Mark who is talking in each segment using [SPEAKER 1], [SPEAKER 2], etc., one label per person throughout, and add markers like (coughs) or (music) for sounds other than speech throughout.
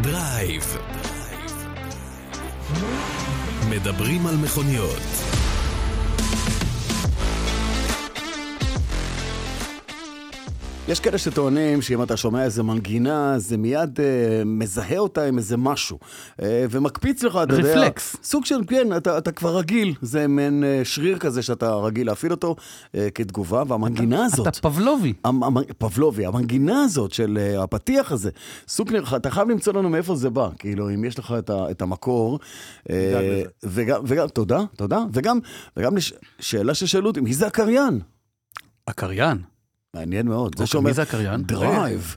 [SPEAKER 1] דרייב. מדברים על מכוניות.
[SPEAKER 2] יש כאלה שטוענים שאם אתה שומע איזה מנגינה, זה מיד אה, מזהה אותה עם איזה משהו. אה, ומקפיץ לך, אתה יודע...
[SPEAKER 3] רפלקס.
[SPEAKER 2] סוג של, כן, אתה, אתה כבר רגיל. זה מעין אה, שריר כזה שאתה רגיל להפעיל אותו אה, כתגובה, והמנגינה הזאת...
[SPEAKER 3] אתה פבלובי.
[SPEAKER 2] המ- המ- פבלובי, המנגינה הזאת של אה, הפתיח הזה, סוקנר, אתה חייב למצוא לנו מאיפה זה בא, כאילו, אם יש לך את, ה, את המקור. אה, וגם, וגם, תודה, תודה. וגם, וגם לש, שאלה ששאלו אותי, מי זה הקריין?
[SPEAKER 3] הקריין.
[SPEAKER 2] מעניין מאוד.
[SPEAKER 3] אוקיי, מי זה הקריין?
[SPEAKER 2] דרייב.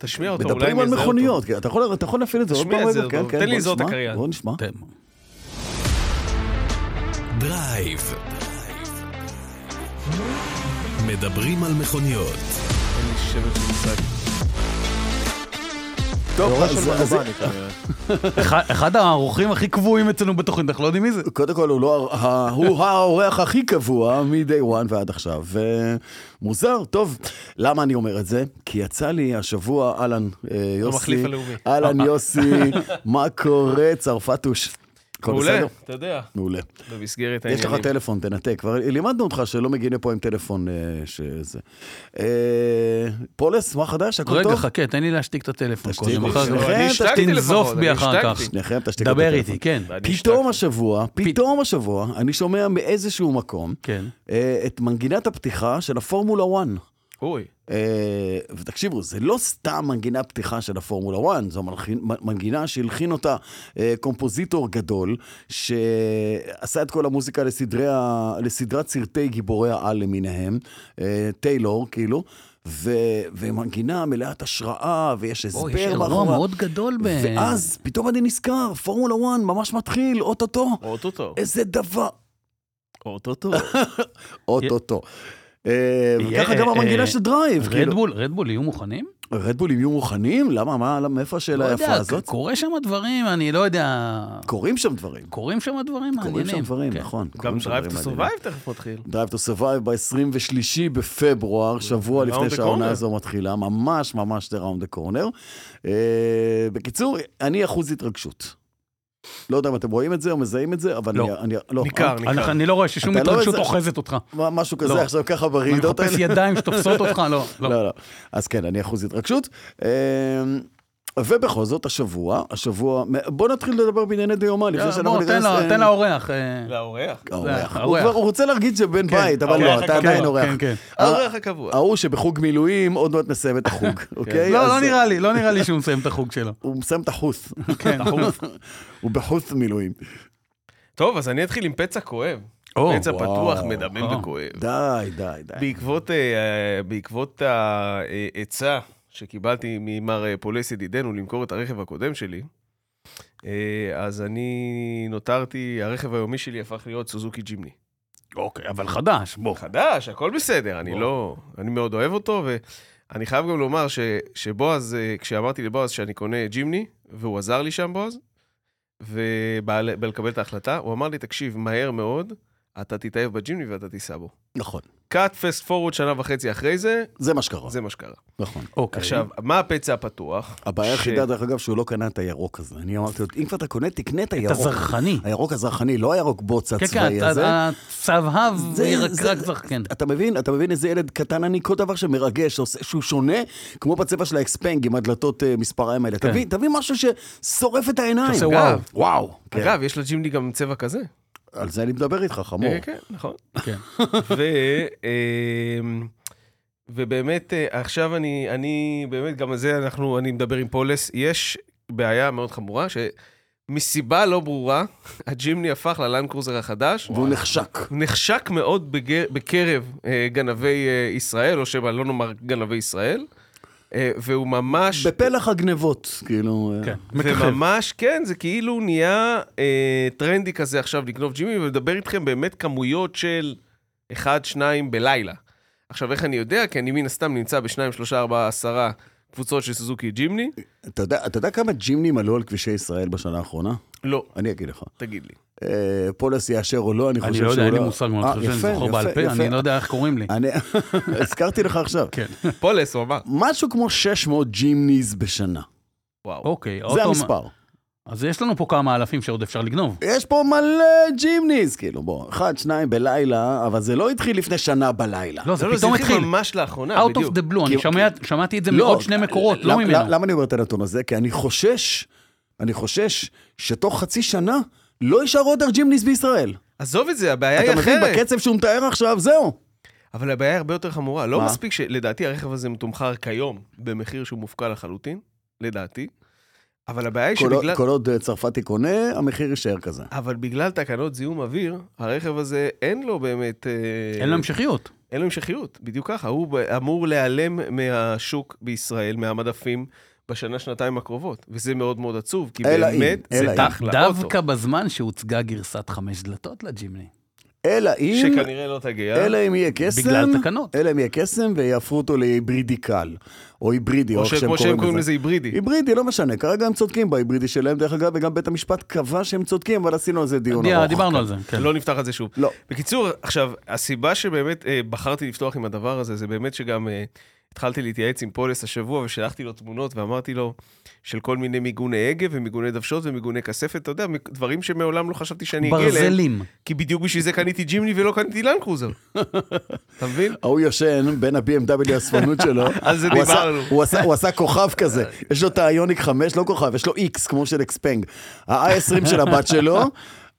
[SPEAKER 4] תשמיע אותו, אולי
[SPEAKER 2] מדברים על
[SPEAKER 4] נזהה אותו.
[SPEAKER 2] מכוניות, כן, אתה יכול- אתה יכול להפעיל את זה עוד
[SPEAKER 4] תשמיע
[SPEAKER 2] פעם?
[SPEAKER 4] את זה,
[SPEAKER 2] רגע? כן,
[SPEAKER 4] אבל
[SPEAKER 2] כן,
[SPEAKER 4] תן לי
[SPEAKER 2] בוא
[SPEAKER 4] לזהות את
[SPEAKER 2] נשמע,
[SPEAKER 4] הקריין.
[SPEAKER 2] בוא נשמע.
[SPEAKER 3] ת-
[SPEAKER 1] דרייב. מדברים על מכוניות.
[SPEAKER 4] אין לי שמץ של מושג.
[SPEAKER 2] טוב,
[SPEAKER 5] דורו
[SPEAKER 2] אז-
[SPEAKER 5] של
[SPEAKER 2] אז-
[SPEAKER 5] מרבני כנראה.
[SPEAKER 3] אחד- אחד האורחים הכי קבועים אצלנו בתוכנית, אנחנו לא יודעים מי זה.
[SPEAKER 2] (laughs) קודם כל, הוא, לא, ה- הוא האורח הכי קבוע מ-day one ועד עכשיו. ו- מוזר, טוב. למה אני אומר את זה? כי יצא לי השבוע, אהלן אה, יוסי.
[SPEAKER 4] המחליף הלאומי. אה.
[SPEAKER 2] אהלן יוסי, מה קורה, צרפתוש? הכל
[SPEAKER 4] מעולה,
[SPEAKER 2] בסדר?
[SPEAKER 4] אתה יודע,
[SPEAKER 2] מעולה.
[SPEAKER 4] במסגרת
[SPEAKER 2] יש
[SPEAKER 4] העניינים.
[SPEAKER 2] לך טלפון, תנתק. כבר לימדנו אותך שלא מגיעים לפה עם טלפון אה, שזה. אה, פולס, מה חדש? הכל טוב?
[SPEAKER 3] רגע, חכה, תן לי להשתיק את הטלפון
[SPEAKER 2] תשתיק,
[SPEAKER 3] קודם, אחר
[SPEAKER 2] תשתיק.
[SPEAKER 3] כך
[SPEAKER 2] אני
[SPEAKER 4] השתקתי
[SPEAKER 3] תנזוף
[SPEAKER 4] לפחות,
[SPEAKER 3] בי
[SPEAKER 4] אני
[SPEAKER 3] אחר כך.
[SPEAKER 4] השתקתי.
[SPEAKER 2] שניכם תשתיקו את
[SPEAKER 3] דבר
[SPEAKER 2] הטלפון.
[SPEAKER 3] איתי, כן.
[SPEAKER 4] ואני
[SPEAKER 2] פתאום
[SPEAKER 4] השתקתי.
[SPEAKER 2] השבוע, פתאום השבוע, אני שומע מאיזשהו מקום
[SPEAKER 3] כן.
[SPEAKER 2] אה, את מנגינת הפתיחה של הפורמולה 1.
[SPEAKER 4] אוי,
[SPEAKER 2] אה, ותקשיבו, זה לא סתם מנגינה פתיחה של הפורמולה 1, זו מלחין- מ- מנגינה שהלחין אותה אה, קומפוזיטור גדול, שעשה את כל המוזיקה לסדרי ה- לסדרת סרטי גיבורי העל למיניהם, אה, טיילור, כאילו. ו... ומנגינה מלאת השראה, ויש הסבר
[SPEAKER 3] בואי, יש אירוע מאוד גדול ב...
[SPEAKER 2] ואז פתאום אני נזכר, פורמולה 1 ממש מתחיל, אוטוטו.
[SPEAKER 4] אוטוטו.
[SPEAKER 2] איזה דבר.
[SPEAKER 4] אוטוטו.
[SPEAKER 2] אוטוטו. אה,
[SPEAKER 3] יהיה,
[SPEAKER 2] וככה גם
[SPEAKER 3] אה,
[SPEAKER 2] המנגינה של דרייב. כאילו.
[SPEAKER 3] רדבול, רדבול יהיו מוכנים?
[SPEAKER 2] רדבולים יהיו מוכנים? למה? מה? למה- מאיפה
[SPEAKER 3] לא
[SPEAKER 2] השאלה
[SPEAKER 3] יודע,
[SPEAKER 2] היפה הזאת?
[SPEAKER 3] קורה שם דברים, אני לא יודע...
[SPEAKER 2] קורים שם דברים.
[SPEAKER 3] קורים שם דברים מעניינים.
[SPEAKER 2] קורים שם דברים,
[SPEAKER 3] כן.
[SPEAKER 2] נכון.
[SPEAKER 4] גם
[SPEAKER 2] קורים שם
[SPEAKER 4] דרייב
[SPEAKER 2] דברים
[SPEAKER 4] טו
[SPEAKER 2] מעניינים.
[SPEAKER 4] סורווייב תכף מתחיל.
[SPEAKER 2] Drive to Survive ב-23 בפברואר, שבוע
[SPEAKER 4] Round
[SPEAKER 2] לפני
[SPEAKER 4] the
[SPEAKER 2] שהעונה
[SPEAKER 4] corner.
[SPEAKER 2] הזו מתחילה, ממש ממש זה ראונד הקורנר. אה, בקיצור, אני אחוז התרגשות. לא יודע אם אתם רואים את זה או מזהים את זה, אבל
[SPEAKER 3] לא.
[SPEAKER 2] אני- אני... לא.
[SPEAKER 4] ניכר,
[SPEAKER 2] אה?
[SPEAKER 3] אנחנו-
[SPEAKER 4] ניכר.
[SPEAKER 3] אני לא רואה ששום
[SPEAKER 2] אתה לא
[SPEAKER 3] התרגשות
[SPEAKER 2] איזה-
[SPEAKER 3] אוחזת אותך.
[SPEAKER 2] מה- משהו כזה
[SPEAKER 3] לא.
[SPEAKER 2] עכשיו ככה
[SPEAKER 3] אני
[SPEAKER 2] ברעידות
[SPEAKER 3] מחפש
[SPEAKER 2] האלה.
[SPEAKER 3] ידיים שתופסות אותך, לא. לא.
[SPEAKER 2] לא, לא. אז כן, אני אחוז התרגשות. אמ, ובכל זאת, השבוע, השבוע, בוא נתחיל לדבר בענייני דיומה, לפני
[SPEAKER 3] יאללה,
[SPEAKER 2] שאנחנו
[SPEAKER 3] בוא, תן לה-
[SPEAKER 2] אה,
[SPEAKER 3] תן לאורח. אה,
[SPEAKER 4] לאורח.
[SPEAKER 2] האורח.
[SPEAKER 3] זה
[SPEAKER 2] הוא
[SPEAKER 3] האורח.
[SPEAKER 2] כבר- הוא רוצה להרגיש שבן
[SPEAKER 3] כן,
[SPEAKER 2] בית, אבל
[SPEAKER 4] האורח
[SPEAKER 2] לא, אתה
[SPEAKER 4] הקבוע.
[SPEAKER 2] עדיין אורח.
[SPEAKER 3] כן, כן.
[SPEAKER 4] האורח הקבוע.
[SPEAKER 2] ההוא שבחוג מילואים עוד מעט מסיים את
[SPEAKER 3] (laughs)
[SPEAKER 2] החוג, אוקיי?
[SPEAKER 3] לא, לא
[SPEAKER 2] אז
[SPEAKER 3] נראה לי, לא נראה לי שהוא מסיים את החוג שלו.
[SPEAKER 2] הוא מסיים את החוס.
[SPEAKER 3] כן.
[SPEAKER 2] הוא בחוס מילואים.
[SPEAKER 4] טוב, אז אני אתחיל עם פצע כואב.
[SPEAKER 3] או,
[SPEAKER 4] פצע
[SPEAKER 2] וואו. אה.
[SPEAKER 4] פתוח, מדמם
[SPEAKER 3] וואו.
[SPEAKER 4] וכואב.
[SPEAKER 2] די, די, די.
[SPEAKER 4] בעקבות, אה, אה, בעקבות העצה שקיבלתי ממר אה, פולס ידידנו למכור את הרכב הקודם שלי, אה, אז אני נותרתי, הרכב היומי שלי הפך להיות סוזוקי ג'ימני.
[SPEAKER 3] אוקיי, אבל חדש, בוא.
[SPEAKER 4] חדש, הכל בסדר, אני לא... אני מאוד אוהב אותו, ואני חייב גם לומר ש, שבועז, אה, כשאמרתי לבועז שאני קונה ג'ימני, והוא עזר לי שם, בועז, ובלקבל את ההחלטה, הוא אמר לי, תקשיב, מהר מאוד, אתה תתאהב בג'ימני ואתה תיסע בו.
[SPEAKER 2] נכון,
[SPEAKER 4] קאט פסט פורוד שנה וחצי אחרי זה,
[SPEAKER 2] זה מה שקרה.
[SPEAKER 4] זה מה שקרה.
[SPEAKER 2] נכון.
[SPEAKER 3] אוקיי.
[SPEAKER 4] עכשיו, מה הפצע הפתוח?
[SPEAKER 2] הבעיה
[SPEAKER 4] ש-
[SPEAKER 2] היחידה, דרך אגב, שהוא לא קנה את הירוק הזה. אני אמרתי לו, אם כבר אתה קונה, תקנה את
[SPEAKER 3] אתה
[SPEAKER 2] הירוק.
[SPEAKER 3] זרחני.
[SPEAKER 2] הירוק הזרחני, לא הירוק בוץ
[SPEAKER 3] כן, כן,
[SPEAKER 2] הצבאי
[SPEAKER 3] אתה-
[SPEAKER 2] הזה.
[SPEAKER 3] אתה צהבהב,
[SPEAKER 2] זה-
[SPEAKER 3] ירק-
[SPEAKER 2] זה-
[SPEAKER 3] רק זרח, כן.
[SPEAKER 2] אתה מבין? אתה מבין איזה ילד קטן אני? כל דבר שמרגש, שעושה- שהוא שונה, כמו בצבע של האקספנג עם הדלתות אה, מספריים האלה.
[SPEAKER 3] כן.
[SPEAKER 2] תביא, תביא משהו ששורף את העיניים.
[SPEAKER 3] שעושה
[SPEAKER 4] אגב,
[SPEAKER 2] וואו. כן.
[SPEAKER 4] אגב, יש לג'ימני גם צבע כזה.
[SPEAKER 2] על זה אני מדבר איתך, חמור.
[SPEAKER 4] כן, כן, נכון.
[SPEAKER 3] כן.
[SPEAKER 4] (laughs) ו... אמ, ובאמת, אה, עכשיו אני, אני, באמת, גם על זה אנחנו, אני מדבר עם פולס. יש בעיה מאוד חמורה, שמסיבה לא ברורה, (laughs) הג'ימני הפך ללנדקרוזר
[SPEAKER 3] כן.
[SPEAKER 4] החדש.
[SPEAKER 2] והוא נחשק.
[SPEAKER 4] הוא נחשק מאוד בגר, בקרב אה, גנבי אה, ישראל, או שמא לא נאמר גנבי ישראל, אה, והוא ממש...
[SPEAKER 2] בפלח הגנבות, כאילו... אה,
[SPEAKER 3] כן, מככב.
[SPEAKER 4] וממש, כן, זה כאילו נהיה אה, טרנדי כזה עכשיו לגנוב ג'ימי, ומדבר איתכם באמת כמויות של אחד, שניים בלילה. עכשיו, איך אני יודע? כי אני מן הסתם נמצא בשניים, שלושה, ארבעה, עשרה קבוצות של סוזוקי ג'ימני.
[SPEAKER 2] אתה יודע, אתה יודע כמה ג'ימנים עלו על כבישי ישראל בשנה האחרונה?
[SPEAKER 4] לא,
[SPEAKER 2] אני אגיד לך.
[SPEAKER 3] (laughs)
[SPEAKER 4] תגיד לי.
[SPEAKER 2] אה, פולס יאשר או לא, אני חושב
[SPEAKER 3] אני
[SPEAKER 2] שהוא
[SPEAKER 3] לא
[SPEAKER 2] לא...
[SPEAKER 3] יודע, אין לי מושג מה
[SPEAKER 2] אה,
[SPEAKER 3] אתה חושב, אני
[SPEAKER 2] יפה,
[SPEAKER 3] זוכר
[SPEAKER 2] יפה,
[SPEAKER 3] בעל פה,
[SPEAKER 2] יפה. אה,
[SPEAKER 3] אני לא יודע איך קוראים לי.
[SPEAKER 2] אני- (laughs) הזכרתי לך עכשיו.
[SPEAKER 3] כן.
[SPEAKER 4] פולס, הוא אמר.
[SPEAKER 2] משהו כמו 600 ג'ימניז בשנה.
[SPEAKER 4] וואו.
[SPEAKER 3] אוקיי,
[SPEAKER 2] זה
[SPEAKER 3] אוטו-
[SPEAKER 2] המספר.
[SPEAKER 3] אז יש לנו פה כמה אלפים שעוד אפשר לגנוב.
[SPEAKER 2] יש פה מלא ג'ימניז, כאילו, בוא, אחד, שניים בלילה, אבל זה לא התחיל לפני שנה בלילה.
[SPEAKER 3] לא, זה
[SPEAKER 4] לא, לא, זה
[SPEAKER 3] פתאום
[SPEAKER 4] התחיל
[SPEAKER 3] התחיל.
[SPEAKER 4] ממש לאחרונה,
[SPEAKER 3] Out
[SPEAKER 4] בדיוק.
[SPEAKER 3] of the blue, אני
[SPEAKER 2] כי-
[SPEAKER 3] שומע- שמעתי את זה מעוד שני מקורות, לא
[SPEAKER 2] אה, למ-
[SPEAKER 3] ממנו.
[SPEAKER 2] למ- למה אני אומר את הנתון הזה? כי אני חושש, אני חושש שתוך חצי שנה לא יישאר עוד ג'ימניז בישראל.
[SPEAKER 3] אה,
[SPEAKER 4] עזוב את זה, הבעיה היא
[SPEAKER 2] אתה מבין,
[SPEAKER 4] אחרת.
[SPEAKER 2] בקצב שהוא מתאר עכשיו, זהו.
[SPEAKER 4] אבל הבעיה היא הרבה יותר חמורה. לא
[SPEAKER 2] מה?
[SPEAKER 4] מספיק שלדעתי הרכב הזה מתומחר כיום במחיר שהוא מופקע לחלוטין, לדעתי, אבל הבעיה היא
[SPEAKER 2] כל עוד-
[SPEAKER 4] שבגלל...
[SPEAKER 2] כל עוד אה, צרפתי קונה, המחיר יישאר כזה.
[SPEAKER 4] אבל בגלל תקנות זיהום אוויר, הרכב הזה אין לו באמת... אה,
[SPEAKER 3] אין לו המשכיות.
[SPEAKER 4] אין לו המשכיות, בדיוק ככה. הוא ב- אמור להיעלם מהשוק בישראל, מהמדפים, בשנה-שנתיים הקרובות. וזה מאוד מאוד עצוב, כי
[SPEAKER 2] אלא אם,
[SPEAKER 4] באמת
[SPEAKER 2] אלא
[SPEAKER 4] זה
[SPEAKER 2] אם.
[SPEAKER 4] אחלה אוטו.
[SPEAKER 3] דווקא בזמן שהוצגה גרסת חמש דלתות לג'ימני.
[SPEAKER 2] אלא אם,
[SPEAKER 4] שכנראה לא תגיע.
[SPEAKER 2] אלא אם יהיה קסם,
[SPEAKER 3] בגלל תקנות.
[SPEAKER 2] אלא אם יהיה קסם ויהפכו אותו להיברידי קל, או היברידי, או
[SPEAKER 4] או
[SPEAKER 2] איך
[SPEAKER 4] שכמו שהם קוראים לזה היברידי.
[SPEAKER 2] היברידי, לא משנה, כרגע הם צודקים בהיברידי שלהם, דרך אגב, וגם בית המשפט קבע שהם צודקים, אבל עשינו על זה דיון
[SPEAKER 3] די-
[SPEAKER 2] ארוך.
[SPEAKER 3] דיברנו על זה, כן.
[SPEAKER 4] לא נפתח את זה שוב.
[SPEAKER 2] לא.
[SPEAKER 4] בקיצור, עכשיו, הסיבה שבאמת אה, בחרתי לפתוח עם הדבר הזה, זה באמת שגם אה, התחלתי להתייעץ עם פולס השבוע, ושלחתי לו תמונות ואמרתי לו, של כל מיני מיגוני הגה ומיגוני דוושות ומיגוני כספת, אתה יודע, מ- דברים שמעולם לא חשבתי שאני אגיע אליהם.
[SPEAKER 3] ברזלים.
[SPEAKER 4] כי בדיוק בשביל זה קניתי ג'ימני ולא קניתי לנד קרוזר. אתה מבין?
[SPEAKER 2] ההוא ישן בין ה-BMW הספנות
[SPEAKER 3] (laughs)
[SPEAKER 2] שלו.
[SPEAKER 4] על זה
[SPEAKER 2] הוא עשה-
[SPEAKER 4] דיברנו.
[SPEAKER 2] הוא עשה- הוא עשה כוכב כזה. יש לו את האיוניק 5, לא כוכב, יש לו X, כמו של אקספנג. ה-i20 של הבת
[SPEAKER 3] (laughs)
[SPEAKER 2] שלו,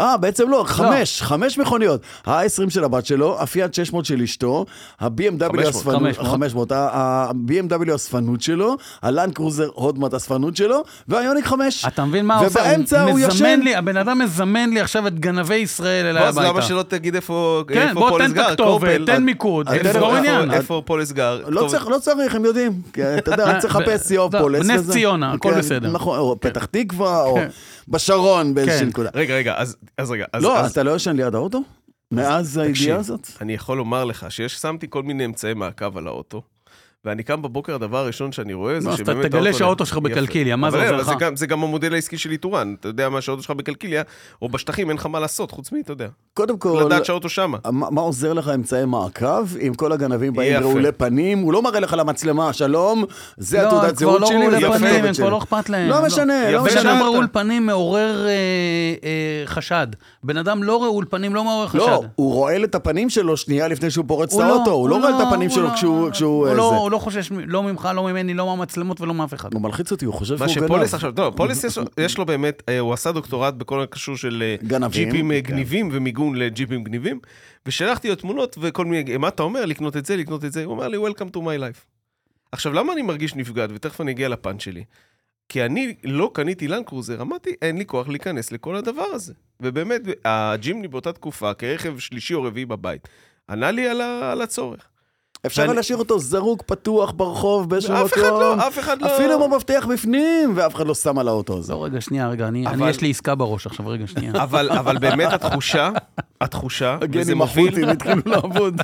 [SPEAKER 2] אה, בעצם לא, חמש, חמש מכוניות. ה-i20 של הבת שלו, הפיאט 600 של אשתו, ה-BMW
[SPEAKER 4] 500,
[SPEAKER 2] הספנות,
[SPEAKER 3] 500.
[SPEAKER 2] 500, ה-BMW הספנות שלו, הלנד קרוזר הוד מעט הספנות שלו, והאיוניק 5.
[SPEAKER 3] אתה מבין מה הוא עושה?
[SPEAKER 2] ובאמצע הוא ישן.
[SPEAKER 3] מזמן לי, הבן אדם מזמן לי עכשיו את גנבי ישראל אליי
[SPEAKER 4] בועז,
[SPEAKER 3] הביתה.
[SPEAKER 4] למה שלא תגיד איפה
[SPEAKER 3] כן,
[SPEAKER 4] איפה
[SPEAKER 3] בוא
[SPEAKER 4] פולס
[SPEAKER 3] תן את
[SPEAKER 4] גר?
[SPEAKER 3] הכתובת,
[SPEAKER 4] קורפל.
[SPEAKER 3] תן מיקוד,
[SPEAKER 2] אה,
[SPEAKER 4] איפה-
[SPEAKER 3] תסגור
[SPEAKER 2] אה,
[SPEAKER 3] עניין.
[SPEAKER 4] איפה- איפה פולס גר?
[SPEAKER 2] לא
[SPEAKER 4] כתובת.
[SPEAKER 2] צריך, לא צריך, הם יודעים. כי אתה יודע, רק צריך
[SPEAKER 3] אה,
[SPEAKER 2] לחפש יואב
[SPEAKER 3] לא,
[SPEAKER 2] פולס.
[SPEAKER 3] בנס
[SPEAKER 2] וזה-
[SPEAKER 3] ציונה, הכל
[SPEAKER 2] כן,
[SPEAKER 3] בסדר.
[SPEAKER 2] נכון, או פתח תקווה, או
[SPEAKER 3] כן.
[SPEAKER 2] בשרון באיזושהי
[SPEAKER 3] כן.
[SPEAKER 2] נקודה.
[SPEAKER 4] רגע, רגע, אז אז רגע. אז-
[SPEAKER 2] לא,
[SPEAKER 4] אז-
[SPEAKER 2] אתה לא ישן ליד האוטו? מאז הידיעה
[SPEAKER 4] תקשיב,
[SPEAKER 2] הזאת?
[SPEAKER 4] אני יכול לומר לך ששמתי כל מיני אמצעי מעקב על האוטו, ואני קם בבוקר, הדבר הראשון שאני רואה זה
[SPEAKER 3] לא, אז
[SPEAKER 4] שבאמת
[SPEAKER 3] אתה תגלה שהאוטו שלך בקלקיליה, מה זה
[SPEAKER 4] אבל
[SPEAKER 3] עוזר
[SPEAKER 4] אבל
[SPEAKER 3] לך?
[SPEAKER 4] גם- זה גם המודל העסקי שלי טורן, אתה יודע מה שהאוטו שלך בקלקיליה, או בשטחים, אין לך מה לעשות, חוץ מי, אתה יודע.
[SPEAKER 2] קודם כל,
[SPEAKER 4] לדעת שהאוטו שמה.
[SPEAKER 2] מה מה עוזר לך אמצעי מעקב אם כל הגנבים באים
[SPEAKER 4] יפה.
[SPEAKER 2] רעולי פנים? הוא לא מראה לך למצלמה, שלום, זה
[SPEAKER 3] לא, הם
[SPEAKER 2] התעודת
[SPEAKER 3] כבר
[SPEAKER 2] זהות
[SPEAKER 3] לא
[SPEAKER 2] שלי,
[SPEAKER 3] רעולי
[SPEAKER 2] וזה
[SPEAKER 4] יפה.
[SPEAKER 3] פנים, הם
[SPEAKER 2] הכתובת
[SPEAKER 3] כבר
[SPEAKER 2] שלי.
[SPEAKER 3] לא אכפת להם.
[SPEAKER 2] לא משנה, לא
[SPEAKER 4] יפה
[SPEAKER 3] בן
[SPEAKER 2] משנה.
[SPEAKER 3] אדם
[SPEAKER 4] שאלת.
[SPEAKER 3] רעול פנים מעורר אה, אה, חשד. בן אדם לא רעול פנים לא מעורר חשד.
[SPEAKER 2] לא, הוא רועל את הפנים שלו שנייה לפני שהוא פורץ את האוטו, הוא לא רועל את הפנים
[SPEAKER 3] הוא
[SPEAKER 2] שלו
[SPEAKER 3] לא-
[SPEAKER 2] כשהוא... כשהוא,
[SPEAKER 3] הוא
[SPEAKER 2] אה,
[SPEAKER 3] לא-
[SPEAKER 2] זה.
[SPEAKER 3] הוא לא חושש מ- לא ממך, לא ממני, לא מהמצלמות ולא מאף אחד.
[SPEAKER 2] הוא מלחיץ אותי, הוא חושב
[SPEAKER 4] מה
[SPEAKER 2] שהוא גנב.
[SPEAKER 4] שפולס עכשיו, לא,
[SPEAKER 2] (laughs)
[SPEAKER 4] פולס יש לו- יש לו באמת, אה, הוא עשה דוקטורט בכל הקשור של אה,
[SPEAKER 2] גנבים,
[SPEAKER 4] ג'יפים אה,
[SPEAKER 2] כן.
[SPEAKER 4] גניבים ומיגון לג'יפים גניבים, ושלחתי לו תמונות וכל מיני, אה, מה אתה אומר, לקנות את זה, לקנות את זה, הוא אומר לי, Welcome to my life. עכשיו, למה אני מרגיש נפגעת, ותכף אני אגיע לפן שלי? כי אני לא קניתי לנד קרוזר, אמרתי, אין לי כוח להיכנס לכל הדבר הזה. ובאמת, הג'ימני באותה תקופה, כרכב שלישי או רביעי בבית, ענה לי על ה- על הצורך.
[SPEAKER 2] אפשר היה
[SPEAKER 4] ואני-
[SPEAKER 2] להשאיר אותו זרוק, פתוח ברחוב באיזשהו מקום.
[SPEAKER 4] אף אחד לא, אף אחד לא...
[SPEAKER 2] אפילו אם המפתח בפנים, ואף אחד לא שם על האוטו הזה.
[SPEAKER 3] לא, רגע, שנייה, רגע, אני,
[SPEAKER 4] אבל-
[SPEAKER 3] אני יש לי עסקה בראש עכשיו, רגע, שנייה.
[SPEAKER 4] אבל, אבל באמת התחושה, התחושה, וזה
[SPEAKER 2] הגנים
[SPEAKER 4] מוביל,
[SPEAKER 2] החות'ים התחילו לעבוד.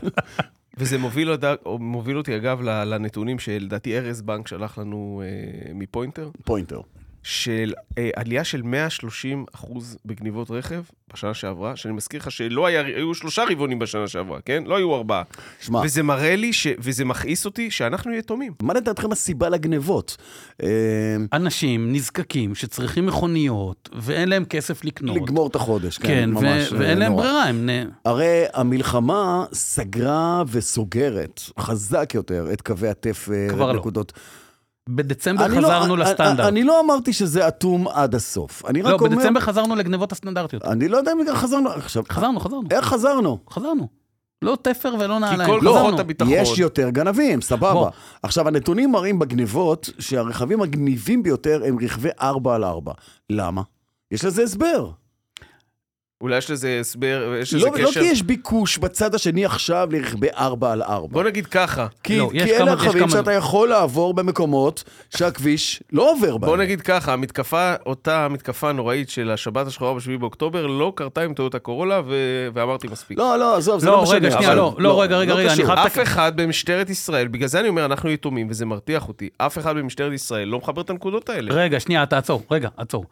[SPEAKER 4] וזה מוביל, עוד- או מוביל אותי אגב ל- לנתונים שלדעתי ארז בנק שלח לנו אה, מפוינטר,
[SPEAKER 2] פוינטר.
[SPEAKER 4] של אה, עלייה של 130 אחוז בגניבות רכב בשנה שעברה, שאני מזכיר לך שלא היה, היו שלושה רבעונים בשנה שעברה, כן? לא היו ארבעה.
[SPEAKER 2] שמע,
[SPEAKER 4] וזה מראה לי, ש, וזה מכעיס אותי, שאנחנו יתומים.
[SPEAKER 2] מה לדעתכם הסיבה לגנבות? אה,
[SPEAKER 3] אנשים נזקקים שצריכים מכוניות, ואין להם כסף לקנות.
[SPEAKER 2] לגמור את החודש,
[SPEAKER 3] כן,
[SPEAKER 2] כן,
[SPEAKER 3] ו-
[SPEAKER 2] ממש אה,
[SPEAKER 3] ואין להם
[SPEAKER 2] נורא.
[SPEAKER 3] ברירה, הם... נ-
[SPEAKER 2] הרי המלחמה סגרה וסוגרת חזק יותר את קווי התפר,
[SPEAKER 3] כבר
[SPEAKER 2] את
[SPEAKER 3] לא.
[SPEAKER 2] נקודות.
[SPEAKER 3] בדצמבר
[SPEAKER 2] אני לא-
[SPEAKER 3] חזרנו
[SPEAKER 2] אני-
[SPEAKER 3] לסטנדרט.
[SPEAKER 2] אני לא אמרתי שזה אטום עד הסוף. אני
[SPEAKER 3] לא,
[SPEAKER 2] רק אומר...
[SPEAKER 3] בדצמבר חזרנו לגנבות הסטנדרטיות.
[SPEAKER 2] אני לא יודע אם גם חזרנו. עכשיו,
[SPEAKER 3] חזרנו, חזרנו,
[SPEAKER 2] איך חזרנו?
[SPEAKER 3] חזרנו. לא תפר ולא
[SPEAKER 4] כי
[SPEAKER 3] נעליים,
[SPEAKER 4] כל
[SPEAKER 2] לא,
[SPEAKER 3] חזרנו.
[SPEAKER 4] כוחות הביטחון...
[SPEAKER 2] יש יותר גנבים, סבבה.
[SPEAKER 3] בוא.
[SPEAKER 2] עכשיו, הנתונים מראים בגניבות שהרכבים הגניבים ביותר הם רכבי 4 על 4. למה? יש לזה הסבר.
[SPEAKER 4] אולי יש לזה הסבר, יש לזה
[SPEAKER 2] לא, לא
[SPEAKER 4] קשר.
[SPEAKER 2] כי יש ביקוש בצד השני עכשיו לרכבי 4 על 4.
[SPEAKER 4] בוא נגיד ככה,
[SPEAKER 2] כי,
[SPEAKER 3] לא, יש
[SPEAKER 2] כי אלה
[SPEAKER 3] כמה- יש
[SPEAKER 2] הרכבים
[SPEAKER 3] כמה-
[SPEAKER 2] שאתה יכול לעבור במקומות שהכביש לא עובר בהם.
[SPEAKER 4] בוא נגיד ככה, המתקפה, אותה המתקפה הנוראית של השבת השחורה ב-7 באוקטובר, לא קרתה עם טויוטה קורולה, ו... ואמרתי מספיק.
[SPEAKER 2] לא, לא, עזוב, זה
[SPEAKER 3] לא,
[SPEAKER 2] לא משנה.
[SPEAKER 3] רגע, שנייה,
[SPEAKER 2] אבל-
[SPEAKER 3] לא, לא, רגע, רגע, רגע, אני
[SPEAKER 2] קשור.
[SPEAKER 3] חייב-
[SPEAKER 4] אף אחד במשטרת ישראל, בגלל זה אני אומר, אנחנו יתומים, וזה מרתיח אותי, אף אחד במשטרת ישראל לא מחבר את הנקודות האלה.
[SPEAKER 3] רגע, שנייה, תעצור, רגע, עצור.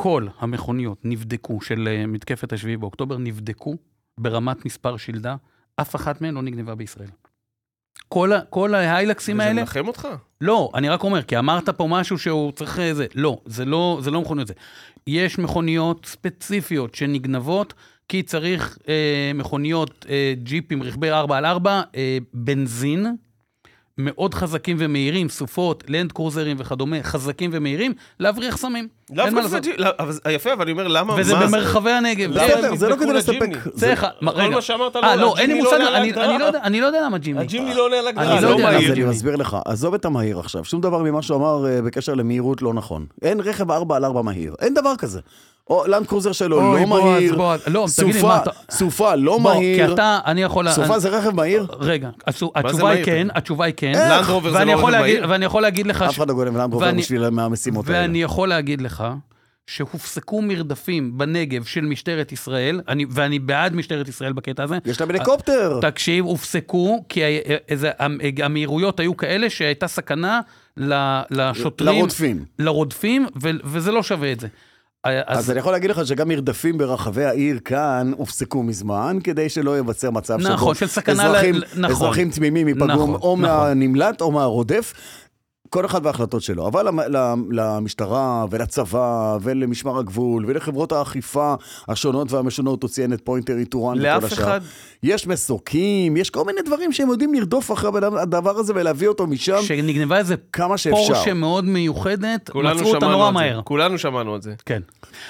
[SPEAKER 3] כל המכוניות נבדקו, של אה, מתקפת השביעי באוקטובר, נבדקו ברמת מספר שלדה, אף אחת מהן לא נגנבה בישראל. כל, ה- כל ההיילקסים
[SPEAKER 4] זה
[SPEAKER 3] האלה...
[SPEAKER 4] מנחם אותך?
[SPEAKER 3] לא, אני רק אומר, כי אמרת פה משהו שהוא צריך אה, זה. לא, זה לא, זה לא מכוניות זה. יש מכוניות ספציפיות שנגנבות, כי צריך אה, מכוניות, אה, ג'יפים, רכבי 4 על 4, אה, בנזין, מאוד חזקים ומהירים, סופות, לנד קרוזרים וכדומה, חזקים ומהירים, להבריח סמים.
[SPEAKER 4] לאו
[SPEAKER 3] אין מה
[SPEAKER 4] דווקא
[SPEAKER 3] לעשות.
[SPEAKER 4] ג'י- לא, אבל זה- יפה, אבל אני אומר, למה...
[SPEAKER 3] וזה
[SPEAKER 4] מה?
[SPEAKER 3] במרחבי הנגב.
[SPEAKER 4] למה
[SPEAKER 3] זה-
[SPEAKER 4] הם
[SPEAKER 2] בסדר, זה לא
[SPEAKER 4] נדבקו
[SPEAKER 2] כדי
[SPEAKER 4] לג'ימני?
[SPEAKER 2] לספק.
[SPEAKER 3] זה אחד, מה,
[SPEAKER 4] כל
[SPEAKER 3] רג'ימי
[SPEAKER 4] מה שאמרת,
[SPEAKER 3] אה,
[SPEAKER 4] לא,
[SPEAKER 3] לא, אין לי
[SPEAKER 4] הג'ימי לא
[SPEAKER 3] מושג,
[SPEAKER 4] עונה על
[SPEAKER 3] אני-
[SPEAKER 4] ההגדרה.
[SPEAKER 3] אני לא יודע- אני לא יודע למה ג'ימי.
[SPEAKER 4] הג'ימני לא עונה על הגדרה,
[SPEAKER 3] אני לא
[SPEAKER 4] זה לא
[SPEAKER 3] יודע.
[SPEAKER 2] אז
[SPEAKER 4] מהיר.
[SPEAKER 2] אני
[SPEAKER 3] ג'ימי.
[SPEAKER 2] מסביר לך, עזוב את המהיר עכשיו, שום דבר ממה שהוא אמר אה, בקשר למהירות לא נכון. אין רכב 4 על 4 מהיר, אין דבר כזה. או לנד קרוזר שלו
[SPEAKER 3] אוי,
[SPEAKER 2] לא
[SPEAKER 3] בועז,
[SPEAKER 2] מהיר,
[SPEAKER 3] בועז, לא, תגיד לי,
[SPEAKER 2] סופה,
[SPEAKER 3] מה אתה-
[SPEAKER 2] סופה לא
[SPEAKER 3] בוא, כי
[SPEAKER 2] מהיר,
[SPEAKER 3] אתה, אני יכול...
[SPEAKER 2] סופה זה רכב מהיר?
[SPEAKER 3] רגע, הצו-
[SPEAKER 4] זה
[SPEAKER 3] התשובה
[SPEAKER 4] מהיר?
[SPEAKER 3] היא כן, התשובה היא כן.
[SPEAKER 4] לנד רובר זה
[SPEAKER 3] ואני
[SPEAKER 4] לא
[SPEAKER 3] יכול
[SPEAKER 4] רכב
[SPEAKER 3] להגיד-
[SPEAKER 4] מהיר?
[SPEAKER 3] ואני יכול להגיד לך...
[SPEAKER 2] אף
[SPEAKER 3] ש-
[SPEAKER 2] אחד לא גונב לנד רובר
[SPEAKER 3] ואני-
[SPEAKER 2] בשביל מהמשימות האלה.
[SPEAKER 3] ואני יכול להגיד לך שהופסקו מרדפים בנגב של משטרת ישראל, אני- ואני בעד משטרת ישראל בקטע הזה.
[SPEAKER 2] יש להם הליקופטר.
[SPEAKER 3] תקשיב, הופסקו, כי ה- איזה- המ- המהירויות היו כאלה שהייתה סכנה ל- לשוטרים.
[SPEAKER 2] לרודפים.
[SPEAKER 3] לרודפים, ו- וזה לא שווה את זה.
[SPEAKER 2] אז אני יכול להגיד לך שגם מרדפים ברחבי העיר כאן הופסקו מזמן, כדי שלא ייווצר מצב
[SPEAKER 3] נכון, של
[SPEAKER 2] שבו
[SPEAKER 3] סכנה ל-
[SPEAKER 2] אזרחים-
[SPEAKER 3] ל- נכון.
[SPEAKER 2] אזרחים תמימים ייפגעו
[SPEAKER 3] נכון,
[SPEAKER 2] או
[SPEAKER 3] נכון.
[SPEAKER 2] מהנמלט או מהרודף. כל אחד וההחלטות שלו, אבל למ- למ- למשטרה ולצבא ולמשמר הגבול ולחברות האכיפה השונות והמשונות, הוא ציין את פוינטר איטורן וכל השאר.
[SPEAKER 4] לאף אחד-
[SPEAKER 2] יש מסוקים, יש כל מיני דברים שהם יודעים לרדוף אחרי הבן אדם- הדבר הזה ולהביא אותו משם.
[SPEAKER 3] שנגנבה איזה
[SPEAKER 2] כמה שאפשר.
[SPEAKER 3] פורשה מאוד מיוחדת,
[SPEAKER 4] כולנו
[SPEAKER 3] מצאו אותה
[SPEAKER 4] שמענו
[SPEAKER 3] נורא
[SPEAKER 4] על זה. אה,
[SPEAKER 3] מהר.
[SPEAKER 4] כולנו שמענו את זה.
[SPEAKER 3] כן.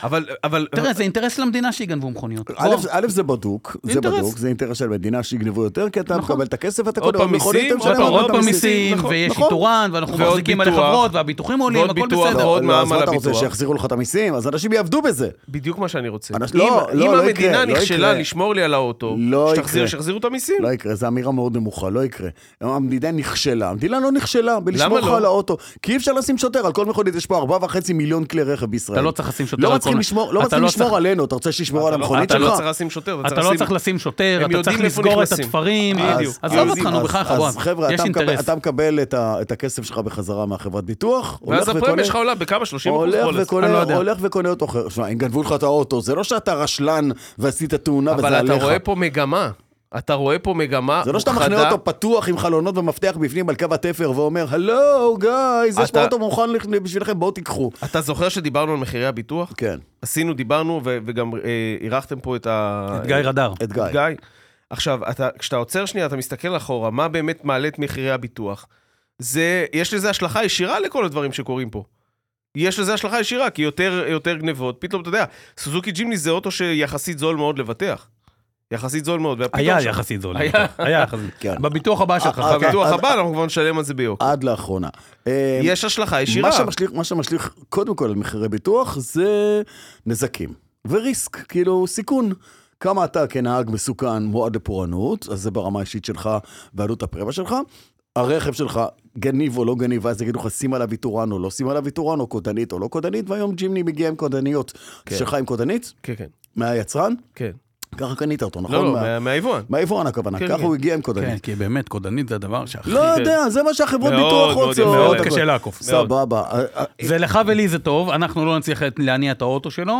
[SPEAKER 4] אבל, אבל...
[SPEAKER 3] תראה, זה אינטרס למדינה שיגנבו מכוניות.
[SPEAKER 2] א',
[SPEAKER 3] בוא.
[SPEAKER 2] א', זה בדוק, זה
[SPEAKER 3] אינטרס.
[SPEAKER 2] בדוק, זה אינטרס של מדינה שיגנבו יותר, כי אתה
[SPEAKER 3] נכון.
[SPEAKER 2] מקבל את הכסף, אתה
[SPEAKER 4] עוד
[SPEAKER 2] קונה
[SPEAKER 4] פעם
[SPEAKER 2] מכונית,
[SPEAKER 4] מיסים,
[SPEAKER 2] אתה
[SPEAKER 4] עוד
[SPEAKER 2] משלם עוד
[SPEAKER 4] פעם- עוד
[SPEAKER 3] עוד
[SPEAKER 2] פעם
[SPEAKER 3] פעם
[SPEAKER 2] מיסים.
[SPEAKER 3] מיסים,
[SPEAKER 4] נכון,
[SPEAKER 3] ויש
[SPEAKER 2] נכון.
[SPEAKER 3] איתורן, ואנחנו
[SPEAKER 4] ועוד
[SPEAKER 3] מחזיקים מלא
[SPEAKER 4] ביטוח,
[SPEAKER 3] חברות, והביטוחים עולים,
[SPEAKER 4] ועוד
[SPEAKER 3] הכל
[SPEAKER 4] ביטוח,
[SPEAKER 3] בסדר.
[SPEAKER 4] ועוד
[SPEAKER 2] לא, אז
[SPEAKER 4] מע"מ
[SPEAKER 2] מה
[SPEAKER 4] על
[SPEAKER 2] אתה רוצה,
[SPEAKER 4] הביטוח.
[SPEAKER 2] שיחזירו לך את המיסים? אז אנשים יעבדו בזה.
[SPEAKER 4] בדיוק מה שאני רוצה.
[SPEAKER 2] אנש-
[SPEAKER 4] אם-
[SPEAKER 2] לא, לא,
[SPEAKER 4] אם
[SPEAKER 2] לא
[SPEAKER 4] המדינה
[SPEAKER 2] יקרה, לא
[SPEAKER 4] נכשלה
[SPEAKER 2] יקרה.
[SPEAKER 4] לשמור לי על האוטו,
[SPEAKER 2] לא
[SPEAKER 4] שתחזיר,
[SPEAKER 2] יקרה.
[SPEAKER 4] שיחזירו את המיסים.
[SPEAKER 2] לא יקרה, זו אמירה מאוד נמוכה, לא יקרה. המדינה נכשלה, המדינה לא נכשלה בלשמור
[SPEAKER 4] למה
[SPEAKER 2] לך
[SPEAKER 4] לא?
[SPEAKER 2] על האוטו, כי אי אפשר לשים שוטר, על כל מכונית יש פה 4.5 מיליון כלי רכב בישראל.
[SPEAKER 3] אתה לא צריך לשים שוטר
[SPEAKER 2] לא
[SPEAKER 3] על כל
[SPEAKER 2] מצליחים
[SPEAKER 3] מ-
[SPEAKER 2] לשמור לא
[SPEAKER 3] אתה
[SPEAKER 2] מצליחים
[SPEAKER 3] לא
[SPEAKER 2] לשמור
[SPEAKER 3] צריך-
[SPEAKER 2] עלינו, אתה רוצה שישמור על
[SPEAKER 4] לא-
[SPEAKER 2] המכונית
[SPEAKER 4] אתה לא צריך
[SPEAKER 2] שלך?
[SPEAKER 4] לשים שוטר,
[SPEAKER 3] אתה לא צריך לשים שוטר,
[SPEAKER 4] הם
[SPEAKER 3] אתה
[SPEAKER 4] יודעים
[SPEAKER 3] צריך
[SPEAKER 4] איפה
[SPEAKER 3] לסגור את
[SPEAKER 4] נכנסים.
[SPEAKER 3] התפרים.
[SPEAKER 4] בדיוק.
[SPEAKER 3] עזוב
[SPEAKER 4] אז-
[SPEAKER 3] אותנו,
[SPEAKER 2] אז-
[SPEAKER 3] בחייך,
[SPEAKER 2] אז
[SPEAKER 3] בוא.
[SPEAKER 2] חבר'ה,
[SPEAKER 3] יש
[SPEAKER 2] אתה מקבל-
[SPEAKER 3] אינטרס.
[SPEAKER 2] אתה מקבל את ה- את הכסף שלך בחזרה מהחברת ביטוח,
[SPEAKER 4] ואז
[SPEAKER 2] הולך
[SPEAKER 4] הפרמיה
[SPEAKER 2] וקונה-
[SPEAKER 4] שלך עולה בכמה? 30 אחוז?
[SPEAKER 2] הולך
[SPEAKER 3] אני לא
[SPEAKER 2] וקונה,
[SPEAKER 3] יודע.
[SPEAKER 2] הולך וקונה אותו אחר. שמע, הם גנבו לך את האוטו, זה לא שאתה רשלן ועשית תאונה וזה
[SPEAKER 4] אבל
[SPEAKER 2] עליך.
[SPEAKER 4] אתה רואה פה מגמה. אתה רואה פה מגמה
[SPEAKER 2] זה לא שאתה
[SPEAKER 4] חדה.
[SPEAKER 2] מחנה אותו פתוח עם חלונות ומפתח בפנים על קו התפר ואומר, הלו, גייז, יש
[SPEAKER 4] אתה-
[SPEAKER 2] פה אוטו מוכן לכ- בשבילכם, בואו תיקחו.
[SPEAKER 4] אתה זוכר שדיברנו על מחירי הביטוח?
[SPEAKER 2] כן,
[SPEAKER 4] עשינו, דיברנו, ו- וגם אה, אירחתם פה את ה...
[SPEAKER 3] את גיא רדאר.
[SPEAKER 2] את גיא.
[SPEAKER 4] את גיא. עכשיו, אתה, כשאתה עוצר שנייה, אתה מסתכל אחורה, מה באמת מעלה את מחירי הביטוח? זה, יש לזה השלכה ישירה לכל הדברים שקורים פה. יש לזה השלכה ישירה, כי יותר, יותר גנבות. פתאום, אתה יודע, סוזוקי ג'ימני זה אוטו שיחסית זול מאוד לבטח. יחסית זול מאוד. והפתאום
[SPEAKER 3] היה
[SPEAKER 4] ש-
[SPEAKER 3] יחסית זול.
[SPEAKER 4] היה.
[SPEAKER 3] היה יחסית.
[SPEAKER 2] כן.
[SPEAKER 3] בביטוח הבא שלך,
[SPEAKER 2] אה,
[SPEAKER 3] חבר.
[SPEAKER 2] אוקיי.
[SPEAKER 4] הביטוח
[SPEAKER 2] אז-
[SPEAKER 4] הבא, אנחנו כבר נשלם על זה ביוקר.
[SPEAKER 2] עד לאחרונה. אה,
[SPEAKER 4] יש השלכה ישירה.
[SPEAKER 2] מה שמשליך, מה שמשליך קודם כל על מחירי ביטוח זה נזקים וריסק, כאילו סיכון. כמה אתה כנהג מסוכן מועד לפורענות, אז זה ברמה האישית שלך ועלות הפרמיה שלך. הרכב שלך גניב או לא גניב, ואז יגידו לך שים עליו איתורן או לא שים עליו איתורן, או קודנית או לא קודנית, והיום ג'ימני מגיע עם קודניות.
[SPEAKER 4] כן.
[SPEAKER 2] שלך עם קודנית?
[SPEAKER 4] כן, כן,
[SPEAKER 2] מהיצרן?
[SPEAKER 4] כן.
[SPEAKER 2] ככה קנית אותו, נכון?
[SPEAKER 4] לא, לא,
[SPEAKER 2] מה-
[SPEAKER 4] מה- מהיבואן.
[SPEAKER 2] מהיבואן הכוונה,
[SPEAKER 4] כן,
[SPEAKER 2] ככה
[SPEAKER 4] כן.
[SPEAKER 2] הוא הגיע עם
[SPEAKER 3] כן,
[SPEAKER 2] קודנית.
[SPEAKER 3] כי באמת, קודנית זה הדבר שהכי...
[SPEAKER 2] לא יודע, זה מה שהחברות
[SPEAKER 4] מאוד,
[SPEAKER 2] ביטוח
[SPEAKER 4] מאוד
[SPEAKER 2] רוצות.
[SPEAKER 4] יפה.
[SPEAKER 3] מאוד
[SPEAKER 2] אבל-
[SPEAKER 3] קשה לעקוף.
[SPEAKER 2] סבבה. אה,
[SPEAKER 3] זה לך ולי זה טוב, אנחנו לא נצליח להניע את האוטו שלו.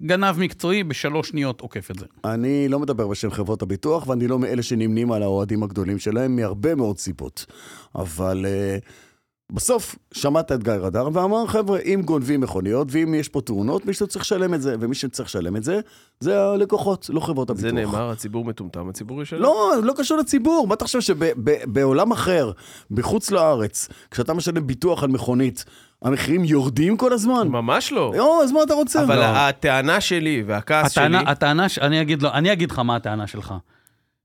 [SPEAKER 3] גנב מקצועי בשלוש שניות עוקף את זה.
[SPEAKER 2] אני לא מדבר בשם חברות הביטוח, ואני לא מאלה שנמנים על האוהדים הגדולים שלהם, מהרבה מאוד סיבות. אבל uh, בסוף שמעת את גיא רדאר ואמר, חבר'ה, אם גונבים מכוניות, ואם יש פה תאונות, מישהו צריך לשלם את זה, ומי שצריך לשלם את זה, זה הלקוחות, לא חברות הביטוח.
[SPEAKER 4] זה נאמר, הציבור מטומטם, הציבור ישלם.
[SPEAKER 2] לא, לא קשור לציבור. מה אתה חושב שבעולם אחר, בחוץ לארץ, כשאתה משלם ביטוח על מכונית, המחירים יורדים כל הזמן?
[SPEAKER 4] ממש לא.
[SPEAKER 2] או, אז מה אתה רוצה?
[SPEAKER 4] אבל
[SPEAKER 2] לא.
[SPEAKER 4] הטענה שלי והכעס שלי...
[SPEAKER 3] הטענה, הטענה, ש- אני אגיד, לו, אני אגיד לך מה הטענה שלך.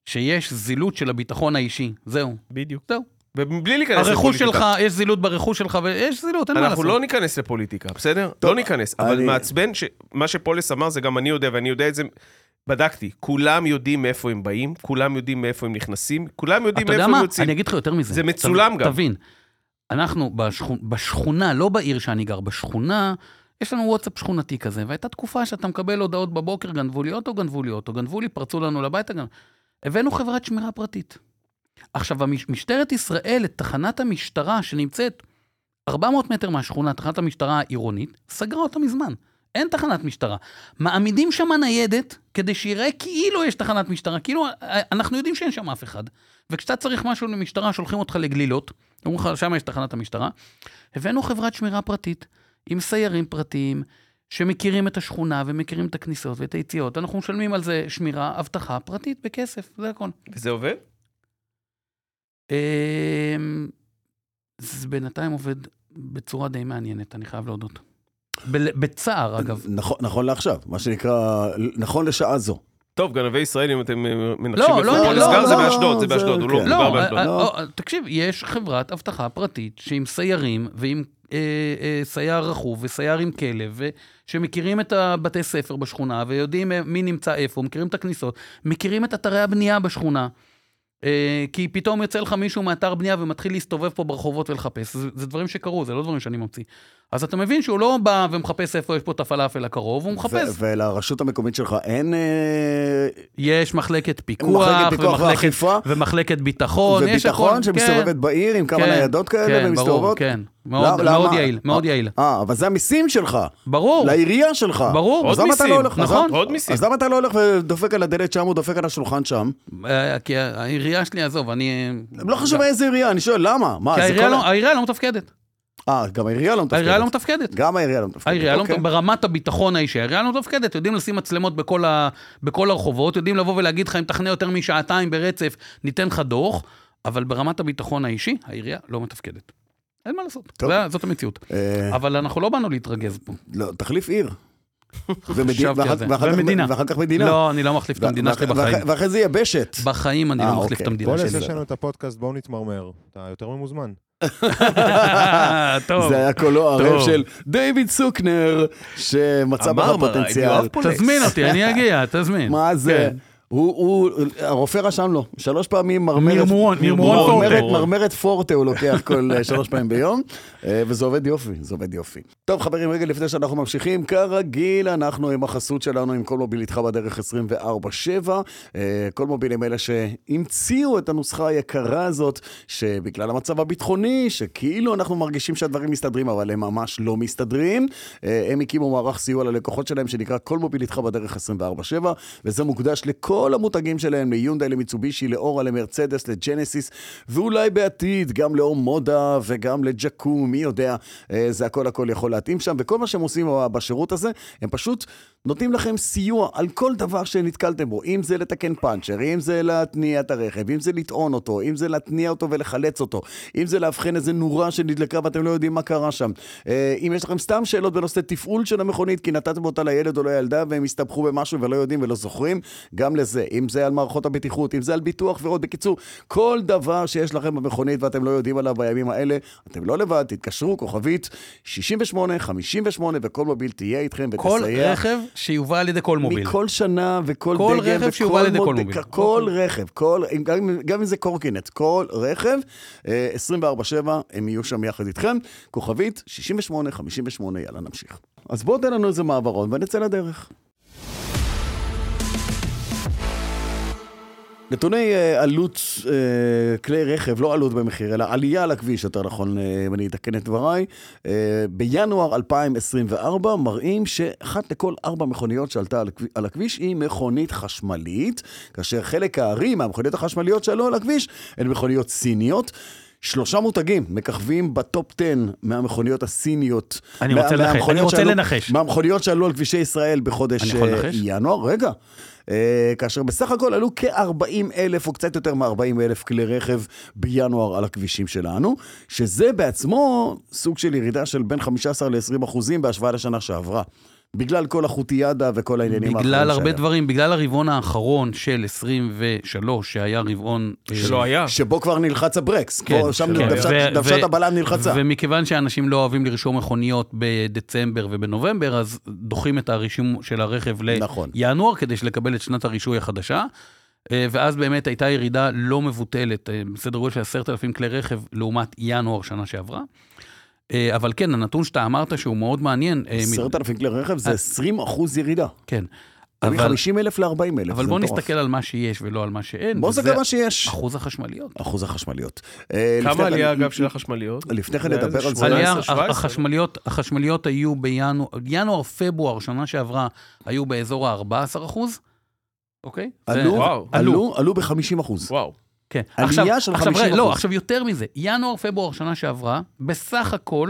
[SPEAKER 3] שיש זילות של הביטחון האישי, זהו.
[SPEAKER 4] בדיוק.
[SPEAKER 3] זהו.
[SPEAKER 4] ובלי להיכנס
[SPEAKER 3] הרכוש
[SPEAKER 4] לפוליטיקה.
[SPEAKER 3] שלך, יש זילות ברכוש שלך, ויש זילות, אין מה
[SPEAKER 4] אנחנו
[SPEAKER 3] לעשות.
[SPEAKER 4] לא ניכנס לפוליטיקה, בסדר? לא ניכנס. אבל
[SPEAKER 2] אני-
[SPEAKER 4] מעצבן שמה שפולס אמר זה גם אני יודע, ואני יודע את זה, בדקתי. כולם יודעים מאיפה הם באים, כולם יודעים מאיפה הם נכנסים, כולם יודעים
[SPEAKER 3] אתה יודע
[SPEAKER 4] מאיפה הם
[SPEAKER 3] מה?
[SPEAKER 4] יוצאים.
[SPEAKER 3] אני אגיד לך יותר מזה.
[SPEAKER 4] זה מצולם
[SPEAKER 3] תב-
[SPEAKER 4] גם.
[SPEAKER 3] תבין, אנחנו בשכונה, בשכונה, לא בעיר שאני גר, בשכונה, יש לנו וואטסאפ שכונתי כזה, והייתה תקופה שאתה מקבל הודעות בבוקר, גנבו לי אוטו, גנבו לי אוטו, גנבו לי, פרצו לנו לביתה, גנבו... הבאנו חברת שמירה פרטית. עכשיו, המש- משטרת ישראל, את תחנת המשטרה שנמצאת 400 מטר מהשכונה, תחנת המשטרה העירונית, סגרה אותה מזמן. אין תחנת משטרה. מעמידים שם ניידת כדי שיראה כאילו יש תחנת משטרה, כאילו אה, אנחנו יודעים שאין שם אף אחד. וכשאתה צריך משהו למשטרה, שולחים אותך לגלילות, אומרים לך, שם יש תחנת המשטרה. הבאנו חברת שמירה פרטית, עם סיירים פרטיים, שמכירים את השכונה ומכירים את הכניסות ואת היציאות. אנחנו משלמים על זה שמירה, אבטחה פרטית בכסף, זה הכל.
[SPEAKER 4] וזה עובד?
[SPEAKER 3] אמ, זה בינתיים עובד בצורה די מעניינת, אני חייב להודות. בל- בצער, אגב.
[SPEAKER 2] נכון, נכון לעכשיו, מה שנקרא, נכון לשעה זו.
[SPEAKER 4] טוב, גנבי ישראל, אם אתם אה, מנחשים
[SPEAKER 3] לא,
[SPEAKER 4] איפה
[SPEAKER 3] לא, לא,
[SPEAKER 4] הוא נסגר, זה
[SPEAKER 3] לא,
[SPEAKER 4] באשדוד, זה
[SPEAKER 2] זה-
[SPEAKER 4] באשדוד, הוא לא
[SPEAKER 2] כן.
[SPEAKER 4] מדובר
[SPEAKER 3] לא,
[SPEAKER 4] באשדוד.
[SPEAKER 3] אה,
[SPEAKER 2] לא.
[SPEAKER 3] אה, תקשיב, יש חברת אבטחה פרטית שעם סיירים ועם אה, אה, סייר רכוב וסייר עם כלב, ו- שמכירים את הבתי ספר בשכונה ויודעים אה, מי נמצא איפה, מכירים את הכניסות, מכירים את אתרי הבנייה בשכונה. אה, כי פתאום יוצא לך מישהו מאתר בנייה ומתחיל להסתובב פה ברחובות ולחפש. זה, זה דברים שקרו, זה לא דברים שאני ממציא. אז אתה מבין שהוא לא בא ומחפש איפה יש פה את הפלאפל הקרוב, הוא מחפש.
[SPEAKER 2] ו- ולרשות המקומית שלך אין... אה,
[SPEAKER 3] יש מחלקת פיקוח,
[SPEAKER 2] מחלקת פיקוח
[SPEAKER 3] ומחלקת-
[SPEAKER 2] ואכיפה.
[SPEAKER 3] ומחלקת ביטחון, יש הכל,
[SPEAKER 2] וביטחון שמסתובבת
[SPEAKER 3] כן.
[SPEAKER 2] בעיר עם כמה
[SPEAKER 3] כן,
[SPEAKER 2] ניידות כאלה
[SPEAKER 3] כן, ברור,
[SPEAKER 2] ומסתובבות? לא,
[SPEAKER 3] כן, מאוד,
[SPEAKER 2] למה-
[SPEAKER 3] מאוד
[SPEAKER 2] למה?
[SPEAKER 3] יעיל, מאוד
[SPEAKER 2] אה,
[SPEAKER 3] יעיל.
[SPEAKER 2] אה, אבל זה המיסים שלך.
[SPEAKER 3] ברור,
[SPEAKER 2] לעירייה שלך.
[SPEAKER 3] ברור.
[SPEAKER 2] אז
[SPEAKER 4] עוד
[SPEAKER 2] למה אתה לא
[SPEAKER 4] מיסים,
[SPEAKER 2] הולך? אז
[SPEAKER 3] נכון.
[SPEAKER 2] למה-
[SPEAKER 4] עוד מיסים.
[SPEAKER 2] אז למה אתה לא הולך ודופק על הדלת שם, או דופק על השולחן שם?
[SPEAKER 3] אה, כי העירייה שלי, עזוב, אני...
[SPEAKER 2] לא חשוב איזה עירייה, אני שואל, למה? מה,
[SPEAKER 3] כי
[SPEAKER 2] זה
[SPEAKER 3] העירייה
[SPEAKER 2] כל...
[SPEAKER 3] לא- העירייה לא מתפקדת.
[SPEAKER 2] אה, גם העירייה לא מתפקדת.
[SPEAKER 3] העירייה לא מתפקדת.
[SPEAKER 2] גם העירייה לא מתפקדת.
[SPEAKER 3] העירייה לא
[SPEAKER 2] אוקיי.
[SPEAKER 3] מתפקדת, ברמת הביטחון האישי, העירייה לא מתפקדת, יודעים לשים מצלמות בכל, ה, בכל הרחובות, יודעים לבוא ולהגיד לך, אם תחנה יותר משעתיים ברצף, ניתן לך דוח, אבל ברמת הביטחון האישי, העירייה לא מתפקדת. אין מה לעשות,
[SPEAKER 2] טוב.
[SPEAKER 3] זה, זאת המציאות.
[SPEAKER 2] אה,
[SPEAKER 3] אבל אנחנו לא באנו להתרגז פה.
[SPEAKER 2] לא, תחליף עיר. ומדי-
[SPEAKER 3] חשבתי על
[SPEAKER 2] ואחר-
[SPEAKER 3] זה.
[SPEAKER 2] ואחר כך-
[SPEAKER 3] ומדינה.
[SPEAKER 2] ואחר כך מדינה.
[SPEAKER 3] לא, אני לא מחליף את המדינה שלי
[SPEAKER 2] ואח- ואח-
[SPEAKER 3] בחיים.
[SPEAKER 2] ואחרי זה יבשת.
[SPEAKER 3] בחיים אני
[SPEAKER 2] אה,
[SPEAKER 3] לא מחליף את
[SPEAKER 2] אוקיי.
[SPEAKER 3] המדינה
[SPEAKER 2] בוא
[SPEAKER 3] שלי.
[SPEAKER 2] נעשה
[SPEAKER 5] בואנס, יש לנו את הפודקאסט, בואו נתמרמר. אתה יותר ממוזמן.
[SPEAKER 3] (laughs) טוב,
[SPEAKER 2] זה היה קולו
[SPEAKER 4] טוב.
[SPEAKER 2] הערב של דיוויד סוקנר, שמצא בך
[SPEAKER 3] לא,
[SPEAKER 4] אמר מראי,
[SPEAKER 2] פוטנציאל.
[SPEAKER 4] יואב פולס.
[SPEAKER 3] תזמין אותי, (laughs) אני אגיע, תזמין.
[SPEAKER 2] מה זה?
[SPEAKER 3] כן.
[SPEAKER 2] הוא, הוא, הרופא רשם לו, שלוש פעמים מרמרת...
[SPEAKER 3] מרמורון, מרמורון
[SPEAKER 2] מרמרת-
[SPEAKER 4] פורטה.
[SPEAKER 2] מרמרת פורטה הוא לוקח כל אה, שלוש פעמים ביום, אה, וזה עובד יופי, זה עובד יופי. טוב, חברים, רגע לפני שאנחנו ממשיכים, כרגיל, אנחנו עם החסות שלנו, עם כל מוביל איתך בדרך 24-7, אה, כל מוביל הם אלה שהמציאו את הנוסחה היקרה הזאת, שבגלל המצב הביטחוני, שכאילו אנחנו מרגישים שהדברים מסתדרים, אבל הם ממש לא מסתדרים, אה, הם הקימו מערך סיוע ללקוחות שלהם, שנקרא כל מוביל איתך בדרך 24-7, וזה מוקדש לכל המותגים שלהם, ליונדאי, למיצובישי, לאורה, למרצדס, לג'נסיס, ואולי בעתיד גם לאור מודה וגם לג'קום, מי יודע, אה, זה הכל הכל יכול להתאים שם, וכל מה שהם עושים בשירות הזה, הם פשוט נותנים לכם סיוע על כל דבר שנתקלתם בו, אם זה לתקן פאנצ'ר, אם זה להתניע את הרכב, אם זה לטעון אותו, אם זה להתניע אותו ולחלץ אותו, אם זה לאבחן איזה נורה שנדלקה ואתם לא יודעים מה קרה שם, אה, אם יש לכם סתם שאלות בנושא תפעול של המכונית, כי נתתם אותה לילד או לילדה והם הסתבכו במשהו ולא יודעים ולא זוכרים, גם לזה, אם זה על מערכות הבטיחות, אם זה על ביטוח ועוד. בקיצור, כל דבר שיש לכם במכונית ואתם לא יודעים עליו בימים האלה, אתם לא לבד, תתקשרו, כוכבית 68, 58, וכל מוביל תהיה איתכם ותסייע.
[SPEAKER 3] כל רכב שיובא על ידי כל מוביל.
[SPEAKER 2] מכל שנה וכל
[SPEAKER 3] כל
[SPEAKER 2] דגם
[SPEAKER 3] רכב שיובא על ידי כל
[SPEAKER 2] מודל,
[SPEAKER 3] מוביל.
[SPEAKER 2] כל רכב, כל, אם- גם, אם- גם אם זה קורקינט, כל רכב, אה, 24/7, הם יהיו שם יחד איתכם. כוכבית, 68, 58, יאללה, נמשיך. אז בואו תן לנו איזה מעברון ונצא לדרך. נתוני אה, עלות אה, כלי רכב, לא עלות במחיר, אלא עלייה על הכביש, יותר נכון, אה, אם אני אתקן את דבריי, אה, בינואר 2024 מראים שאחת לכל ארבע מכוניות שעלתה על הכב- על הכביש היא מכונית חשמלית, כאשר חלק הארי מהמכוניות החשמליות שעלו על הכביש הן מכוניות סיניות. שלושה מותגים מככבים בטופ 10 מהמכוניות הסיניות.
[SPEAKER 3] אני
[SPEAKER 2] מה-
[SPEAKER 3] רוצה לנחש,
[SPEAKER 2] מהמכוניות
[SPEAKER 3] אני רוצה
[SPEAKER 2] שעלו-
[SPEAKER 3] לנחש.
[SPEAKER 2] מהמכוניות שעלו על כבישי ישראל
[SPEAKER 3] אני
[SPEAKER 2] בחודש
[SPEAKER 3] יכול
[SPEAKER 2] אה,
[SPEAKER 3] לנחש?
[SPEAKER 2] ינואר, רגע. אה, כאשר בסך הכל עלו כ-40 אלף או קצת יותר מ-40 אלף כלי רכב בינואר על הכבישים שלנו, שזה בעצמו סוג של ירידה של בין 15 ל-20 אחוזים בהשוואה לשנה שעברה. בגלל כל החוטיאדה וכל העניינים
[SPEAKER 3] בגלל הרבה
[SPEAKER 2] שהיה.
[SPEAKER 3] דברים, בגלל הרבעון האחרון של 23, שהיה רבעון... אה,
[SPEAKER 4] שלא היה.
[SPEAKER 2] שבו כבר נלחץ הברקס,
[SPEAKER 3] כן,
[SPEAKER 2] כן, שם
[SPEAKER 3] כן.
[SPEAKER 2] דוושת,
[SPEAKER 3] ו-
[SPEAKER 2] דוושת
[SPEAKER 3] ו-
[SPEAKER 2] הבלם נלחצה.
[SPEAKER 3] ומכיוון שאנשים לא אוהבים לרשום מכוניות בדצמבר ובנובמבר, אז דוחים את הרישום של הרכב
[SPEAKER 2] נכון.
[SPEAKER 3] לינואר, כדי לקבל את שנת הרישוי החדשה. אה, ואז באמת הייתה ירידה לא מבוטלת, אה, בסדר גודל של 10,000 כלי רכב לעומת ינואר שנה שעברה. אה, אבל כן, הנתון שאתה אמרת שהוא מאוד מעניין, אה, מ-
[SPEAKER 2] 10,000 כלי רכב זה
[SPEAKER 3] אה.
[SPEAKER 2] 20 אחוז ירידה.
[SPEAKER 3] כן. אבל-
[SPEAKER 2] מ-50 אלף ל-40 אלף,
[SPEAKER 3] אבל בוא נסתכל על מה שיש ולא על מה שאין.
[SPEAKER 2] בוא
[SPEAKER 3] וזה
[SPEAKER 2] נסתכל על מה שיש.
[SPEAKER 3] אחוז החשמליות.
[SPEAKER 2] אחוז החשמליות. אה, לפני
[SPEAKER 4] כמה
[SPEAKER 2] כן-
[SPEAKER 4] עלייה, אגב, של החשמליות?
[SPEAKER 2] לפני כן
[SPEAKER 4] זה היה
[SPEAKER 2] נדבר
[SPEAKER 4] איזה
[SPEAKER 2] על זה.
[SPEAKER 4] 18,
[SPEAKER 3] עלייה,
[SPEAKER 4] 17?
[SPEAKER 3] החשמליות, החשמליות היו בינואר, ינואר, פברואר, שנה שעברה, היו באזור ה-14 אחוז, אוקיי?
[SPEAKER 2] עלו,
[SPEAKER 3] זה-
[SPEAKER 4] וואו.
[SPEAKER 2] עלו, עלו ב-50 אחוז.
[SPEAKER 4] וואו.
[SPEAKER 3] כן.
[SPEAKER 2] עלייה
[SPEAKER 3] עכשיו-
[SPEAKER 2] של
[SPEAKER 3] עכשיו,
[SPEAKER 2] 50%.
[SPEAKER 3] לא, עכשיו יותר מזה, ינואר, פברואר, שנה שעברה, בסך הכל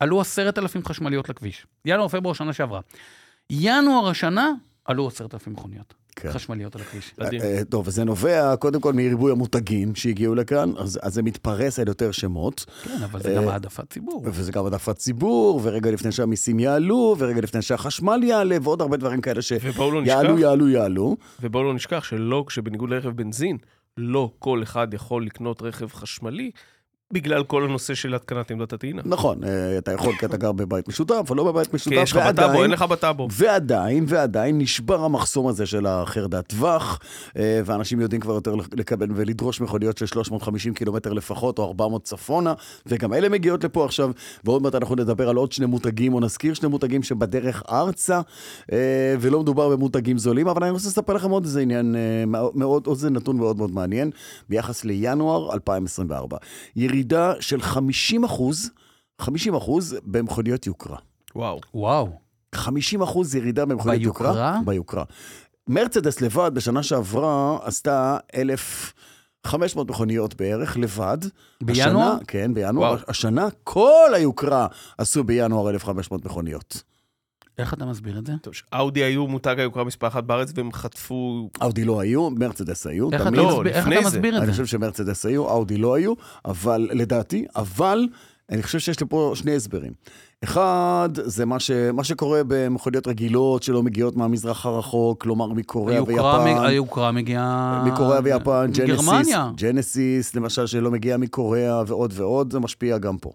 [SPEAKER 3] עלו 10,000 חשמליות לכביש. ינואר, פברואר, שנה שעברה. ינואר השנה, עלו 10,000 מכוניות
[SPEAKER 2] כן.
[SPEAKER 3] חשמליות על הכביש.
[SPEAKER 4] מדהים.
[SPEAKER 2] אה, טוב, וזה נובע קודם כל מריבוי המותגים שהגיעו לכאן, אז, אז זה מתפרס על יותר שמות,
[SPEAKER 3] כן, אבל זה
[SPEAKER 2] אה,
[SPEAKER 3] גם העדפת ציבור.
[SPEAKER 2] וזה גם העדפת ציבור, ורגע לפני שהמיסים יעלו, ורגע לפני שהחשמל יעלה, ועוד הרבה דברים כאלה
[SPEAKER 4] ובואו לא
[SPEAKER 2] שיעלו,
[SPEAKER 4] נשכח.
[SPEAKER 2] יעלו, יעלו.
[SPEAKER 4] ובואו לא נשכח שלא, שבניגוד לרכב בנזין, לא כל אחד יכול לקנות רכב חשמלי בגלל כל הנושא של התקנת עמדת הטעינה.
[SPEAKER 2] נכון, אה, אתה יכול כי אתה גר בבית משותף, או לא בבית משותף,
[SPEAKER 4] כי יש לך בטאבו, אין לך בטאבו.
[SPEAKER 2] ועדיין, ועדיין נשבר המחסום הזה של החרדת טווח, אה, ואנשים יודעים כבר יותר לקבל ולדרוש מכוניות של 350 קילומטר לפחות, או 400 צפונה, וגם אלה מגיעות לפה עכשיו, ועוד מעט אנחנו נדבר על עוד שני מותגים, או נזכיר שני מותגים שבדרך ארצה, אה, ולא מדובר במותגים זולים, אבל אני רוצה לספר לכם עוד איזה עניין, אה, מאוד, עוד איזה נתון מאוד מאוד מעניין, ביחס לינואר 2024. ירידה של 50 אחוז, 50 אחוז במכוניות יוקרה.
[SPEAKER 4] וואו.
[SPEAKER 3] וואו.
[SPEAKER 2] 50 אחוז ירידה במכונית
[SPEAKER 3] ביוקרה?
[SPEAKER 2] יוקרה. ביוקרה. מרצדס לבד בשנה שעברה עשתה 1,500 מכוניות בערך לבד.
[SPEAKER 3] בינואר?
[SPEAKER 2] השנה, כן, בינואר. וואו.
[SPEAKER 4] וואו.
[SPEAKER 2] השנה כל היוקרה עשו בינואר 1,500 מכוניות.
[SPEAKER 3] איך אתה מסביר את זה?
[SPEAKER 4] טוב, אאודי היו מותג היוקרה מספר אחת בארץ והם חטפו...
[SPEAKER 2] אאודי לא היו, מרצדס היו.
[SPEAKER 3] איך אתה
[SPEAKER 2] תמיד.
[SPEAKER 4] לא,
[SPEAKER 3] מסביר- איך
[SPEAKER 4] לפני
[SPEAKER 3] אתה
[SPEAKER 4] זה.
[SPEAKER 3] מסביר
[SPEAKER 2] אני
[SPEAKER 3] את זה?
[SPEAKER 2] חושב שמרצדס היו, אאודי לא היו, אבל לדעתי, אבל אני חושב שיש לפה שני הסברים. אחד, זה מה, ש, מה שקורה במכוניות רגילות שלא מגיעות מהמזרח הרחוק, כלומר מקוריאה ויפן.
[SPEAKER 3] היוקרה מג- היוקרה מגיעה...
[SPEAKER 2] מקוריאה ויפן, ג'נסיס,
[SPEAKER 3] גרמניה.
[SPEAKER 2] ג'נסיס, למשל, שלא מגיע מקוריאה ועוד ועוד, זה משפיע גם פה.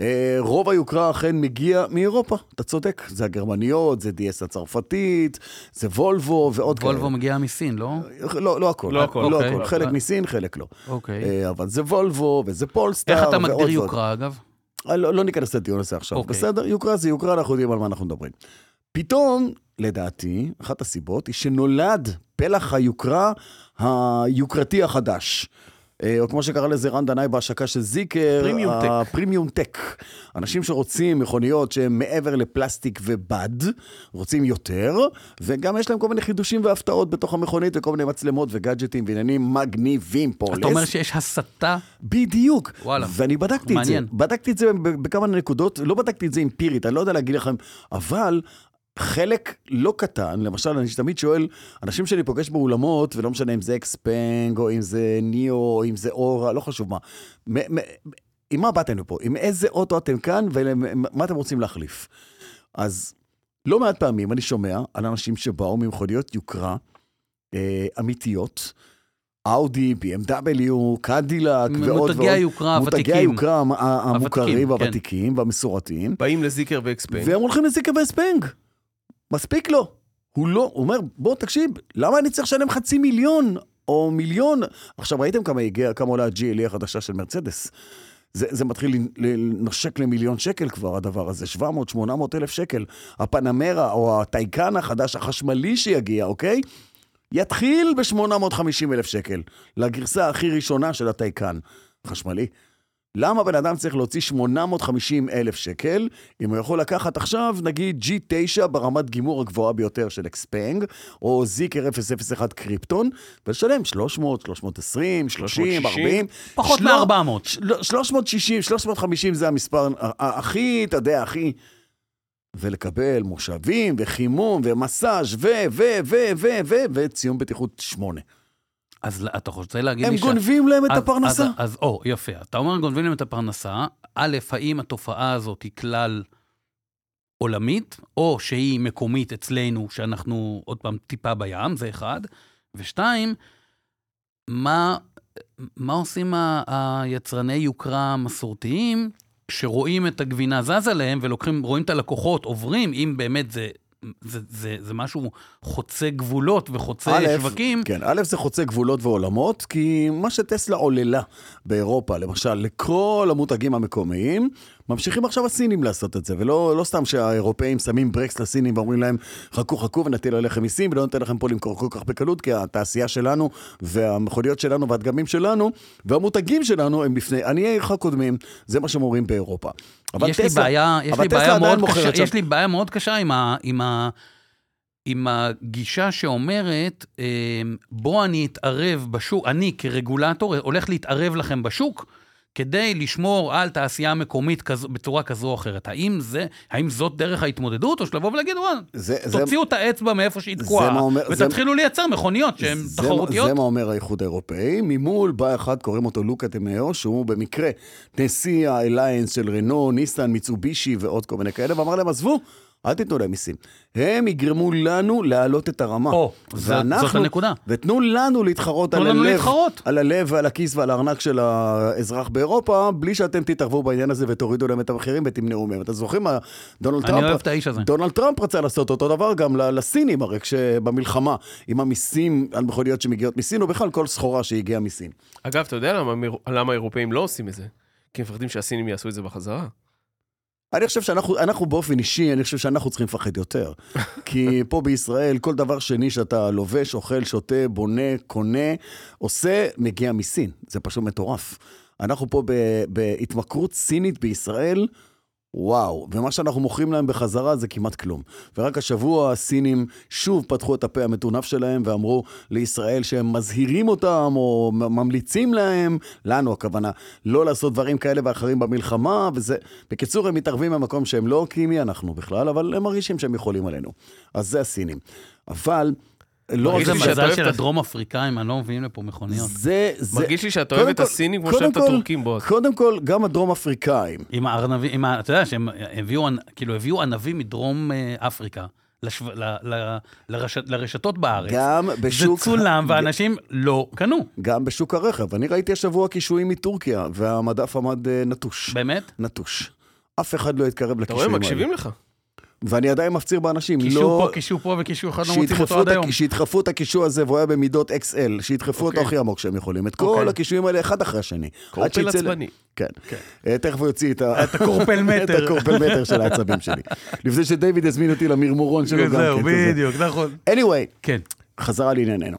[SPEAKER 2] אה, רוב היוקרה אכן מגיע מאירופה, אתה צודק. זה הגרמניות, זה DS הצרפתית, זה וולבו ועוד כאלה.
[SPEAKER 3] וולבו מגיעה מסין, לא?
[SPEAKER 2] לא, לא הכל.
[SPEAKER 4] לא הכל,
[SPEAKER 2] לא
[SPEAKER 4] אוקיי.
[SPEAKER 2] הכל. חלק מסין, חלק לא.
[SPEAKER 3] אוקיי.
[SPEAKER 2] אה, אבל זה וולבו, וזה פולסטאר,
[SPEAKER 3] איך אתה
[SPEAKER 2] ועוד
[SPEAKER 3] מגדיר
[SPEAKER 2] ועוד.
[SPEAKER 3] יוקרה, אגב?
[SPEAKER 2] אה, לא, לא ניכנס לדיון הזה עכשיו,
[SPEAKER 3] אוקיי.
[SPEAKER 2] בסדר? יוקרה זה יוקרה, אנחנו יודעים על מה אנחנו מדברים. פתאום, לדעתי, אחת הסיבות היא שנולד פלח היוקרה היוקרתי החדש. אה, או כמו שקרא לזה רן דנאי בהשקה של זיקר,
[SPEAKER 4] פרימיום טק.
[SPEAKER 2] הפרימיום טק. אנשים שרוצים מכוניות שהן מעבר לפלסטיק ובד, רוצים יותר, וגם יש להם כל מיני חידושים והפתעות בתוך המכונית, וכל מיני מצלמות וגאדג'טים ועניינים מגניבים פה.
[SPEAKER 3] אתה אומר שיש הסתה?
[SPEAKER 2] בדיוק.
[SPEAKER 3] וואלה.
[SPEAKER 2] ואני בדקתי מעניין.
[SPEAKER 3] מעניין.
[SPEAKER 2] את זה. בדקתי את זה ב- בכמה נקודות, לא בדקתי את זה אמפירית, אני לא יודע להגיד לכם, אבל... חלק לא קטן, למשל, אני תמיד שואל, אנשים שאני פוגש באולמות, ולא משנה אם זה אקספנג, או אם זה ניאו, או אם זה אורה, לא חשוב מה. מ- מ- עם מה באתם לפה? עם איזה אוטו אתם כאן, ומה אתם רוצים להחליף? אז לא מעט פעמים אני שומע על אנשים שבאו ממכוניות יוקרה אה, אמיתיות, אאודי, BMW, קדילק ועוד ועוד.
[SPEAKER 3] מותגי היוקרה
[SPEAKER 2] מותגי
[SPEAKER 3] הוותיקים.
[SPEAKER 2] היוקרה המ- המוכרים,
[SPEAKER 3] הוותיקים, כן.
[SPEAKER 2] הוותיקים והמסורתיים,
[SPEAKER 4] באים לזיקר ואקספיין.
[SPEAKER 2] והם הולכים לזיקה וספנג. מספיק לו. הוא לא, הוא אומר, בוא תקשיב, למה אני צריך לשלם חצי מיליון או מיליון? עכשיו ראיתם כמה הגיע, כמה עולה ה-GLE החדשה של מרצדס. זה, זה מתחיל לנ- לנשק למיליון שקל כבר, הדבר הזה, 700-800 אלף שקל. הפנמרה או הטייקן החדש החשמלי שיגיע, אוקיי? יתחיל ב-850 אלף שקל, לגרסה הכי ראשונה של הטייקן, חשמלי. למה בן אדם צריך להוציא 850 אלף שקל, אם הוא יכול לקחת עכשיו, נגיד G9 ברמת גימור הגבוהה ביותר של אקספנג, או זיקר 001 קריפטון, ולשלם 300, 320, 30, 40.
[SPEAKER 3] פחות
[SPEAKER 2] של-
[SPEAKER 3] מ-400.
[SPEAKER 2] של- 360, 350 זה המספר ה- ה- הכי, אתה יודע, הכי... ולקבל מושבים, וחימום, ומסאז' ו... ו... ו... ו... ו... וציון בטיחות 8.
[SPEAKER 3] אז לא- אתה רוצה להגיד
[SPEAKER 2] הם
[SPEAKER 3] לי ש...
[SPEAKER 2] גונבים להם את
[SPEAKER 3] אז-
[SPEAKER 2] הפרנסה.
[SPEAKER 3] אז- אז או, יפה. אתה אומר גונבים להם את הפרנסה. א', האם התופעה הזאת היא כלל עולמית, או שהיא מקומית אצלנו, שאנחנו עוד פעם טיפה בים, זה אחד. ושתיים, מה, מה עושים ה- היצרני יוקרה המסורתיים כשרואים את הגבינה זזה להם ולוקחים, רואים את הלקוחות עוברים, אם באמת זה... זה, זה, זה משהו חוצה גבולות וחוצה
[SPEAKER 2] א',
[SPEAKER 3] שווקים.
[SPEAKER 2] כן, א', זה חוצה גבולות ועולמות, כי מה שטסלה עוללה באירופה, למשל, לכל המותגים המקומיים, ממשיכים עכשיו הסינים לעשות את זה, ולא לא סתם שהאירופאים שמים ברקס לסינים ואומרים להם, חכו חכו ונטיל עליכם מיסים ולא נותן לכם פה למכור כל כך בקלות, כי התעשייה שלנו והמכוניות שלנו והדגמים שלנו והמותגים שלנו הם לפני, עניי עירך קודמים, זה מה שהם אומרים באירופה. אבל
[SPEAKER 3] יש לי
[SPEAKER 2] טסלה-
[SPEAKER 3] בעיה, יש
[SPEAKER 2] אבל
[SPEAKER 3] לי
[SPEAKER 2] טסלה
[SPEAKER 3] בעיה
[SPEAKER 2] עדיין
[SPEAKER 3] מאוד
[SPEAKER 2] מוכרת
[SPEAKER 3] קשה,
[SPEAKER 2] שם.
[SPEAKER 3] יש לי בעיה מאוד קשה עם ה... עם ה... עם הגישה שאומרת, אמ, בוא אני אתערב בשוק, אני כרגולטור הולך להתערב לכם בשוק כדי לשמור על תעשייה מקומית כזו, בצורה כזו או אחרת. האם, זה, האם זאת דרך ההתמודדות, או שלבוא ולהגיד, וואלה,
[SPEAKER 2] זה- זה-
[SPEAKER 3] תוציאו את האצבע מאיפה שהיא
[SPEAKER 2] זה
[SPEAKER 3] תקועה,
[SPEAKER 2] מה אומר- זה-
[SPEAKER 3] ותתחילו לייצר מכוניות שהן
[SPEAKER 2] זה מה-
[SPEAKER 3] תחרותיות.
[SPEAKER 2] זה מה אומר האיחוד האירופאי. ממול בא אחד, קוראים אותו לוקה דמאו, שהוא במקרה נשיא האליינס של רנו, ניסן, מיצובישי ועוד כל מיני כאלה, ואמר להם, עזבו, אל תיתנו להם מיסים. הם יגרמו לנו להעלות את הרמה.
[SPEAKER 3] או, זאת-
[SPEAKER 2] ואנחנו-
[SPEAKER 3] זאת הנקודה.
[SPEAKER 2] ותנו לנו להתחרות
[SPEAKER 3] תנו
[SPEAKER 2] על
[SPEAKER 3] לנו
[SPEAKER 2] הלב,
[SPEAKER 3] להתחרות.
[SPEAKER 2] על הלב ועל הכיס ועל הארנק של האזרח באירופה, בלי שאתם תתערבו בעניין הזה ותורידו להם את המחירים ותמנעו מהם. אתה זוכרים מה דונלד
[SPEAKER 3] אני
[SPEAKER 2] טראמפ...
[SPEAKER 3] אוהב את האיש הזה.
[SPEAKER 2] דונלד טראמפ רצה לעשות אותו דבר גם ל- לסינים, הרי כשבמלחמה, עם המיסים על מכוניות שמגיעות מסין, או בכלל כל סחורה שהגיעה מסין.
[SPEAKER 4] אגב, אתה יודע למה המיר- למה האירופאים לא עושים את זה? כי הם מפחדים שהסינים יעשו את זה בחזרה.
[SPEAKER 2] אני חושב שאנחנו אנחנו באופן אישי, אני חושב שאנחנו צריכים לפחד יותר. כי פה בישראל, כל דבר שני שאתה לובש, אוכל, שותה, בונה, קונה, עושה, מגיע מסין. זה פשוט מטורף. אנחנו פה ב- בהתמכרות סינית בישראל, וואו, ומה שאנחנו מוכרים להם בחזרה זה כמעט כלום. ורק השבוע הסינים שוב פתחו את הפה המטונף שלהם ואמרו לישראל שהם מזהירים אותם או מ- ממליצים להם, לנו הכוונה, לא לעשות דברים כאלה ואחרים במלחמה, וזה... בקיצור, הם מתערבים במקום שהם לא, כי מי אנחנו בכלל, אבל הם מרגישים שהם יכולים עלינו. אז זה הסינים. אבל... לא רק
[SPEAKER 4] מרגיש
[SPEAKER 3] איזה
[SPEAKER 4] לי שאתה
[SPEAKER 3] מזל
[SPEAKER 4] אוהב
[SPEAKER 3] של
[SPEAKER 4] את ה-
[SPEAKER 3] הדרום אפריקאים, אני לא מביאים לפה מכוניות.
[SPEAKER 2] זה, זה...
[SPEAKER 4] מרגיש לי שאתה
[SPEAKER 2] קודם
[SPEAKER 4] אוהב את
[SPEAKER 2] כל-
[SPEAKER 4] הסינים כמו
[SPEAKER 2] קודם
[SPEAKER 4] שאתה את
[SPEAKER 2] כל-
[SPEAKER 4] הטורקים בו.
[SPEAKER 2] קודם כל, גם הדרום אפריקאים.
[SPEAKER 3] עם הארנבים, עם ה... אתה יודע שהם הביאו, ענ- כאילו, הביאו ענבים מדרום אה, אפריקה לשו... ל... ל... לרש... לרשתות בארץ.
[SPEAKER 2] גם בשוק...
[SPEAKER 3] זה צולם, ואנשים לא קנו,
[SPEAKER 2] גם בשוק הרכב. אני ראיתי השבוע קישואים מטורקיה, והמדף עמד אה, נטוש.
[SPEAKER 3] באמת?
[SPEAKER 2] נטוש. אף אחד לא התקרב
[SPEAKER 4] אתה רואה,
[SPEAKER 2] לקישואים האלה.
[SPEAKER 4] מקשיבים לך.
[SPEAKER 2] ואני עדיין מפציר באנשים,
[SPEAKER 3] קישו פה,
[SPEAKER 2] לא...
[SPEAKER 3] קישו פה וקישו אחד לא מוצאים
[SPEAKER 2] שידחפו
[SPEAKER 3] אותו
[SPEAKER 2] את
[SPEAKER 3] עד
[SPEAKER 2] ה-
[SPEAKER 3] היום.
[SPEAKER 2] שידחפו את הקישוע הזה והוא היה במידות XL, שידחפו אותו
[SPEAKER 4] אוקיי.
[SPEAKER 2] הכי עמוק שהם יכולים. את כל
[SPEAKER 4] אוקיי.
[SPEAKER 2] הקישואים האלה אחד אחרי השני. עד
[SPEAKER 4] קורפל
[SPEAKER 2] שיצא ל-
[SPEAKER 4] עצבני.
[SPEAKER 2] כן. אה, תכף הוא יוציא את ה-
[SPEAKER 3] את הקורפל
[SPEAKER 2] (laughs) את
[SPEAKER 3] מטר.
[SPEAKER 2] הקורפל מטר של העצבים שלי. לפני שדיוויד הזמין אותי למרמורון שלו גם כן.
[SPEAKER 3] זהו,
[SPEAKER 2] כזה.
[SPEAKER 3] בדיוק, נכון.
[SPEAKER 2] anyway,
[SPEAKER 3] כן.
[SPEAKER 2] חזרה לענייננו.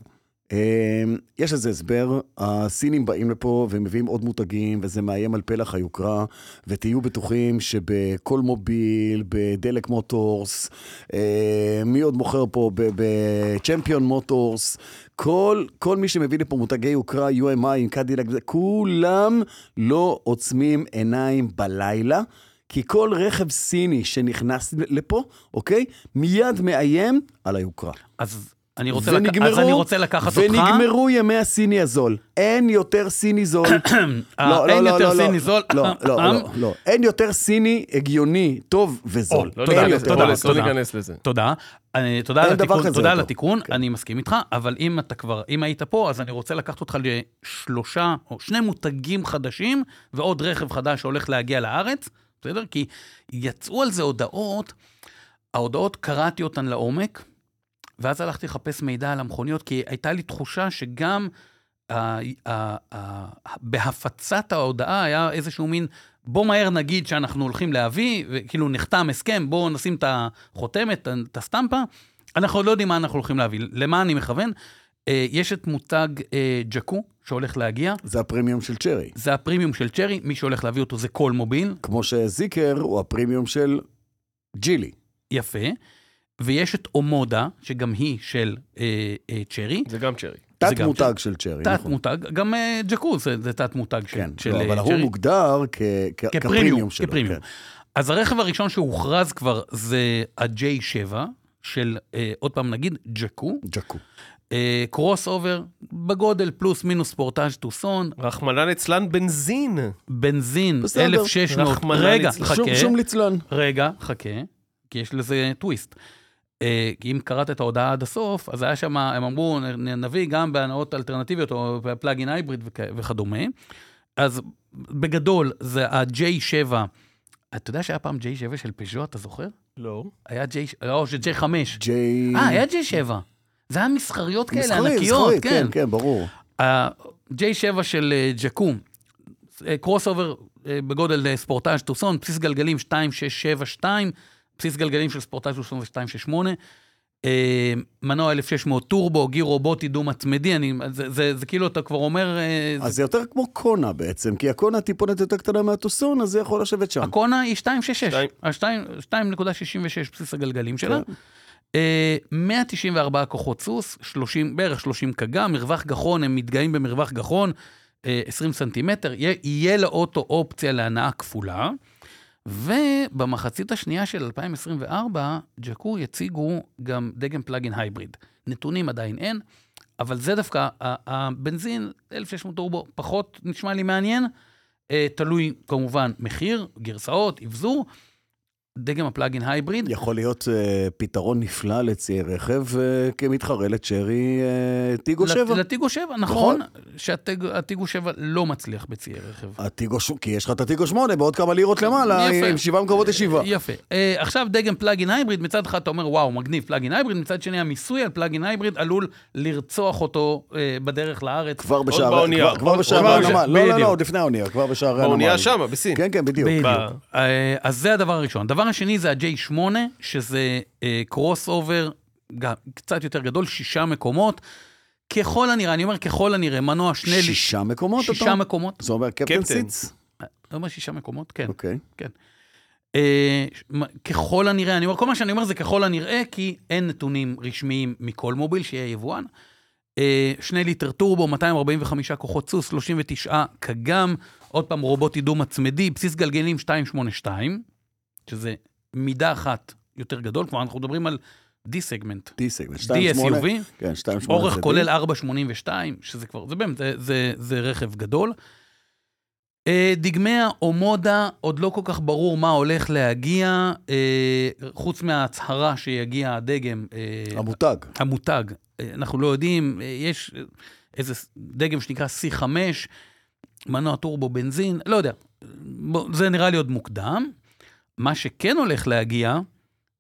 [SPEAKER 2] אמ, יש לזה הסבר, הסינים באים לפה ומביאים עוד מותגים, וזה מאיים על פלח היוקרה, ותהיו בטוחים שבכל מוביל, בדלק מוטורס, אה, מי עוד מוכר פה? בצ'מפיון מוטורס, כל, כל מי שמביא לפה מותגי יוקרה, UMI, קדילק, כולם לא עוצמים עיניים בלילה. כי כל רכב סיני שנכנס לפה, אוקיי, מיד מאיים על היוקרה.
[SPEAKER 3] אז אני רוצה, לק... אז אני רוצה לקחת אותך.
[SPEAKER 2] ונגמרו ימי הסיני הזול. אין יותר סיני זול.
[SPEAKER 3] אה, אין יותר סיני זול.
[SPEAKER 2] לא,
[SPEAKER 3] אה,
[SPEAKER 2] לא,
[SPEAKER 3] אה,
[SPEAKER 2] לא, לא. אין יותר סיני הגיוני, טוב וזול.
[SPEAKER 4] לא
[SPEAKER 3] תודה,
[SPEAKER 2] אין
[SPEAKER 4] ניכנס-
[SPEAKER 2] יותר.
[SPEAKER 3] תודה,
[SPEAKER 4] לא לא
[SPEAKER 3] תודה.
[SPEAKER 4] ניכנס לזה.
[SPEAKER 3] תודה. אני- תודה
[SPEAKER 2] אין
[SPEAKER 3] על
[SPEAKER 2] דבר
[SPEAKER 3] התיקון,
[SPEAKER 2] כזה
[SPEAKER 3] תודה על
[SPEAKER 2] יותר. כן.
[SPEAKER 3] התיקון, אני מסכים איתך, אבל אם אתה כבר, אם היית פה, אז אני רוצה לקחת אותך לשלושה או שני מותגים חדשים ועוד רכב חדש שהולך להגיע לארץ, בסדר? כי יצאו על זה הודעות, ההודעות קראתי אותן לעומק, ואז הלכתי לחפש מידע על המכוניות, כי הייתה לי תחושה שגם ה- ה- ה- בהפצת ההודעה היה איזשהו מין, בוא מהר נגיד שאנחנו הולכים להביא, וכאילו נחתם הסכם, בואו נשים את החותמת, את הסטמפה, אנחנו עוד לא יודעים מה אנחנו הולכים להביא. למה אני מכוון? אה, יש את מותג אה, ג'קו שהולך להגיע,
[SPEAKER 2] זה הפרמיום של צ'רי.
[SPEAKER 3] זה הפרימיום של צ'רי, מי שהולך להביא אותו זה כל מוביל,
[SPEAKER 2] כמו שזיקר הוא הפרמיום של ג'ילי.
[SPEAKER 3] יפה. ויש את אומודה, שגם היא של אה, אה, צ'רי.
[SPEAKER 4] זה גם צ'רי.
[SPEAKER 3] זה
[SPEAKER 2] תת
[SPEAKER 3] גם
[SPEAKER 2] מותג של צ'רי,
[SPEAKER 3] תת
[SPEAKER 2] נכון.
[SPEAKER 3] מותג, גם אה, ג'קוז זה, זה תת מותג של,
[SPEAKER 2] כן,
[SPEAKER 3] של
[SPEAKER 2] לא,
[SPEAKER 3] אה,
[SPEAKER 2] אבל ההוא
[SPEAKER 3] ג'רי.
[SPEAKER 2] מוגדר כ- כ- כפרמיום שלו.
[SPEAKER 3] כפרימיום.
[SPEAKER 2] כן.
[SPEAKER 3] אז הרכב הראשון שהוכרז כבר זה ה-J7 של, אה, עוד פעם נגיד, ג'קו,
[SPEAKER 2] ג'קו.
[SPEAKER 3] אה, קרוס אובר, בגודל פלוס מינוס פורטאג' טוסון,
[SPEAKER 4] רחמנא ליצלן בנזין.
[SPEAKER 3] בנזין
[SPEAKER 2] בסדר,
[SPEAKER 3] 1600,
[SPEAKER 4] רחמנא
[SPEAKER 3] רגע,
[SPEAKER 4] ליצלן.
[SPEAKER 3] חכה,
[SPEAKER 2] שום- שום ליצלן.
[SPEAKER 3] רגע, חכה, כי יש לזה טוויסט. אה, כי אם קראת את ההודעה עד הסוף, אז היה שם, הם אמרו, "נ- נביא גם בהנאות אלטרנטיביות או פלאגין הייבריד וכ- וכדומה. אז בגדול, זה ה-J7, אתה יודע שהיה פעם J7 של פז'ו, אתה זוכר?
[SPEAKER 4] לא.
[SPEAKER 3] היה J, לא, של J5.
[SPEAKER 2] ג'יי...
[SPEAKER 3] אה, היה J7. זה היה מסחריות כאלה, כן.
[SPEAKER 2] מסחרי,
[SPEAKER 3] ענקיות,
[SPEAKER 2] מסחרי,
[SPEAKER 3] כן.
[SPEAKER 2] כן, ברור.
[SPEAKER 3] ה-J7 של אה, ג'קום, אה, קרוס אובר אה, בגודל אה, ספורטאז' טוסון, בסיס גלגלים 2672, בסיס גלגלים של ספורטאז' טוסון זה 268, אה, מנוע 1600 טורבו, גיר רובוטי דו-מצמדי, אני- זה- זה זה כאילו אתה כבר אומר, אה, זה-
[SPEAKER 2] אז זה יותר כמו קונה בעצם, כי הקונה טיפונת יותר קטנה מהטוסון, אז זה יכול לשבת שם.
[SPEAKER 3] הקונה היא 2.66,
[SPEAKER 4] שתיים.
[SPEAKER 3] ה- אה, שתיים- 2.66 בסיס הגלגלים שלה. אה, 194 כוחות סוס, 30, בערך 30 קג"ם, מרווח גחון, הם מתגאים במרווח גחון, אה, 20 סנטימטר, יהיה- יהיה לאוטו אופציה להנעה כפולה. ובמחצית השנייה של 2024, ג'קו יציגו גם דגם פלאגין הייבריד. נתונים עדיין אין, אבל זה דווקא, ה- הבנזין, 1600 טורבו, פחות נשמע לי מעניין. אה, תלוי כמובן מחיר, גרסאות, אבזור. דגם הפלאגין הייבריד,
[SPEAKER 2] יכול להיות אה, פתרון נפלא לצי רכב אה, כמתחרה לצ'רי אה, טיגו
[SPEAKER 3] לט-
[SPEAKER 2] 7.
[SPEAKER 3] לטיגו 7, נכון, שהטיגו 7 לא מצליח בציי רכב.
[SPEAKER 2] הטיגו, ש- כי יש לך את הטיגו 8 בעוד כמה לירות למעלה,
[SPEAKER 3] יפה.
[SPEAKER 2] עם שבעה מקומות ישיבה.
[SPEAKER 3] יפה. אה, עכשיו דגם פלאגין הייבריד, מצד אחד אתה אומר, וואו, מגניב פלאגין הייבריד, מצד שני המיסוי על פלאגין הייבריד עלול לרצוח אותו אה, בדרך לארץ.
[SPEAKER 2] כבר בשערי
[SPEAKER 4] באונייה.
[SPEAKER 2] כבר- כבר
[SPEAKER 4] עוד-
[SPEAKER 2] בשערי
[SPEAKER 4] עוד
[SPEAKER 2] הנמל. לא, לא, לא,
[SPEAKER 4] בדיוק.
[SPEAKER 2] עוד לפני האונייה, כבר בשערי הנמל.
[SPEAKER 4] באונייה שמה, בסין.
[SPEAKER 2] לא כן, כן, בדיוק.
[SPEAKER 4] בדיוק.
[SPEAKER 3] אה, אז זה הדבר הראשון. הדבר השני זה ה-J8, שזה אה, קרוס אובר, גם קצת יותר גדול, שישה מקומות. ככל הנראה, אני אומר ככל הנראה, מנוע שני... לי-
[SPEAKER 2] שישה מקומות אתה
[SPEAKER 3] שישה
[SPEAKER 2] אומר?
[SPEAKER 3] מקומות.
[SPEAKER 2] זה אומר קפטן
[SPEAKER 4] קפטן.
[SPEAKER 2] סיץ?
[SPEAKER 3] אני אומר שישה מקומות, כן.
[SPEAKER 2] אוקיי.
[SPEAKER 3] אה, ש- מה- ככל הנראה, אני אומר, כל מה שאני אומר זה ככל הנראה, כי אין נתונים רשמיים מכל מוביל שיהיה יבואן. אה, שני ליטר טורבו, 245 כוחות סוס, 39 קג"ם, עוד פעם רובוטי דו-מצמדי, בסיס גלגלים 282, שזה מידה אחת יותר גדול, כלומר אנחנו מדברים על D-סגמנט,
[SPEAKER 2] D-סגמנט.
[SPEAKER 3] D-SUV,
[SPEAKER 2] כן, 2.8.
[SPEAKER 3] אורך
[SPEAKER 2] זה
[SPEAKER 3] כולל 4.82, שזה כבר, זה באמת, זה, זה, זה רכב גדול. אה, דגמי האומודה, עוד לא כל כך ברור מה הולך להגיע, אה, חוץ מההצהרה שיגיע הדגם,
[SPEAKER 2] D.
[SPEAKER 3] אה,
[SPEAKER 2] המותג.
[SPEAKER 3] המותג, אה, אנחנו לא יודעים, אה, יש אה, איזה ס- דגם שנקרא C5, מנוע טורבו בנזין, לא יודע, בוא, זה נראה לי עוד מוקדם. מה שכן הולך להגיע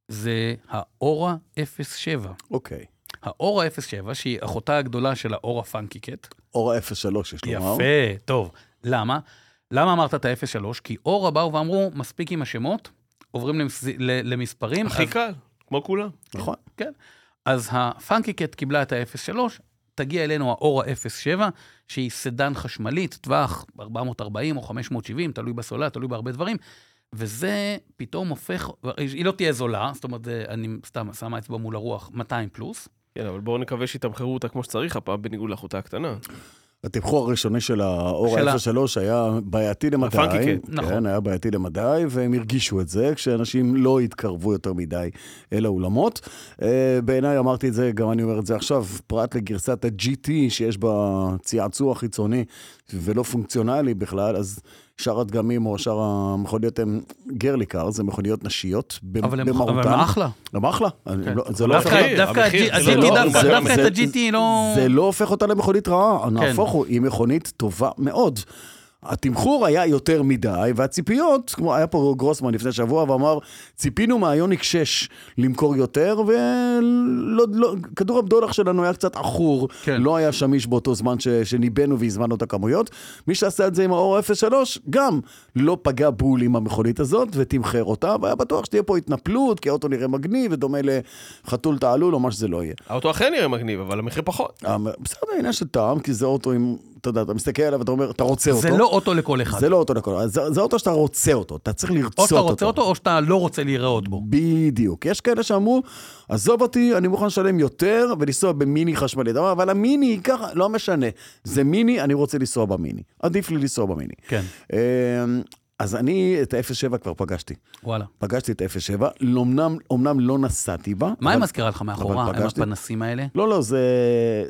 [SPEAKER 3] זה האורה 07.
[SPEAKER 2] אוקיי.
[SPEAKER 3] האורה 07, שהיא אחותה הגדולה של האורה פאנקי קט.
[SPEAKER 2] אור ה-03, יש לומר.
[SPEAKER 3] יפה, טוב. למה? למה אמרת את ה-03? כי אורה באו ואמרו, מספיק עם השמות, עוברים למס... ל- למספרים.
[SPEAKER 4] הכי
[SPEAKER 3] אז- כן.
[SPEAKER 4] קל, כמו כולם.
[SPEAKER 2] נכון.
[SPEAKER 3] אז הפאנקי קט קיבלה את ה-03, תגיע אלינו האורה 07, שהיא סדן חשמלית, טווח 440 או 570, תלוי בסוללה, תלוי בהרבה דברים, וזה פתאום הופך, היא לא תהיה זולה, זאת אומרת, זה- אני סתם שמה אצבע מול הרוח, 200 פלוס.
[SPEAKER 4] כן, אבל בואו נקווה שיתמחרו אותה כמו שצריך הפעם, בניגוד לאחותה הקטנה.
[SPEAKER 2] התמחור הראשוני של האור
[SPEAKER 3] של ה-
[SPEAKER 2] ה-03 היה בעייתי למדי.
[SPEAKER 4] הפאנקי קט,
[SPEAKER 3] נכון.
[SPEAKER 2] כן, היה בעייתי למדי, והם הרגישו את זה כשאנשים לא התקרבו יותר מדי אל האולמות. אה, בעיניי אמרתי את זה, גם אני אומר את זה עכשיו, פרט לגרסת ה-GT שיש בה צעצוע חיצוני ולא פונקציונלי בכלל, אז שאר הדגמים או שאר המכוניות הן גרלי קאר, זה מכוניות נשיות במ-
[SPEAKER 3] אבל הם,
[SPEAKER 2] במהותן.
[SPEAKER 3] אבל הם אחלה.
[SPEAKER 2] הם אחלה. אני-
[SPEAKER 3] כן.
[SPEAKER 2] לא- זה לא
[SPEAKER 3] דווקא
[SPEAKER 2] הופך...
[SPEAKER 4] המחיר,
[SPEAKER 3] דווקא
[SPEAKER 4] המחיר,
[SPEAKER 3] ה-G-
[SPEAKER 4] זה
[SPEAKER 3] ה-GT,
[SPEAKER 4] לא-
[SPEAKER 3] דווקא-
[SPEAKER 4] זה-
[SPEAKER 3] דווקא
[SPEAKER 2] זה-
[SPEAKER 3] את ה-GT לא...
[SPEAKER 2] זה לא הופך אותה למכונית רעה,
[SPEAKER 3] כן.
[SPEAKER 2] נהפוך הוא, היא מכונית טובה מאוד. התמחור היה יותר מדי, והציפיות, כמו היה פה גרוסמן לפני שבוע ואמר, ציפינו מהיוניק 6 למכור יותר, ולא, לא, כדור הבדולח שלנו היה קצת עכור,
[SPEAKER 3] כן.
[SPEAKER 2] לא היה שמיש באותו זמן ש, שניבאנו והזמנו את הכמויות. מי שעשה את זה עם האור 03, גם לא פגע בול עם המכונית הזאת ותמחר אותה, והיה בטוח שתהיה פה התנפלות, כי האוטו נראה מגניב ודומה לחתול תעלול או מה שזה לא יהיה.
[SPEAKER 4] האוטו אכן נראה מגניב, אבל המחיר פחות.
[SPEAKER 2] אה, בסדר, עניין של טעם, כי זה אוטו עם, אתה יודע, אתה מסתכל עליו ואתה אומר, אתה רוצה אותו.
[SPEAKER 3] זה לא אוטו לכל אחד.
[SPEAKER 2] זה לא אוטו לכל, זה, זה אוטו שאתה רוצה אותו, אתה צריך לרצות
[SPEAKER 3] או
[SPEAKER 2] אותו.
[SPEAKER 3] שאתה רוצה אותו, או שאתה לא רוצה להיראות בו.
[SPEAKER 2] בדיוק. יש כאלה שאמרו, עזוב אותי, אני מוכן לשלם יותר ולנסוע במיני חשמלית. אמר, אבל המיני היא ככה, לא משנה. זה מיני, אני רוצה לנסוע במיני. עדיף לי לנסוע במיני.
[SPEAKER 3] כן,
[SPEAKER 2] אה, אז אני את ה-07 כבר פגשתי.
[SPEAKER 3] וואלה.
[SPEAKER 2] פגשתי את ה-07, אמנם, אמנם לא נסעתי בה.
[SPEAKER 3] מה היא
[SPEAKER 2] אבל-
[SPEAKER 3] מזכירה לך מאחורה,
[SPEAKER 2] אבל
[SPEAKER 3] עם
[SPEAKER 2] פגשתי-
[SPEAKER 3] הפנסים האלה?
[SPEAKER 2] לא, לא, זה,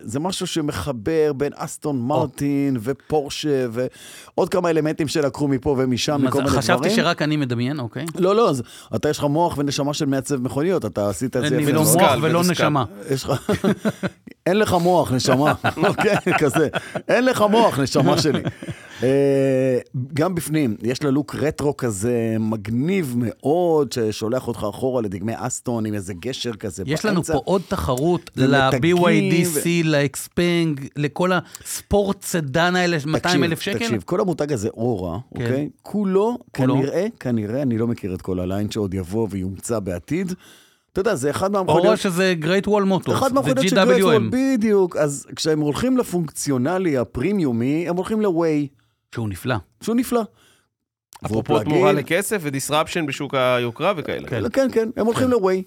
[SPEAKER 2] זה משהו שמחבר בין אסטון מרטין ופורשה ועוד כמה אלמנטים שלקחו מפה ומשם,
[SPEAKER 3] מה זה,
[SPEAKER 2] מכל מיני
[SPEAKER 3] חשבתי
[SPEAKER 2] דברים.
[SPEAKER 3] שרק אני מדמיין, אוקיי?
[SPEAKER 2] לא, לא, אז אתה יש לך מוח ונשמה של מעצב מכוניות, אתה עשית את זה
[SPEAKER 3] אין לי
[SPEAKER 2] יפה.
[SPEAKER 3] לא
[SPEAKER 2] מאוד.
[SPEAKER 4] מתוסכל,
[SPEAKER 3] מוח ולא
[SPEAKER 4] מתוסכל.
[SPEAKER 3] נשמה.
[SPEAKER 2] יש לך...
[SPEAKER 3] (laughs)
[SPEAKER 2] אין לך מוח, נשמה, אוקיי? כזה. אין לך מוח, נשמה שלי. אה, גם בפנים, יש לה לוק רטרו כזה מגניב מאוד, ששולח אותך אחורה לדגמי אסטון עם איזה גשר כזה
[SPEAKER 3] יש לנו
[SPEAKER 2] באמצע.
[SPEAKER 3] פה עוד תחרות
[SPEAKER 2] למתגים
[SPEAKER 3] ל-BYDC, לאקספנג, לכל הספורט סדן האלה, 200 אלף
[SPEAKER 2] תקשיב,
[SPEAKER 3] שקל.
[SPEAKER 2] תקשיב, כל המותג הזה, אורה,
[SPEAKER 3] כן.
[SPEAKER 2] אוקיי? כולו,
[SPEAKER 3] כולו.
[SPEAKER 2] כנראה, כנראה, אני לא מכיר את כל הליין שעוד יבוא ויומצא בעתיד. אתה יודע, זה אחד
[SPEAKER 3] או
[SPEAKER 2] מהמכוניות...
[SPEAKER 3] שזה Great Wall Motors,
[SPEAKER 2] אחד מהמכוניות
[SPEAKER 3] זה
[SPEAKER 2] של גרייטוול,
[SPEAKER 3] GWM,
[SPEAKER 2] בדיוק. אז כשהם הולכים לפונקציונלי הפרימיומי, הם הולכים ל-Way,
[SPEAKER 3] שהוא נפלא.
[SPEAKER 2] שהוא נפלא. והוא
[SPEAKER 4] אפרופו
[SPEAKER 2] פלאגין,
[SPEAKER 4] תמורה לכסף ודיסרפשן בשוק היוקרה וכאלה.
[SPEAKER 3] כן.
[SPEAKER 2] כן, כן, הם הולכים ל-Way.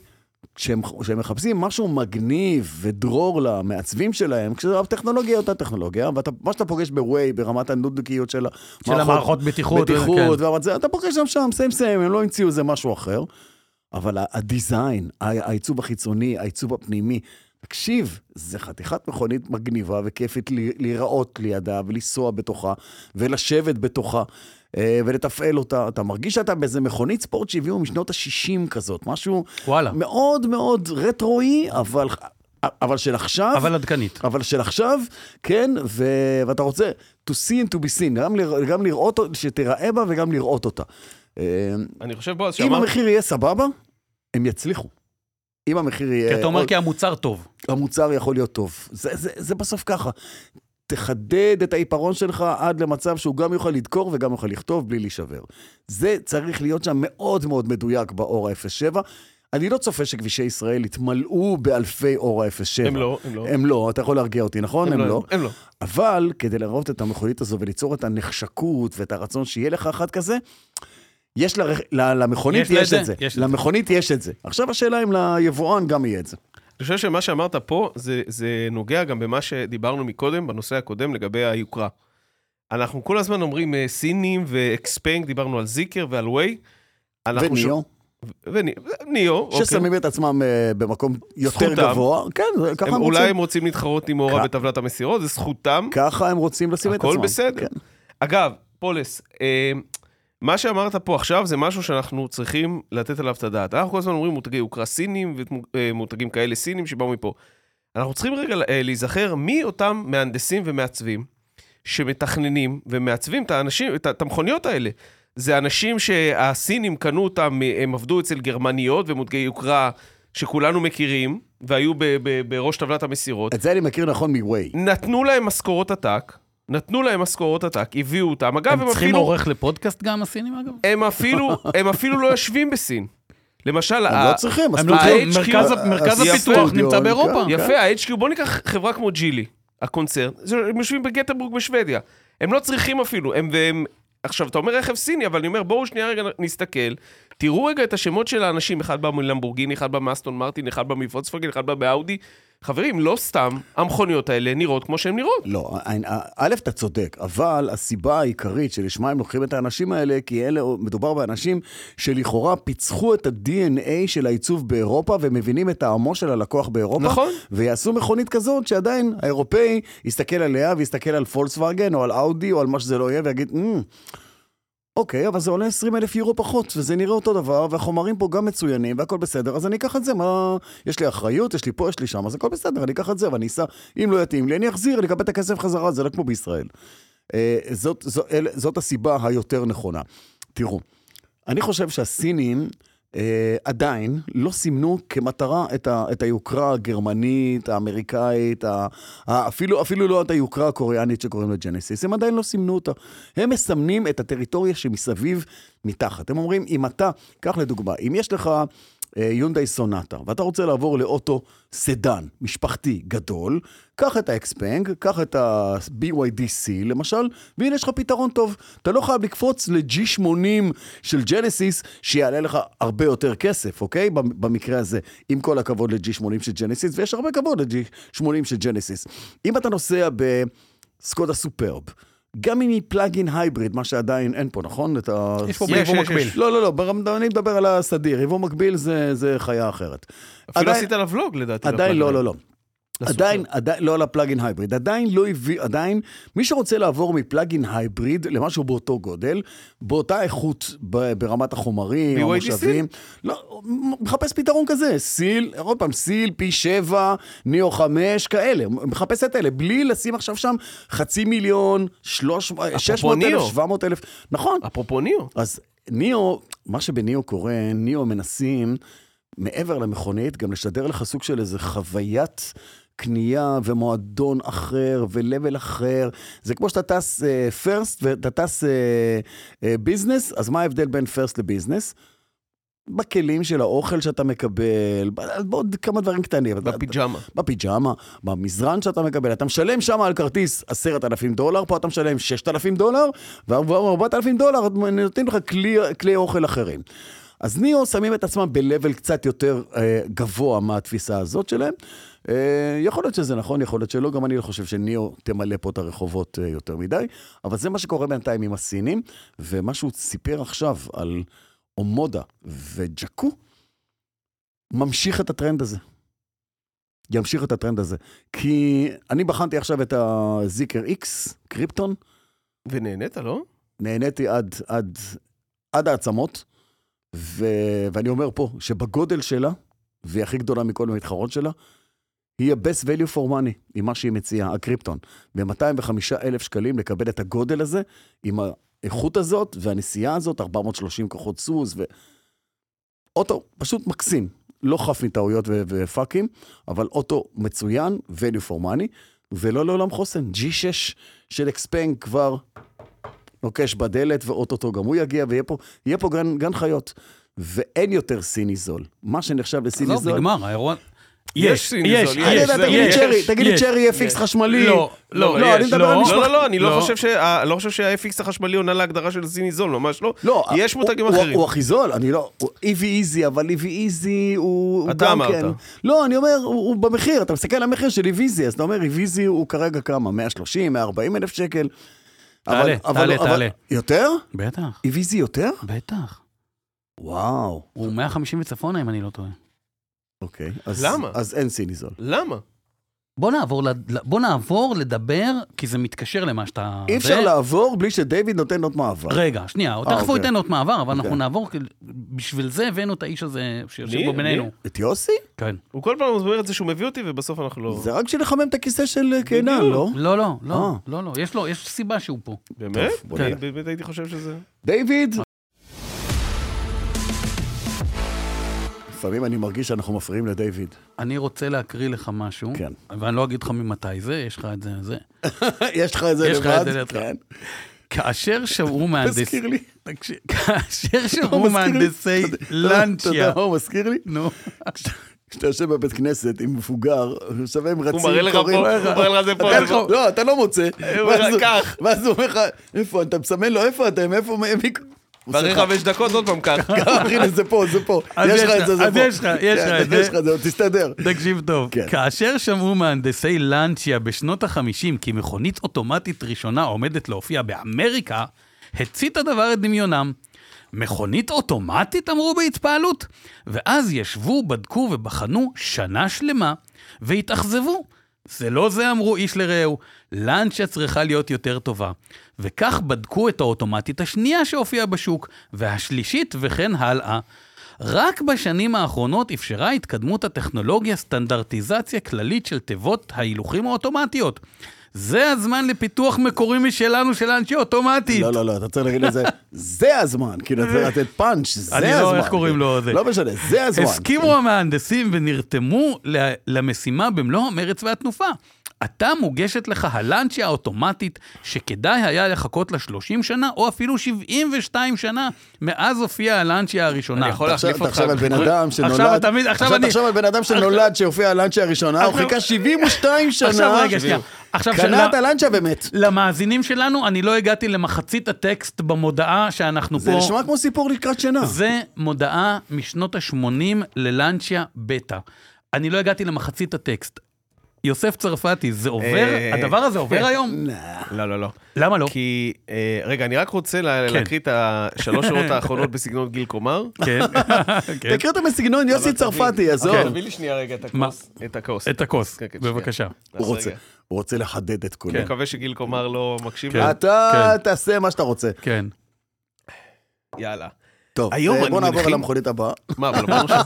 [SPEAKER 2] כשהם, כשהם מחפשים משהו מגניב ודרור למעצבים שלהם, כשהטכנולוגיה היא אותה טכנולוגיה, ומה שאתה פוגש ב-Way ברמת הנודניקיות של
[SPEAKER 3] של המערכות בטיחות. כן.
[SPEAKER 2] בטיחות, ואמרת, זה, אתה פוגש שם שם, סיים סיים, הם לא המציאו איזה משהו אחר. אבל ה- הדיזיין, ה- העיצוב החיצוני, העיצוב הפנימי, תקשיב, זה חתיכת מכונית מגניבה וכיפית ל- להיראות לידה ולנסוע בתוכה ולשבת בתוכה אה, ולתפעל אותה. אתה מרגיש שאתה באיזה מכונית ספורט שהביאו משנות ה-60 כזאת, משהו
[SPEAKER 3] כן. וואלה,
[SPEAKER 2] מאוד מאוד רטרואי, אבל, אבל של עכשיו.
[SPEAKER 3] אבל עדכנית.
[SPEAKER 2] אבל של עכשיו, כן, ו... ואתה רוצה to see and to be seen, גם, לרא... גם לראות, שתיראה בה וגם לראות אותה. אה,
[SPEAKER 4] אני חושב, בועז,
[SPEAKER 2] אם
[SPEAKER 4] שאמרת...
[SPEAKER 2] המחיר יהיה סבבה, הם יצליחו. אם המחיר יהיה...
[SPEAKER 3] כי אתה אומר
[SPEAKER 2] עוד- אה,
[SPEAKER 3] כי המוצר טוב.
[SPEAKER 2] המוצר יכול להיות טוב. זה, זה, זה בסוף ככה. תחדד את העיפרון שלך עד למצב שהוא גם יוכל לדקור וגם יוכל לכתוב בלי להישבר. זה צריך להיות שם מאוד מאוד מדויק באור ה-07. אני לא צופה שכבישי ישראל יתמלאו באלפי אור ה-07.
[SPEAKER 4] הם לא, הם לא.
[SPEAKER 2] הם לא, אתה יכול להרגיע אותי, נכון? הם לא.
[SPEAKER 4] הם לא.
[SPEAKER 2] אבל כדי לראות את המכונית הזו וליצור את הנחשקות ואת הרצון שיהיה לך אחת כזה, יש לר... ל... למכונית
[SPEAKER 3] יש
[SPEAKER 2] יש,
[SPEAKER 3] לה את
[SPEAKER 2] יש
[SPEAKER 3] זה,
[SPEAKER 2] את זה.
[SPEAKER 3] יש את זה.
[SPEAKER 2] למכונית יש את זה. עכשיו השאלה אם ליבואן גם יהיה את זה.
[SPEAKER 4] אני חושב שמה שאמרת פה, זה, זה נוגע גם במה שדיברנו מקודם, בנושא הקודם, לגבי היוקרה. אנחנו כל הזמן אומרים אה, סינים ואקספנג, דיברנו על זיקר ועל ווי. אנחנו
[SPEAKER 2] וניו,
[SPEAKER 4] וניו,
[SPEAKER 3] אוקיי.
[SPEAKER 2] ששמים את עצמם אה, במקום יותר
[SPEAKER 4] זכותם.
[SPEAKER 2] גבוה. כן, זה- ככה
[SPEAKER 4] אוקיי. הם,
[SPEAKER 2] הם
[SPEAKER 4] אולי
[SPEAKER 2] רוצים.
[SPEAKER 4] הם רוצים להתחרות עם אורה
[SPEAKER 2] כ-
[SPEAKER 4] בטבלת המסירות, זה זכותם.
[SPEAKER 2] ככה הם רוצים לשים את עצמם.
[SPEAKER 4] הכל בסדר.
[SPEAKER 2] כן.
[SPEAKER 4] אגב, פולס, אה, מה שאמרת פה עכשיו זה משהו שאנחנו צריכים לתת עליו את הדעת. אנחנו כל הזמן אומרים מותגי יוקרה סינים ומותגים אה, כאלה סינים שבאו מפה. אנחנו צריכים רגע אה, להיזכר מי אותם מהנדסים ומעצבים שמתכננים ומעצבים את האנשים, את ה- את המכוניות האלה. זה אנשים שהסינים קנו אותם, אה, הם עבדו אצל גרמניות ומותגי יוקרה שכולנו מכירים, והיו ב- ב- בראש טבלת המסירות.
[SPEAKER 2] את זה אני מכיר נכון מ-Way.
[SPEAKER 4] נתנו להם משכורות עתק, נתנו להם משכורות עתק, הביאו אותם. אגב,
[SPEAKER 3] הם
[SPEAKER 4] הם
[SPEAKER 3] צריכים
[SPEAKER 4] אפילו,
[SPEAKER 3] עורך לפודקאסט גם, הסינים אגב?
[SPEAKER 2] (laughs)
[SPEAKER 4] הם אפילו, הם אפילו לא יושבים בסין. למשל,
[SPEAKER 2] הם לא צריכים,
[SPEAKER 3] הם לא
[SPEAKER 4] צריכים,
[SPEAKER 2] הסטודיו-
[SPEAKER 3] מרכז ה-
[SPEAKER 2] ה-
[SPEAKER 3] מרכז
[SPEAKER 2] הסטודיו,
[SPEAKER 3] הפיתוח נמצא
[SPEAKER 2] כן,
[SPEAKER 3] באירופה.
[SPEAKER 2] כן.
[SPEAKER 4] יפה, ה-HQ, בוא ניקח חברה כמו ג'ילי, הקונצרן, זה- הם יושבים בגטנברג בשוודיה. הם לא צריכים אפילו, הם והם... עכשיו, אתה אומר רכב סיני, אבל אני אומר, בואו שנייה רגע נסתכל, תראו רגע את השמות של האנשים, אחד בא מלמבורגיני, אחד בא מאסטון מרטין, אחד בא מפולקסווגן, אחד בא באאודי. חברים, לא סתם המכוניות האלה נראות כמו שהן נראות.
[SPEAKER 2] לא, א- א- א', אתה צודק, אבל הסיבה העיקרית שלשמה הם לוקחים את האנשים האלה, כי אלה, מדובר באנשים שלכאורה פיצחו את ה-DNA של העיצוב באירופה ומבינים את טעמו של הלקוח באירופה.
[SPEAKER 4] נכון.
[SPEAKER 2] ויעשו מכונית כזאת שעדיין האירופאי יסתכל עליה ויסתכל על פולקסווגן או על אאודי או על מה שזה לא יהיה ויגיד, "אמ, אוקיי, אבל זה עולה 20 אלף יורו פחות, וזה נראה אותו דבר, והחומרים פה גם מצוינים, והכל בסדר, אז אני אקח את זה, מה... יש לי אחריות, יש לי פה, יש לי שם, אז הכל בסדר, אני אקח את זה, ואני אסע, אם לא יתאים לי, אני אחזיר, אני אקבל את הכסף חזרה, זה לא כמו בישראל. אה, זאת, זו, אל, זאת הסיבה היותר נכונה. תראו, אני חושב שהסינים אה, עדיין לא סימנו כמטרה את, ה, את היוקרה הגרמנית, האמריקאית, ה, ה, אפילו, אפילו לא את היוקרה הקוריאנית שקוראים לה ג'נסיס, הם עדיין לא סימנו אותה. הם מסמנים את הטריטוריה שמסביב מתחת. הם אומרים, אם אתה, קח לדוגמה, אם יש לך... אה, יונדאי סונטה, ואתה רוצה לעבור לאוטו סדן, משפחתי, גדול, קח את האקספנג, קח את ה-BYDC למשל, והנה יש לך פתרון טוב. אתה לא חייב לקפוץ ל-G80 של ג'נסיס, שיעלה לך הרבה יותר כסף, אוקיי? במ- במקרה הזה, עם כל הכבוד ל-G80 של ג'נסיס, ויש הרבה כבוד ל-G80 של ג'נסיס. אם אתה נוסע ב... סקודה סופרב. גם אם היא פלאגין הייבריד, מה שעדיין אין פה, נכון? את ה...
[SPEAKER 3] יש פה
[SPEAKER 4] יש,
[SPEAKER 3] יבוא
[SPEAKER 4] יש,
[SPEAKER 3] מקביל.
[SPEAKER 4] יש.
[SPEAKER 2] לא, לא, לא, ברמד- אני מדבר על הסדיר, יבוא מקביל זה, זה חיה אחרת.
[SPEAKER 4] אפילו
[SPEAKER 2] עדיין-
[SPEAKER 4] כאילו, עשית עליו ולוג, לדעתי. נכון?
[SPEAKER 2] עדיין לא,
[SPEAKER 4] בפלאגין.
[SPEAKER 2] לא, לא. עדיין, עדיין, לא על הפלאגין הייבריד, עדיין לא הביא, עדיין, מי שרוצה לעבור מפלאגין הייבריד למשהו באותו גודל, באותה איכות ב- ברמת החומרים,
[SPEAKER 4] BYD
[SPEAKER 2] המושבים, לא, מחפש פתרון כזה, סיל, עוד פעם, סיל, פי שבע, ניאו חמש, כאלה, מחפש את אלה, בלי לשים עכשיו שם חצי מיליון, שלוש, שש מאות אלף,
[SPEAKER 4] ניאו.
[SPEAKER 2] שבע מאות אלף, נכון.
[SPEAKER 4] אפרופו ניו.
[SPEAKER 2] אז ניאו, מה שבניאו קורה, ניאו מנסים, מעבר למכונית, גם לשדר לך סוג של איזה חוויית קנייה ומועדון אחר ולבל אחר. זה כמו שאתה טס פרסט ואתה טס ביזנס, אז מה ההבדל בין פרסט לביזנס? בכלים של האוכל שאתה מקבל, ב- בעוד כמה דברים קטנים.
[SPEAKER 4] בפיג'מה.
[SPEAKER 2] בפיג'מה, במזרן שאתה מקבל. אתה משלם שם על כרטיס 10,000 דולר, פה אתה משלם 6,000 דולר, ו-4,000 דולר נותנים לך כלי, כלי אוכל אחרים. אז ניאו שמים את עצמם ב-level קצת יותר אה, גבוה מהתפיסה הזאת שלהם. אה, יכול להיות שזה נכון, יכול להיות שלא, גם אני לא חושב שניאו תמלא פה את הרחובות אה, יותר מדי, אבל זה מה שקורה בינתיים עם הסינים, ומה שהוא סיפר עכשיו על אומודה וג'קו, ממשיך את הטרנד הזה. ימשיך את הטרנד הזה. כי אני בחנתי עכשיו את הזיקר X, קריפטון,
[SPEAKER 4] ונהנית, לא?
[SPEAKER 2] נהניתי עד, עד, עד העצמות, ו, ואני אומר פה שבגודל שלה, והיא הכי גדולה מכל המתחרות שלה, היא ה-best value for money עם מה שהיא מציעה, הקריפטון. ב-205 אלף שקלים לקבל את הגודל הזה, עם האיכות הזאת והנסיעה הזאת, 430 כוחות סוס ו... אוטו פשוט מקסים, לא חף מטעויות ו- ופאקים, אבל אוטו מצוין, value for money, ולא לעולם חוסן. G6 של אקספנג כבר נוקש בדלת, ואו-טו-טו גם הוא יגיע, ויהיה פה, יהיה פה גן, גן חיות. ואין יותר סיני זול. מה שנחשב לסיני
[SPEAKER 3] עזוב,
[SPEAKER 2] זול...
[SPEAKER 3] נגמר, האירוע...
[SPEAKER 4] יש סיני זול,
[SPEAKER 2] אני
[SPEAKER 4] יש,
[SPEAKER 2] יודע,
[SPEAKER 4] זה-
[SPEAKER 2] תגיד לי
[SPEAKER 4] יש,
[SPEAKER 2] צ'רי, תגיד לי צ'רי יהיה פיקס חשמלי.
[SPEAKER 3] לא, לא,
[SPEAKER 2] לא, אני
[SPEAKER 4] יש,
[SPEAKER 2] מדבר על
[SPEAKER 4] לא,
[SPEAKER 2] משפחה.
[SPEAKER 4] לא, לא, אני לא חושב שה- לא חושב שה-FX החשמלי עונה להגדרה של סיני זול, ממש לא.
[SPEAKER 2] לא,
[SPEAKER 4] יש
[SPEAKER 2] הוא-
[SPEAKER 4] מותגים
[SPEAKER 2] הוא-
[SPEAKER 4] אחרים.
[SPEAKER 2] הוא הכי זול, אני לא... הוא איבי איזי, אבל איבי איזי הוא... הוא
[SPEAKER 4] אתה
[SPEAKER 2] גם
[SPEAKER 4] אמרת.
[SPEAKER 2] כן- לא, אני אומר, הוא הוא במחיר, אתה מסתכל על המחיר של איבי איזי, אז אתה אומר, איבי איזי הוא כרגע כמה? 130, 140 אלף שקל? אבל-
[SPEAKER 3] תעלה,
[SPEAKER 2] אבל-
[SPEAKER 3] תעלה,
[SPEAKER 2] אבל-
[SPEAKER 3] תעלה.
[SPEAKER 2] יותר?
[SPEAKER 3] בטח,
[SPEAKER 2] איבי איזי יותר?
[SPEAKER 3] בטח.
[SPEAKER 2] וואו,
[SPEAKER 3] הוא 150 וצפונה, אם אני לא טועה.
[SPEAKER 2] אוקיי. אז-
[SPEAKER 4] למה? אה,
[SPEAKER 2] אז אין סיני זול.
[SPEAKER 4] למה?
[SPEAKER 3] בוא נעבור, לד- בוא נעבור לדבר, כי זה מתקשר למה שאתה...
[SPEAKER 2] אי
[SPEAKER 3] זה-
[SPEAKER 2] אפשר לעבור בלי שדיוויד נותן עוד מעבר.
[SPEAKER 3] רגע, שנייה, תכף הוא
[SPEAKER 2] אוקיי.
[SPEAKER 3] ייתן עוד מעבר, אבל אנחנו
[SPEAKER 2] אוקיי.
[SPEAKER 3] נעבור, כי- בשביל זה הבאנו את האיש הזה שיושב
[SPEAKER 4] מי?
[SPEAKER 3] פה בינינו.
[SPEAKER 4] מי?
[SPEAKER 2] את יוסי?
[SPEAKER 3] כן.
[SPEAKER 4] הוא כל פעם אומר את זה שהוא מביא אותי, ובסוף אנחנו לא...
[SPEAKER 2] זה רק בשביל לחמם את הכיסא של אה, קינן,
[SPEAKER 4] בדיוק.
[SPEAKER 2] לא?
[SPEAKER 3] לא, לא, לא,
[SPEAKER 2] אה.
[SPEAKER 3] לא, לא, יש לו, יש סיבה שהוא פה.
[SPEAKER 4] באמת?
[SPEAKER 2] טוב, בוא
[SPEAKER 4] אני
[SPEAKER 2] נראה.
[SPEAKER 4] באמת הייתי חושב שזה...
[SPEAKER 2] דיוויד! לפעמים אני מרגיש שאנחנו מפריעים לדיוויד. (laughs)
[SPEAKER 3] אני רוצה להקריא לך משהו,
[SPEAKER 2] כן.
[SPEAKER 3] ואני לא אגיד לך ממתי זה, יש לך את זה, זה.
[SPEAKER 2] יש לך את זה
[SPEAKER 3] יש לך את זה
[SPEAKER 2] לבד?
[SPEAKER 3] לבד.
[SPEAKER 2] כן.
[SPEAKER 3] כאשר שמעו
[SPEAKER 2] (laughs)
[SPEAKER 3] מהנדס...
[SPEAKER 2] מזכיר לי.
[SPEAKER 3] תקשיב, כאשר
[SPEAKER 2] הוא
[SPEAKER 3] שמעו
[SPEAKER 2] מזכיר לי.
[SPEAKER 3] מהנדסי
[SPEAKER 2] אתה- אתה- אתה
[SPEAKER 3] לאנצ'יה.
[SPEAKER 2] יודע מה הוא מזכיר לי?
[SPEAKER 3] נו.
[SPEAKER 2] כשאתה יושב בבית כנסת עם מבוגר, עכשיו הם רצים,
[SPEAKER 4] הוא מראה לך פה,
[SPEAKER 2] קוראים-
[SPEAKER 4] הוא מראה לך זה פה.
[SPEAKER 2] אתה-
[SPEAKER 4] זה פה.
[SPEAKER 2] לא, אתה לא מוצא.
[SPEAKER 4] אומר לך,
[SPEAKER 2] ואז הוא-
[SPEAKER 4] "קח".
[SPEAKER 2] ואז הוא אומר לך, איפה, אתה מסמן לו, איפה אתם, איפה, מי... הוא
[SPEAKER 4] אחרי
[SPEAKER 2] עושה (laughs) לך,
[SPEAKER 4] חמש דקות עוד פעם כך.
[SPEAKER 2] "אה, הנה, זה פה, זה פה.
[SPEAKER 3] אז
[SPEAKER 2] יש
[SPEAKER 3] יש
[SPEAKER 2] לך את זה,
[SPEAKER 3] לך,
[SPEAKER 2] זה
[SPEAKER 3] אז
[SPEAKER 2] פה.
[SPEAKER 3] יש לך, יש
[SPEAKER 2] כן,
[SPEAKER 3] לך את זה.
[SPEAKER 2] יש לך את זה, עוד תסתדר.
[SPEAKER 3] תקשיב טוב,
[SPEAKER 2] כן.
[SPEAKER 3] כאשר שמעו מהנדסי לאנצ'יה בשנות ה-50 כי מכונית אוטומטית ראשונה עומדת להופיע באמריקה, הצית הדבר את דמיונם. מכונית אוטומטית אמרו בהתפעלות, ואז ישבו, בדקו ובחנו שנה שלמה, והתאכזבו. זה לא זה אמרו איש לרעהו, לאנצ'ה צריכה להיות יותר טובה. וכך בדקו את האוטומטית השנייה שהופיעה בשוק, והשלישית וכן הלאה. רק בשנים האחרונות אפשרה התקדמות הטכנולוגיה סטנדרטיזציה כללית של תיבות ההילוכים האוטומטיות. זה הזמן לפיתוח מקורי משלנו של אנשי אוטומטית.
[SPEAKER 2] לא, לא, לא, אתה צריך להגיד את זה, זה הזמן, כאילו, אתה צריך לתת פאנץ', זה
[SPEAKER 3] אני
[SPEAKER 2] הזמן.
[SPEAKER 3] לא- איך קוראים לו, זה.
[SPEAKER 2] לא משנה, זה הזמן.
[SPEAKER 4] כן.
[SPEAKER 3] הסכימו המהנדסים ונרתמו ל- למשימה במלוא המרץ והתנופה. עתה מוגשת לך הלאנצ'ה האוטומטית שכדאי היה לחכות לה 30 שנה או אפילו 72 שנה מאז הופיעה הלאנצ'ה הראשונה.
[SPEAKER 4] אני יכול
[SPEAKER 2] עכשיו-
[SPEAKER 4] להחליף אותך.
[SPEAKER 2] תחשוב על בן אדם שנולד,
[SPEAKER 3] עכשיו אתה מבין- עכשיו אני-
[SPEAKER 2] תחשוב על בן אדם שנולד שהופיע הלאנצ'ה הראשונה, הוא
[SPEAKER 3] עכשיו-
[SPEAKER 2] חיכה 72 שנה,
[SPEAKER 3] עכשיו רגע, שנייה. עכשיו
[SPEAKER 2] קנה את הלאנצ'ה ומת.
[SPEAKER 3] למאזינים שלנו, אני לא הגעתי למחצית הטקסט במודעה שאנחנו
[SPEAKER 2] זה
[SPEAKER 3] פה.
[SPEAKER 2] נשמע כמו סיפור לקראת שינה.
[SPEAKER 3] זה מודעה משנות ה-80 ללאנצ'יה בטא. אני לא הגעתי למחצית הטקסט. יוסף צרפתי, זה עובר?
[SPEAKER 4] אה,
[SPEAKER 3] הדבר הזה עובר היום?
[SPEAKER 4] לא, לא, לא.
[SPEAKER 3] למה לא?
[SPEAKER 4] כי, אה, רגע, אני רק רוצה לה-
[SPEAKER 3] כן.
[SPEAKER 4] להקריא את השלוש (laughs) שורות האחרונות בסגנון גיל קומר. (laughs)
[SPEAKER 3] כן, כן.
[SPEAKER 2] תקריא אותם בסגנון יוסי
[SPEAKER 4] אבל תביא-
[SPEAKER 2] צרפתי, עזוב.
[SPEAKER 3] אוקיי.
[SPEAKER 4] כן, תביא לי שנייה רגע את הכוס. את הכוס.
[SPEAKER 3] (laughs) את הכוס,
[SPEAKER 4] כן, כן, שנייה.
[SPEAKER 3] בבקשה.
[SPEAKER 2] הוא רוצה-
[SPEAKER 4] רגע.
[SPEAKER 2] הוא רוצה לחדד את כולו.
[SPEAKER 4] אני מקווה שגיל קומר לא מקשיב.
[SPEAKER 3] כן.
[SPEAKER 4] לנו.
[SPEAKER 2] אתה תעשה מה שאתה רוצה.
[SPEAKER 3] כן.
[SPEAKER 4] יאללה.
[SPEAKER 2] טוב,
[SPEAKER 4] היום
[SPEAKER 2] אה,
[SPEAKER 4] אני
[SPEAKER 2] בוא נעבור
[SPEAKER 4] מניחים-
[SPEAKER 2] על המכונית הבאה.
[SPEAKER 4] מה, אבל
[SPEAKER 3] (laughs)
[SPEAKER 4] אמרנו שזה...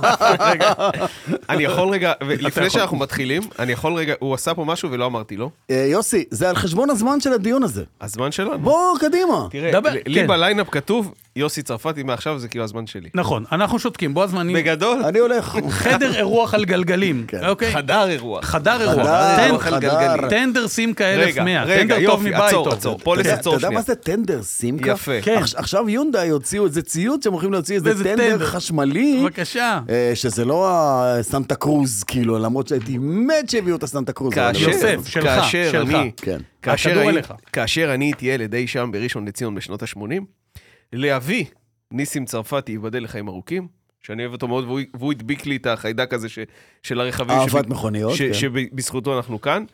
[SPEAKER 4] רגע. (laughs) אני יכול רגע, לפני
[SPEAKER 3] יכול.
[SPEAKER 4] שאנחנו מתחילים, אני יכול רגע, הוא עשה פה משהו ולא אמרתי לו.
[SPEAKER 2] אה, יוסי, זה על חשבון הזמן של הדיון הזה.
[SPEAKER 4] הזמן שלנו.
[SPEAKER 2] בוא, קדימה.
[SPEAKER 4] תראה,
[SPEAKER 3] דבר,
[SPEAKER 4] ל- לי
[SPEAKER 3] כן.
[SPEAKER 4] בליינאפ כתוב, יוסי צרפתי מעכשיו זה כאילו הזמן שלי.
[SPEAKER 3] נכון, אנחנו שותקים, בועז ואני...
[SPEAKER 4] בגדול,
[SPEAKER 2] אני הולך.
[SPEAKER 3] (laughs) חדר אירוח על גלגלים,
[SPEAKER 2] כן.
[SPEAKER 3] אוקיי?
[SPEAKER 4] חדר אירוח.
[SPEAKER 3] חדר אירוח.
[SPEAKER 2] חדר,
[SPEAKER 3] טנד-
[SPEAKER 4] אירוח על גלגלים.
[SPEAKER 3] טנדרסים כאלף
[SPEAKER 4] רגע,
[SPEAKER 3] מאה.
[SPEAKER 4] רגע,
[SPEAKER 3] טנדר טוב
[SPEAKER 4] יופי,
[SPEAKER 3] מבית
[SPEAKER 4] עצור,
[SPEAKER 3] טוב.
[SPEAKER 4] עצור. פה
[SPEAKER 2] אתה יודע-
[SPEAKER 4] לסצור
[SPEAKER 2] אתה יודע
[SPEAKER 4] שנייה.
[SPEAKER 2] מה זה טנדר סימקה?
[SPEAKER 4] יפה.
[SPEAKER 3] כן.
[SPEAKER 2] עכש- עכשיו יונדאי הוציאו איזה ציוד שהם הולכים להוציא איזה
[SPEAKER 3] ואיזה
[SPEAKER 2] טנדר
[SPEAKER 3] טנדר. אוקיי.
[SPEAKER 2] חשמלי.
[SPEAKER 3] בבקשה.
[SPEAKER 2] אה, שזה לא הסנטה קרוז, כאילו, למרות שהייתי מת שהביאו את הסנטה קרוז. אבל
[SPEAKER 4] כאשר-
[SPEAKER 2] בסדר.
[SPEAKER 3] יוסף, שלך,
[SPEAKER 4] כאשר
[SPEAKER 3] שלך.
[SPEAKER 4] אני-
[SPEAKER 2] כן.
[SPEAKER 4] כאשר
[SPEAKER 3] הכדור
[SPEAKER 4] הי-
[SPEAKER 3] אליך.
[SPEAKER 4] כאשר אני הייתי ילד אי שם בראשון לציון בשנות ה-80, לאבי, ניסים צרפתי, ייבדל לחיים ארוכים, שאני אוהב אותו מאוד, והוא- והוא הדביק לי את החיידק הזה ש- של הרכבים.
[SPEAKER 2] אהבת
[SPEAKER 4] שב-
[SPEAKER 2] מכוניות,
[SPEAKER 4] ש-
[SPEAKER 2] כן.
[SPEAKER 4] שבזכותו אנחנו כאן.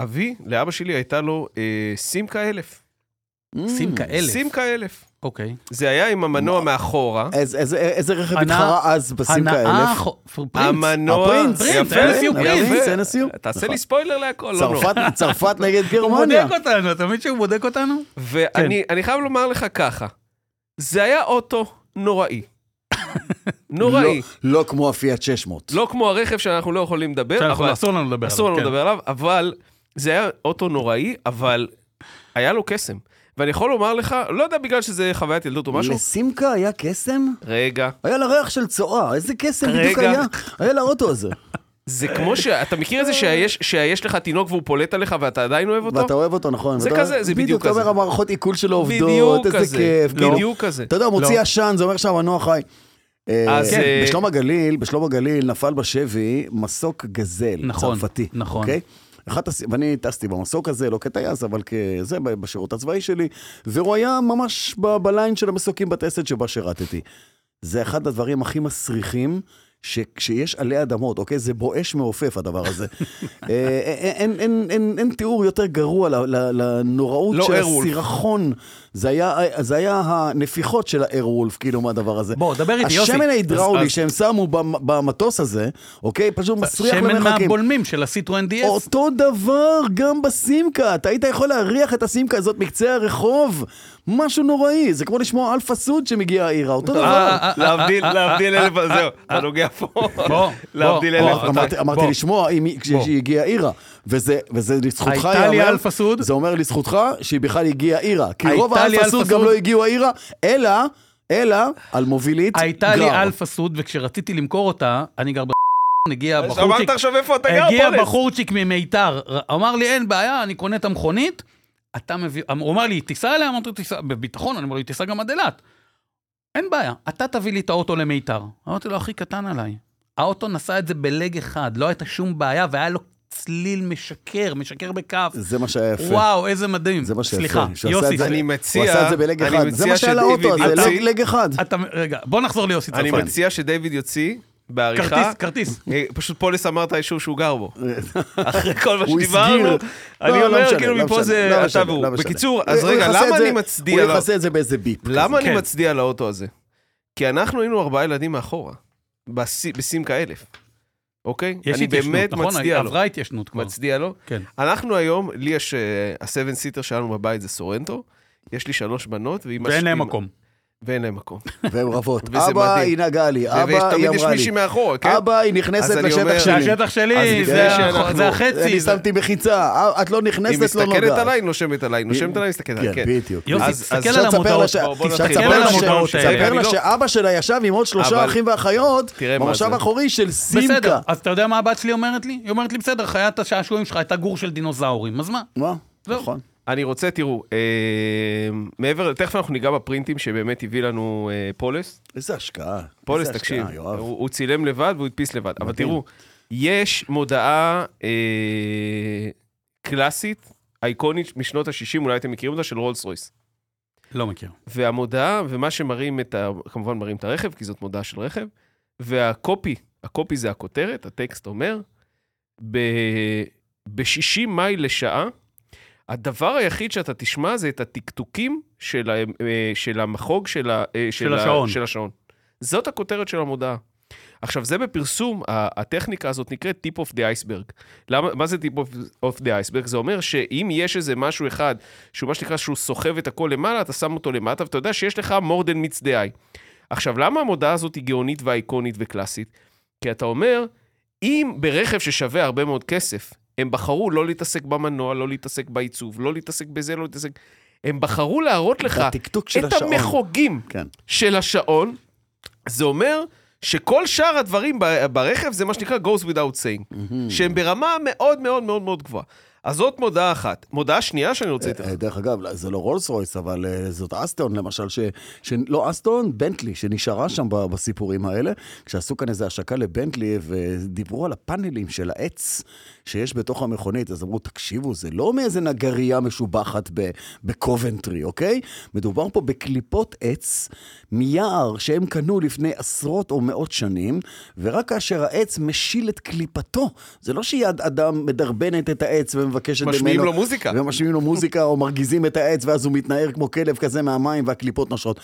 [SPEAKER 4] אבי, לאבא שלי הייתה לו אה, סימקה אלף.
[SPEAKER 2] Mm.
[SPEAKER 4] Mm,
[SPEAKER 3] סימקה אלף.
[SPEAKER 4] סימקה אלף.
[SPEAKER 3] אוקיי.
[SPEAKER 4] זה היה עם המנוע מאחורה.
[SPEAKER 2] איזה- איזה- איזה רכב
[SPEAKER 3] הנאה-
[SPEAKER 2] התחרה אז בסימקה
[SPEAKER 3] הנאה
[SPEAKER 2] אלף?
[SPEAKER 3] חו- פרינץ.
[SPEAKER 4] המנוע...
[SPEAKER 2] הפרינץ,
[SPEAKER 3] פרינץ,
[SPEAKER 4] יפה,
[SPEAKER 3] NSU,
[SPEAKER 4] יפה.
[SPEAKER 2] פרינץ, NSU.
[SPEAKER 4] תעשה
[SPEAKER 2] נכון.
[SPEAKER 4] לי ספוילר להכל, לא נורא.
[SPEAKER 2] צרפת- צרפת נגד
[SPEAKER 3] הוא בודק
[SPEAKER 2] גרמניה.
[SPEAKER 3] אותנו, אתה מבין שהוא בודק אותנו?
[SPEAKER 4] ואני אני חייב לומר לך ככה, זה היה אוטו נוראי. נוראי.
[SPEAKER 2] לא- לא כמו הפיאט 600.
[SPEAKER 4] לא כמו הרכב שאנחנו לא יכולים לדבר,
[SPEAKER 3] שאנחנו
[SPEAKER 4] אבל...
[SPEAKER 3] אסור לנו לדבר עליו.
[SPEAKER 4] אסור לנו
[SPEAKER 3] כן.
[SPEAKER 4] לדבר עליו, אבל זה היה אוטו נוראי, אבל היה לו קסם. ואני יכול לומר לך, לא יודע בגלל שזה חוויית ילדות או משהו,
[SPEAKER 2] לסימקה היה קסם?
[SPEAKER 4] רגע,
[SPEAKER 2] היה לה ריח של צואה, איזה קסם בדיוק
[SPEAKER 4] רגע.
[SPEAKER 2] היה? היה לאוטו הזה.
[SPEAKER 4] זה כמו ש... אתה מכיר את זה שיש, שיש לך תינוק והוא פולט עליך ואתה עדיין אוהב אותו?
[SPEAKER 2] ואתה אוהב אותו, נכון.
[SPEAKER 4] זה
[SPEAKER 2] ואתה-
[SPEAKER 4] כזה, זה בדיוק
[SPEAKER 2] אתה אומר,
[SPEAKER 4] כזה.
[SPEAKER 2] המערכות עיכול שלו עובדות,
[SPEAKER 4] בדיוק
[SPEAKER 2] איזה
[SPEAKER 4] כזה, לא.
[SPEAKER 2] כיף. כאילו,
[SPEAKER 4] בדיוק כזה. לא.
[SPEAKER 2] אתה יודע, הוא מוציא עשן, זה אומר שהמנוע חי. אה,
[SPEAKER 4] אז,
[SPEAKER 2] כן,
[SPEAKER 4] אה,
[SPEAKER 2] בשלום הגליל, בשלום הגליל נפל בשבי מסוק גזל
[SPEAKER 3] נכון,
[SPEAKER 2] צרפתי.
[SPEAKER 3] נכון.
[SPEAKER 2] אוקיי? אחת הס... ואני טסתי במסוק הזה, לא כטייס, אבל כזה, ב- בשירות הצבאי שלי, והוא היה ממש ב- בליין של המסוקים בטסת שבה שירתתי. זה אחד הדברים הכי מסריחים. שכשיש עלי אדמות, אוקיי? זה בואש מעופף הדבר הזה. אה, אין, אין, אין, אין, אין תיאור יותר גרוע ל- ל- לנוראות
[SPEAKER 4] לא
[SPEAKER 2] של
[SPEAKER 4] Airwolf.
[SPEAKER 2] הסירחון. זה היה, אה, זה היה הנפיחות של האירוולף, כאילו, מהדבר הזה.
[SPEAKER 3] בוא, דבר איתי, יוסי.
[SPEAKER 2] השמן
[SPEAKER 4] אז-
[SPEAKER 2] ההידראולי
[SPEAKER 4] אז-
[SPEAKER 2] שהם שמו במ- במטוס הזה, אוקיי? פשוט מסריח
[SPEAKER 3] שמן
[SPEAKER 2] למרחקים.
[SPEAKER 3] מהבולמים של הסיטרואן DS.
[SPEAKER 2] אותו דבר גם בסימקה, אתה היית יכול להריח את הסימקה הזאת מקצה הרחוב, משהו נוראי, זה כמו לשמוע אלפה סוד שמגיע העירה, אותו דבר.
[SPEAKER 3] אה, אה,
[SPEAKER 4] להבדיל,
[SPEAKER 3] אה, אה,
[SPEAKER 4] להבדיל
[SPEAKER 3] אה,
[SPEAKER 4] אלף,
[SPEAKER 3] אה,
[SPEAKER 4] זהו,
[SPEAKER 3] אה,
[SPEAKER 4] אתה נוגע פה.
[SPEAKER 3] בוא,
[SPEAKER 4] (laughs) להבדיל
[SPEAKER 3] בוא,
[SPEAKER 4] אלף,
[SPEAKER 3] בוא.
[SPEAKER 4] אתה-
[SPEAKER 2] אמרתי, אמרתי
[SPEAKER 3] אה, בוא.
[SPEAKER 2] לשמוע אם היא- כשהיא הגיעה עירה, וזה, וזה לזכותך
[SPEAKER 3] הייתה לי
[SPEAKER 2] ייאמר,
[SPEAKER 3] אלפה סוד.
[SPEAKER 2] זה אומר לזכותך שהיא בכלל הגיעה עירה, כי רוב
[SPEAKER 3] הייתה לי
[SPEAKER 2] האלפה סוד
[SPEAKER 3] אלפה
[SPEAKER 2] גם
[SPEAKER 3] סוד.
[SPEAKER 2] לא הגיעו העירה, אלא, אלא על מובילית גרר.
[SPEAKER 3] הייתה לי אלפה סוד, וכשרציתי למכור אותה, אני גר ב... (laughs) הגיע
[SPEAKER 4] אמרת
[SPEAKER 3] בחורצ'יק,
[SPEAKER 4] אה, עכשיו איפה אתה גר,
[SPEAKER 3] הגיע
[SPEAKER 4] פולס?
[SPEAKER 3] בחורצ'יק ממיתר, ר- אמר לי, אין בעיה, אני קונה את המכונית, אתה מביא, אמ- הוא אמר לי, תיסע אליה? אמרתי לו, תיסע, בביטחון, אני אומר לו, תיסע גם עד אילת. אין בעיה, אתה תביא לי את האוטו למיתר. אמרתי לו, הכי קטן עליי. האוטו נסע את זה בלג אחד, לא הייתה שום בעיה, והיה לו צליל משקר, משקר בכף.
[SPEAKER 2] זה מה שהיה יפה.
[SPEAKER 3] וואו, איזה מדהים.
[SPEAKER 2] זה מה שיפה,
[SPEAKER 3] סליחה,
[SPEAKER 2] שעשה
[SPEAKER 3] יוסי,
[SPEAKER 2] את זה-
[SPEAKER 4] אני
[SPEAKER 2] הוא
[SPEAKER 4] מציע...
[SPEAKER 2] עשה את זה בלג
[SPEAKER 4] אני
[SPEAKER 2] אחד, זה
[SPEAKER 4] מציע
[SPEAKER 2] מה שהיה
[SPEAKER 4] שדיוויד
[SPEAKER 2] לאוטו הזה,
[SPEAKER 4] יוציא-
[SPEAKER 2] לג- לג אחד.
[SPEAKER 3] אתה, רגע, בוא נחזור ליוסי
[SPEAKER 4] אני
[SPEAKER 3] צרפתי.
[SPEAKER 4] מציע שדיוויד יוציא בעריכה.
[SPEAKER 3] כרטיס, כרטיס.
[SPEAKER 4] אה, פשוט פולס אמר את היישוב שהוא גר בו. (laughs) אחרי כל מה
[SPEAKER 2] הוא
[SPEAKER 4] שדיברנו,
[SPEAKER 2] הסגיר. לא,
[SPEAKER 4] אני
[SPEAKER 2] לא
[SPEAKER 4] אומר
[SPEAKER 2] משנה,
[SPEAKER 4] כאילו
[SPEAKER 2] לא
[SPEAKER 4] מפה
[SPEAKER 2] משנה,
[SPEAKER 4] זה
[SPEAKER 2] לא
[SPEAKER 4] אתה
[SPEAKER 2] משנה,
[SPEAKER 4] והוא.
[SPEAKER 2] לא משנה.
[SPEAKER 4] בקיצור, אז
[SPEAKER 2] הוא
[SPEAKER 4] רגע,
[SPEAKER 2] יכסה
[SPEAKER 4] למה
[SPEAKER 2] את זה-
[SPEAKER 4] אני מצדיע
[SPEAKER 2] הוא
[SPEAKER 4] לו?
[SPEAKER 2] יכסה את זה באיזה ביפ.
[SPEAKER 4] למה אני
[SPEAKER 3] כן.
[SPEAKER 4] מצדיע לאוטו הזה? כי אנחנו היינו ארבעה ילדים מאחורה, בסי- בסימקה אלף, אוקיי?
[SPEAKER 3] יש
[SPEAKER 4] אני
[SPEAKER 3] התיישנות,
[SPEAKER 4] באמת
[SPEAKER 3] נכון?
[SPEAKER 4] מצדיע לו.
[SPEAKER 3] עברה התיישנות כבר.
[SPEAKER 4] מצדיע לו.
[SPEAKER 3] כן.
[SPEAKER 4] אנחנו היום, לי יש, אה, הסבן סיטר שלנו בבית זה סורנטו, יש לי שלוש בנות, ועם הש-
[SPEAKER 3] ואין להם
[SPEAKER 4] עם-
[SPEAKER 3] מקום.
[SPEAKER 4] ואין להם
[SPEAKER 2] (laughs)
[SPEAKER 4] מקום.
[SPEAKER 2] והן רבות.
[SPEAKER 4] וזה
[SPEAKER 2] אבא,
[SPEAKER 4] מדהים.
[SPEAKER 2] היא נגעה לי,
[SPEAKER 4] ויש-
[SPEAKER 2] אבא, היא
[SPEAKER 4] תמיד יש
[SPEAKER 2] אמרה לי.
[SPEAKER 4] מישהי מאחורה, כן?
[SPEAKER 2] אבא, היא
[SPEAKER 4] אז
[SPEAKER 2] נכנסת
[SPEAKER 4] אני אומר-
[SPEAKER 2] לשטח
[SPEAKER 3] זה
[SPEAKER 2] שלי.
[SPEAKER 3] השטח
[SPEAKER 4] אז
[SPEAKER 3] שלי,
[SPEAKER 4] לפני
[SPEAKER 3] זה
[SPEAKER 4] שאנחנו-
[SPEAKER 3] ה- זה החצי.
[SPEAKER 2] אני
[SPEAKER 3] זה-
[SPEAKER 2] שמתי מחיצה, את לא
[SPEAKER 4] היא
[SPEAKER 2] נכנסת, לא נוגעת.
[SPEAKER 4] מסתכלת עליי, נושמת עליי, נושמת עליי, מסתכלת עליי,
[SPEAKER 2] כן, בדיוק.
[SPEAKER 3] יוסי,
[SPEAKER 4] אז-
[SPEAKER 3] תסתכל
[SPEAKER 4] אז
[SPEAKER 3] על
[SPEAKER 2] עכשיו תספר לה
[SPEAKER 3] המודעות.
[SPEAKER 2] ש-
[SPEAKER 4] בוא, בוא
[SPEAKER 2] עכשיו
[SPEAKER 4] נתחיל.
[SPEAKER 2] תספר
[SPEAKER 3] תסתכל
[SPEAKER 2] לה
[SPEAKER 3] על
[SPEAKER 2] ש-
[SPEAKER 3] המודעות האלה.
[SPEAKER 2] תספר
[SPEAKER 4] אני
[SPEAKER 2] לה
[SPEAKER 4] לא-
[SPEAKER 2] שאבא שלה ישב עם עוד שלושה
[SPEAKER 4] אבל-
[SPEAKER 2] אחים ואחיות
[SPEAKER 4] תראה מה
[SPEAKER 2] במושב
[SPEAKER 4] זה.
[SPEAKER 2] האחורי של
[SPEAKER 3] בסדר,
[SPEAKER 2] סימקה.
[SPEAKER 3] אז אתה יודע מה הבת שלי אומרת לי? היא אומרת לי, בסדר, חיית השעשועים שלך הייתה גור של דינוזאורים, אז מה?
[SPEAKER 2] מה?
[SPEAKER 3] זהו.
[SPEAKER 2] נכון.
[SPEAKER 4] אני רוצה, תראו, אה, מעבר, תכף אנחנו ניגע בפרינטים שבאמת הביא לנו אה, פולס.
[SPEAKER 2] איזה השקעה.
[SPEAKER 4] פולס,
[SPEAKER 2] איזה
[SPEAKER 4] תקשיב,
[SPEAKER 2] השקעה, יואב.
[SPEAKER 4] הוא, הוא צילם לבד והוא הדפיס לבד. אבל
[SPEAKER 2] מדהים.
[SPEAKER 4] תראו, יש מודעה אה, קלאסית, אייקונית משנות ה-60, אולי אתם מכירים אותה, של רולס רויס.
[SPEAKER 3] לא מכיר.
[SPEAKER 4] והמודעה, ומה שמראים את ה... כמובן מראים את הרכב, כי זאת מודעה של רכב, והקופי, הקופי זה הכותרת, הטקסט אומר, ב... ב-60 מייל לשעה, הדבר היחיד שאתה תשמע זה את התקתוקים של, ה, אה, של המחוג של, ה, אה, של, ה-
[SPEAKER 3] השעון.
[SPEAKER 4] של השעון. זאת הכותרת של המודעה. עכשיו, זה בפרסום, ה- הטכניקה הזאת נקראת tip of the iceberg. למה, מה זה tip of, of the iceberg? זה אומר שאם יש איזה משהו אחד, שהוא מה שנקרא שהוא סוחב את הכל למעלה, אתה שם אותו למטה, ואתה יודע שיש לך more than meets the eye. עכשיו, למה המודעה הזאת היא גאונית ואייקונית וקלאסית? כי אתה אומר, אם ברכב ששווה הרבה מאוד כסף, הם בחרו לא להתעסק במנוע, לא להתעסק בעיצוב, לא להתעסק בזה, לא להתעסק... הם בחרו להראות לך
[SPEAKER 2] בטקטוק של
[SPEAKER 4] את
[SPEAKER 2] השעון.
[SPEAKER 4] המחוגים
[SPEAKER 2] כן.
[SPEAKER 4] של השעון, זה אומר שכל שאר הדברים ב- ברכב זה מה שנקרא goes without saying, שהם ברמה מאוד מאוד מאוד מאוד גבוהה. אז זאת מודעה אחת. מודעה שנייה שאני רוצה לתת לך.
[SPEAKER 2] אה, דרך אגב, זה לא רולס רויס, אבל אה, זאת אסטון למשל, ש... ש... לא אסטון, בנטלי, שנשארה שם ב- בסיפורים האלה. כשעשו כאן איזו השקה לבנטלי, ודיברו על הפאנלים של העץ שיש בתוך המכונית, אז אמרו, תקשיבו, זה לא מאיזה נגרייה משובחת ב... בקובנטרי, אוקיי? מדובר פה בקליפות עץ מיער שהם קנו לפני עשרות או מאות שנים, ורק כאשר העץ משיל את קליפתו, זה לא שיד אדם מדרבנת את העץ ומבקשת ממנו...
[SPEAKER 4] משמיעים לו מוזיקה.
[SPEAKER 2] ומשמיעים לו מוזיקה או מרגיזים את העץ, ואז הוא מתנער כמו כלב כזה מהמים והקליפות נושרות.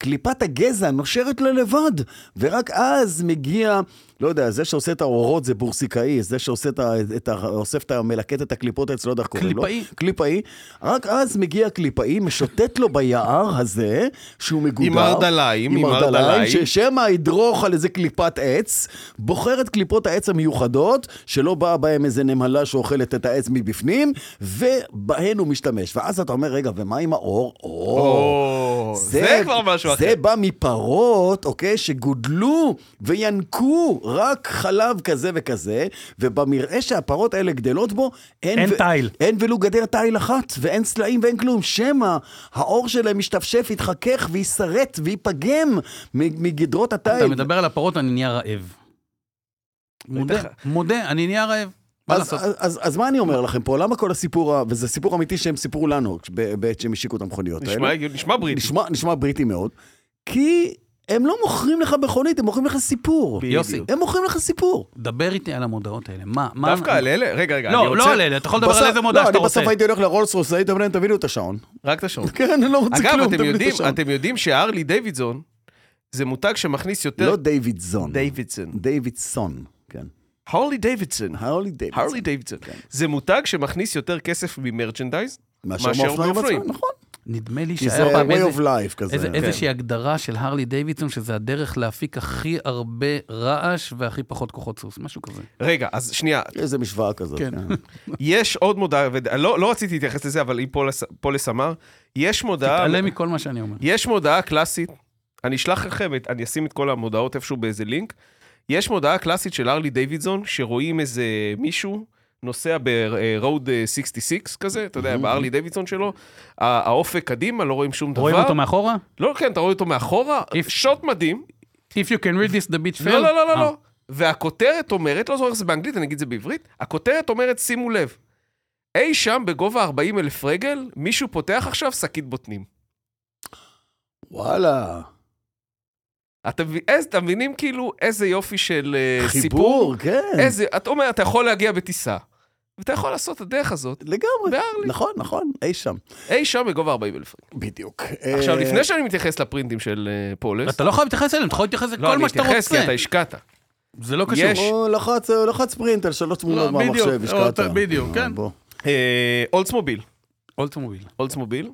[SPEAKER 2] קליפת הגזע נושרת לה לבד, ורק אז מגיע, לא יודע, זה שעושה את האורות זה בורסיקאי, זה שעושה את ה... את ה אוסף את ה... מלקט את הקליפות אצלו, לא יודע איך קוראים לו.
[SPEAKER 3] קליפאי.
[SPEAKER 2] קליפאי. רק אז מגיע הקליפאי, משוטט לו ביער הזה, שהוא מגודר.
[SPEAKER 4] עם הרדליים, עם הרדליים.
[SPEAKER 2] ש- שמא ידרוך על איזה קליפת עץ, בוחר את קליפות העץ המיוחדות, שלא באה בהם איזה נמלה שאוכלת את העץ מבפנים, ובהן הוא משתמש. ואז אתה אומר, רגע, ומה עם האור? אור.
[SPEAKER 4] או, זה כבר משהו אחר.
[SPEAKER 2] זה בא מפרות, אוקיי, שגודלו וינקו רק חלב כזה וכזה, ובמרעה שהפרות האלה גדלות בו, אין...
[SPEAKER 3] אין תיל.
[SPEAKER 2] אין ולו גדר תיל אחת, ואין סלעים ואין כלום. שמא האור שלהם ישתפשף, יתחכך ויישרט וייפגם מ- מגדרות התיל.
[SPEAKER 3] אתה מדבר על הפרות, אני נהיה רעב. מודה, מודה, אני נהיה רעב. מה
[SPEAKER 2] אז,
[SPEAKER 3] לעשות?
[SPEAKER 2] אז, אז, אז מה אני אומר לכם פה? למה כל הסיפור, ה- וזה סיפור אמיתי שהם סיפרו לנו ב- בעת שהם השיקו את המכוניות
[SPEAKER 4] נשמע
[SPEAKER 2] האלה.
[SPEAKER 4] הגיוני, נשמע בריטי.
[SPEAKER 2] נשמע, נשמע בריטי מאוד. כי הם לא מוכרים לך מכונית, הם מוכרים לך סיפור.
[SPEAKER 3] יוסי,
[SPEAKER 2] הם מוכרים לך סיפור.
[SPEAKER 3] דבר איתי על המודעות האלה. מה, מה...
[SPEAKER 4] דווקא על אלה? רגע, רגע, אני
[SPEAKER 3] לא,
[SPEAKER 4] רוצה...
[SPEAKER 3] לא על אלה, אתה יכול לדבר על
[SPEAKER 2] בסוף-
[SPEAKER 3] איזה מודעה
[SPEAKER 2] לא,
[SPEAKER 3] שאתה
[SPEAKER 2] אני
[SPEAKER 3] רוצה.
[SPEAKER 2] בסוף הייתי הולך לרולס רוס, הייתי אומר להם, תביאו את השעון. (laughs)
[SPEAKER 4] רק את השעון.
[SPEAKER 2] כן, אני לא רוצה
[SPEAKER 4] אגב,
[SPEAKER 2] כלום,
[SPEAKER 4] אתם
[SPEAKER 2] תביאו לי
[SPEAKER 4] יודעים,
[SPEAKER 2] את השעון.
[SPEAKER 4] אתם יודעים שהרלי דיווידזון זה מותג שמכניס יותר...
[SPEAKER 2] לא דיווידזון.
[SPEAKER 4] דיווידסון.
[SPEAKER 2] דיווידסון, כן.
[SPEAKER 4] הרלי דיווידסון.
[SPEAKER 2] הרלי דיווידסון. כן.
[SPEAKER 4] הרלי דיווידסון. זה מותג שמכניס יותר כסף ממרצ'נדייז.
[SPEAKER 2] מאשר
[SPEAKER 4] מאשר
[SPEAKER 2] מאופניים
[SPEAKER 4] מאופנועים.
[SPEAKER 2] עצמם, נכון.
[SPEAKER 3] נדמה לי
[SPEAKER 2] כי
[SPEAKER 3] שהיה
[SPEAKER 2] זה
[SPEAKER 3] פעם
[SPEAKER 2] way
[SPEAKER 3] איזה-
[SPEAKER 2] of life כזה.
[SPEAKER 3] איזה-
[SPEAKER 2] כן.
[SPEAKER 3] איזושהי הגדרה של הרלי דיווידסון, שזה הדרך להפיק הכי הרבה רעש והכי פחות כוחות סוס, משהו כזה.
[SPEAKER 4] רגע, אז שנייה,
[SPEAKER 2] איזה משוואה כזאת.
[SPEAKER 3] כן.
[SPEAKER 2] כן.
[SPEAKER 4] יש עוד מודעה, ולא לא רציתי להתייחס לזה, אבל אם פולס, פולס אמר, יש מודעה...
[SPEAKER 3] תתעלם מכל מה שאני אומר.
[SPEAKER 4] יש מודעה קלאסית, אני אשלח לכם, את, אני אשים את כל המודעות איפשהו באיזה לינק. יש מודעה קלאסית של הרלי דיווידזון, שרואים איזה מישהו נוסע ברוד 66 כזה, אתה יודע, בהרלי דיווידזון שלו, הא- האופק קדימה, לא רואים שום דבר.
[SPEAKER 3] רואים אותו מאחורה?
[SPEAKER 4] לא, כן, אתה רואה אותו מאחורה,
[SPEAKER 3] If-
[SPEAKER 4] שוט מדהים.
[SPEAKER 3] If you can read this, the bitch fail.
[SPEAKER 4] לא, לא, לא, לא,
[SPEAKER 3] אה,
[SPEAKER 4] לא. והכותרת אומרת, לא זוכר איך זה באנגלית, אני אגיד את זה בעברית, הכותרת אומרת, שימו לב, אי שם בגובה 40 אלף רגל, מישהו פותח עכשיו שקית בוטנים.
[SPEAKER 2] וואלה.
[SPEAKER 4] אתם מבין- איזה- אתם מבינים כאילו איזה יופי של אה, סיפור?
[SPEAKER 2] חיבור,
[SPEAKER 4] אה.
[SPEAKER 2] כן.
[SPEAKER 4] איזה, אתה אומר, אתה יכול להגיע בטיסה, ואתה יכול לעשות את הדרך הזאת,
[SPEAKER 2] לגמרי.
[SPEAKER 4] בהרלי.
[SPEAKER 2] נכון, נכון, אי שם.
[SPEAKER 4] אי שם בגובה 40 אלף רגל.
[SPEAKER 2] בדיוק.
[SPEAKER 4] עכשיו,
[SPEAKER 2] אה,
[SPEAKER 4] לפני שאני מתייחס לפרינטים של אה, פולס,
[SPEAKER 3] אתה לא חייב להתייחס אליהם, אתה יכול להתייחס
[SPEAKER 4] לא,
[SPEAKER 3] לכל
[SPEAKER 4] אני
[SPEAKER 3] מה שאתה
[SPEAKER 4] מתייחס, כי
[SPEAKER 3] רוצה.
[SPEAKER 4] אתה השקעת.
[SPEAKER 3] זה לא קשור.
[SPEAKER 4] יש.
[SPEAKER 2] הוא לחץ, הוא לחץ פרינט על שלוש תמונות
[SPEAKER 3] לא, בדיוק,
[SPEAKER 2] מהמחשב, השקעת.
[SPEAKER 3] אותו- בדיוק,
[SPEAKER 2] אה,
[SPEAKER 3] כן.
[SPEAKER 2] בוא.
[SPEAKER 4] אה, אולדסמוביל,
[SPEAKER 3] אולטמוביל. אה,
[SPEAKER 4] אולדסמוביל,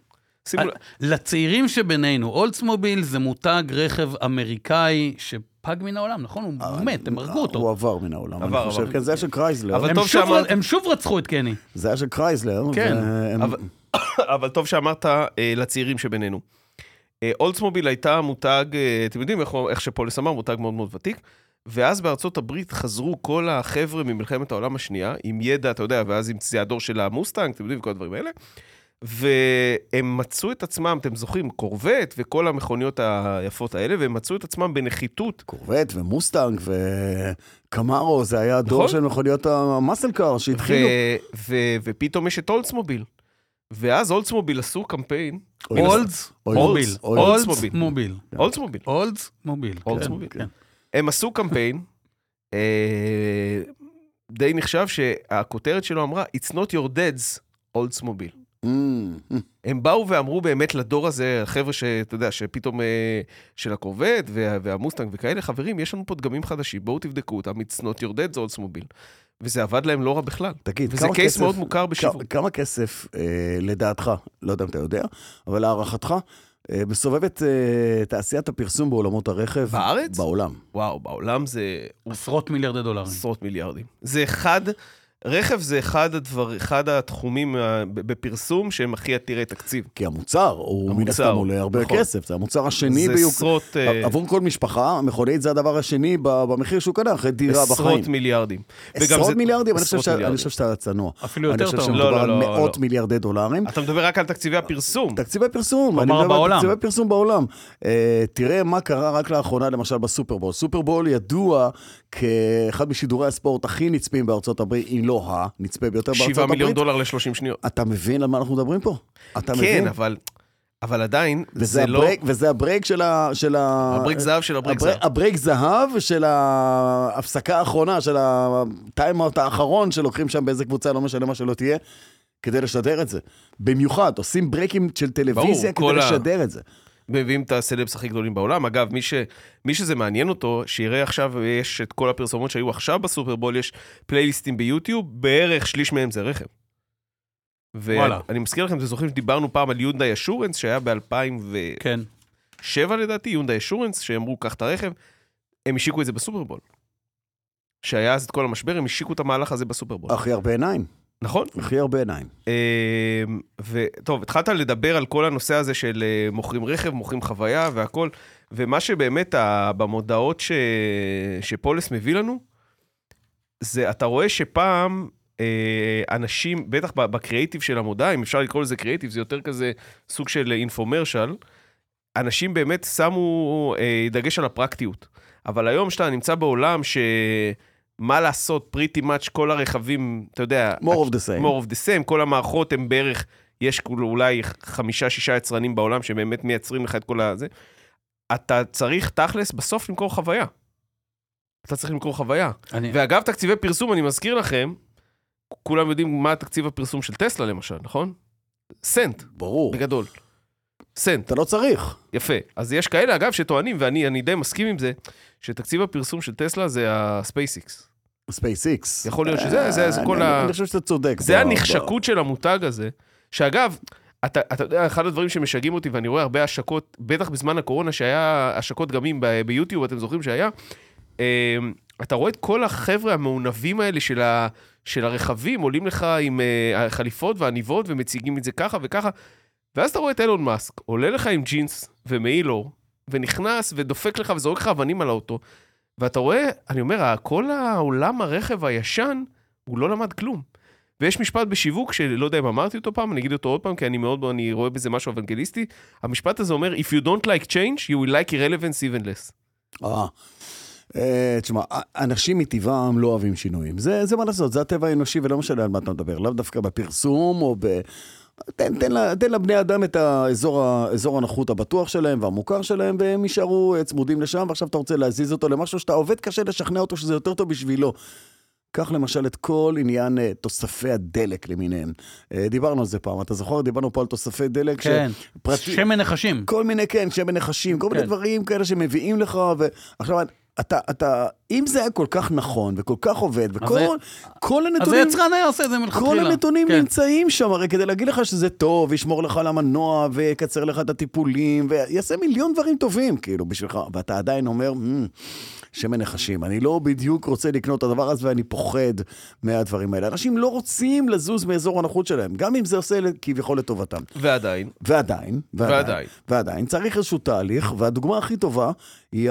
[SPEAKER 4] שימו לב,
[SPEAKER 3] לצעירים שבינינו, אולטסמוביל זה מותג רכב אמריקאי שפג מן העולם, נכון? הוא
[SPEAKER 4] אה,
[SPEAKER 3] מת, הם הרגו
[SPEAKER 2] אה, הוא
[SPEAKER 3] אותו.
[SPEAKER 2] עבר מן העולם,
[SPEAKER 4] עבר,
[SPEAKER 2] אני חושב,
[SPEAKER 4] עבר.
[SPEAKER 2] כן, זה היה של קרייזלר.
[SPEAKER 4] אבל-
[SPEAKER 3] הם
[SPEAKER 4] טוב
[SPEAKER 3] שוב ר-
[SPEAKER 4] שאמרת.
[SPEAKER 3] הם שוב רצחו את קני.
[SPEAKER 2] זה היה של קרייזלר.
[SPEAKER 3] כן,
[SPEAKER 2] והם-
[SPEAKER 4] אבל- (coughs) אבל טוב שאמרת אה, לצעירים שבינינו. אה, אולדסמוביל הייתה מותג, אה, אתם יודעים איך, הוא- איך שפולס אמר, מותג מאוד מאוד ותיק, ואז בארצות הברית חזרו כל החבר'ה ממלחמת העולם השנייה, עם ידע, אתה יודע, ואז עם זה הדור של המוסטנג, אתם יודעים, כל הדברים האלה, והם מצאו את עצמם, אתם זוכרים, קורבט וכל המכוניות היפות האלה, והם מצאו את עצמם בנחיתות.
[SPEAKER 2] קורבט ומוסטנג וקמארו, זה היה הדור
[SPEAKER 4] נכון.
[SPEAKER 2] של מכוניות המאסל קאר
[SPEAKER 4] ו-
[SPEAKER 2] שהתחילו.
[SPEAKER 4] ו- ופתאום יש את אולדסמוביל. ואז אולדסמוביל עשו קמפיין,
[SPEAKER 2] אוי,
[SPEAKER 3] אולדס
[SPEAKER 2] אוי,
[SPEAKER 3] מוביל.
[SPEAKER 2] אולדס,
[SPEAKER 4] אולדס
[SPEAKER 3] אולדס
[SPEAKER 4] מוביל.
[SPEAKER 3] מוביל.
[SPEAKER 4] אולדסמוביל.
[SPEAKER 3] אולדס מוביל.
[SPEAKER 4] אולדס
[SPEAKER 3] כן,
[SPEAKER 4] מוביל.
[SPEAKER 3] כן.
[SPEAKER 4] הם עשו קמפיין, אה, די נחשב שהכותרת שלו אמרה, It's not your dad's אולדסמוביל.
[SPEAKER 2] Mm.
[SPEAKER 4] הם באו ואמרו באמת לדור הזה, החבר'ה שאתה יודע, שפתאום אה, של הקורבט וה, והמוסטנג וכאלה, חברים, יש לנו פה דגמים חדשים, בואו תבדקו אותם, it's not your dead, זה אולדסמוביל. וזה עבד להם לא רע בכלל.
[SPEAKER 2] תגיד,
[SPEAKER 4] וזה
[SPEAKER 2] כמה
[SPEAKER 4] קייס
[SPEAKER 2] כסף...
[SPEAKER 4] מאוד מוכר בשיווק.
[SPEAKER 2] כמה, כמה כסף, אה, לדעתך, לא יודע אם אתה יודע, אבל להערכתך, אה, מסובבת אה, תעשיית הפרסום בעולמות הרכב.
[SPEAKER 4] בארץ?
[SPEAKER 2] בעולם.
[SPEAKER 4] וואו, בעולם זה
[SPEAKER 3] עשרות מיליארדי דולרים.
[SPEAKER 4] עשרות מיליארדים. זה אחד, רכב זה אחד, הדבר, אחד התחומים אה, ב- בפרסום שהם הכי עתירי תקציב.
[SPEAKER 2] כי המוצר, הוא מן
[SPEAKER 4] המוצר,
[SPEAKER 2] הסתם עולה הרבה
[SPEAKER 4] נכון.
[SPEAKER 2] כסף, זה המוצר השני
[SPEAKER 4] זה
[SPEAKER 2] ביוקר.
[SPEAKER 4] עשרות, אה,
[SPEAKER 2] עבור כל משפחה, מכונית זה הדבר השני ב- במחיר שהוא קנה אחרי דירה בחיים.
[SPEAKER 4] עשרות מיליארדים. וגם
[SPEAKER 2] עשרות
[SPEAKER 4] זה-
[SPEAKER 2] מיליארדים? אני חושב
[SPEAKER 4] עשרות
[SPEAKER 2] שה- אני
[SPEAKER 4] מיליארדים.
[SPEAKER 2] חושב שאתה צנוע.
[SPEAKER 3] אפילו יותר
[SPEAKER 2] אני
[SPEAKER 3] טוב.
[SPEAKER 2] חושב
[SPEAKER 4] לא,
[SPEAKER 2] שמדובר
[SPEAKER 4] לא,
[SPEAKER 2] על
[SPEAKER 4] לא,
[SPEAKER 2] מאות
[SPEAKER 4] לא.
[SPEAKER 2] מיליארדי דולרים.
[SPEAKER 4] אתה מדבר רק על תקציבי הפרסום.
[SPEAKER 2] תקציבי פרסום, אני
[SPEAKER 3] כלומר,
[SPEAKER 2] מדבר על
[SPEAKER 3] בעולם.
[SPEAKER 2] תקציבי פרסום בעולם. אה, תראה מה קרה רק לאחרונה, למשל בסופרבול. סופרבול ידוע כאחד משידורי הספורט הכי נצפים בארצות הברית, אם לא הנצפה ביותר בארצות הברית.
[SPEAKER 4] 7 מיליון דולר ל-30 שניות.
[SPEAKER 2] אתה מבין על מה אנחנו מדברים פה? אתה מבין?
[SPEAKER 4] כן, אבל, אבל עדיין,
[SPEAKER 2] וזה
[SPEAKER 4] זה לא...
[SPEAKER 2] הברייק, וזה הברייק של ה... של ה...
[SPEAKER 4] הברייק זהב של הברייק
[SPEAKER 2] הברייק-
[SPEAKER 4] זהב.
[SPEAKER 2] הברייק זהב של ההפסקה האחרונה, של הטיימאוט האחרון שלוקחים שם באיזה קבוצה, לא משנה מה שלא תהיה, כדי לשדר את זה. במיוחד, עושים ברייקים של טלוויזיה כדי
[SPEAKER 4] כל ה-
[SPEAKER 2] לשדר את זה.
[SPEAKER 4] מביאים את הסלבס הכי גדולים בעולם. אגב, מי, ש, מי שזה מעניין אותו, שיראה עכשיו, יש את כל הפרסומות שהיו עכשיו בסופרבול, יש פלייליסטים ביוטיוב, בערך שליש מהם זה רכב.
[SPEAKER 3] וואלה.
[SPEAKER 4] ואני מזכיר לכם, אתם זוכרים שדיברנו פעם על יונדאי אשורנס, שהיה ב-2007
[SPEAKER 3] כן.
[SPEAKER 4] לדעתי, יונדאי אשורנס, שאמרו, קח את הרכב, הם השיקו את זה בסופרבול. שהיה אז את כל המשבר, הם השיקו את המהלך הזה בסופרבול.
[SPEAKER 2] הכי הרבה עיניים,
[SPEAKER 4] נכון?
[SPEAKER 2] הכי הרבה עיניים.
[SPEAKER 4] אמ, וטוב, התחלת לדבר על כל הנושא הזה של אה, מוכרים רכב, מוכרים חוויה והכל, ומה שבאמת ה- במודעות ש... שפולס מביא לנו, זה אתה רואה שפעם אה, אנשים, בטח ב- בקריאיטיב של המודעה, אם אפשר לקרוא לזה קריאיטיב, זה יותר כזה סוג של אינפומרשל, אנשים באמת שמו אה, דגש על הפרקטיות. אבל היום כשאתה נמצא בעולם ש... מה לעשות, pretty much כל הרכבים, אתה יודע...
[SPEAKER 2] more of the same.
[SPEAKER 4] more of the same, כל המערכות הן בערך, יש כאילו אולי חמישה-שישה יצרנים בעולם שבאמת מייצרים לך את כל הזה. אתה צריך תכלס בסוף למכור חוויה. אתה צריך למכור חוויה.
[SPEAKER 3] אני-
[SPEAKER 4] ואגב, תקציבי פרסום, אני מזכיר לכם, כולם יודעים מה תקציב הפרסום של טסלה למשל, נכון? סנט,
[SPEAKER 2] ברור.
[SPEAKER 4] בגדול. סנט,
[SPEAKER 2] אתה לא צריך.
[SPEAKER 4] יפה. אז יש כאלה, אגב, שטוענים, ואני אני די מסכים עם זה, שתקציב הפרסום של טסלה זה הספייסיקס.
[SPEAKER 2] SpaceX.
[SPEAKER 4] יכול להיות שזה- זה- זה
[SPEAKER 2] אה,
[SPEAKER 4] כל
[SPEAKER 2] אני-
[SPEAKER 4] ה-
[SPEAKER 2] אני חושב שאתה צודק. ב-
[SPEAKER 4] זה הנחשקות של המותג הזה, שאגב, אתה, אתה יודע, אחד הדברים שמשגעים אותי, ואני רואה הרבה השקות, בטח בזמן הקורונה, שהיה השקות גמים ב- ביוטיוב, אתם זוכרים שהיה? אמ, אתה רואה את כל החבר'ה המעונבים האלה של, ה, של הרכבים, עולים לך עם אה, החליפות והעניבות ומציגים את זה ככה וככה, ואז אתה רואה את אילון מאסק, עולה לך עם ג'ינס ומעילור, ונכנס ודופק לך וזורק לך אבנים על האוטו, ואתה רואה, אני אומר, כל העולם הרכב הישן, הוא לא למד כלום. ויש משפט בשיווק, שלא יודע אם אמרתי אותו פעם, אני אגיד אותו עוד פעם, כי אני מאוד, אני רואה בזה משהו אוונגליסטי. המשפט הזה אומר, If you don't like change, you will like irrelevance even less.
[SPEAKER 2] אה. אה, תשמע, אנשים מטבעם לא אוהבים שינויים. זה, זה מה לעשות, זה הטבע האנושי, ולא משנה על מה אתה מדבר, לאו דווקא בפרסום או ב... תן, תן, לה- תן לבני אדם את האזור, ה- אזור הנחות הבטוח שלהם והמוכר שלהם, והם יישארו אה, צמודים לשם, ועכשיו אתה רוצה להזיז אותו למשהו שאתה עובד קשה לשכנע אותו שזה יותר טוב בשבילו. קח למשל את כל עניין אה, תוספי הדלק למיניהם. אה, דיברנו על זה פעם, אתה זוכר? דיברנו פה על תוספי דלק
[SPEAKER 3] כן.
[SPEAKER 2] שפרטי-
[SPEAKER 3] שמן נחשים.
[SPEAKER 2] כל מיני, כן, שמן נחשים, כל מיני
[SPEAKER 3] כן.
[SPEAKER 2] דברים כאלה שמביאים לך, ועכשיו, אתה, אתה, אם זה היה כל כך נכון וכל כך עובד, וכל כל
[SPEAKER 3] אז
[SPEAKER 2] הנתונים...
[SPEAKER 3] היצרן היה עושה את זה מלכתחילה.
[SPEAKER 2] כל הנתונים
[SPEAKER 3] כן.
[SPEAKER 2] נמצאים שם, הרי כדי להגיד לך שזה טוב, ישמור לך על המנוע, ויקצר לך את הטיפולים, ויעשה מיליון דברים טובים, כאילו, בשבילך, ואתה עדיין אומר, "מ, שמן נחשים, אני לא בדיוק רוצה לקנות את הדבר הזה, ואני פוחד מהדברים האלה. אנשים לא רוצים לזוז מאזור הנוחות שלהם, גם אם זה עושה כביכול לטובתם.
[SPEAKER 4] ועדיין,
[SPEAKER 2] ועדיין,
[SPEAKER 4] ועדיין.
[SPEAKER 2] ועדיין, צריך איזשהו תהליך, והדוגמה הכי טובה היא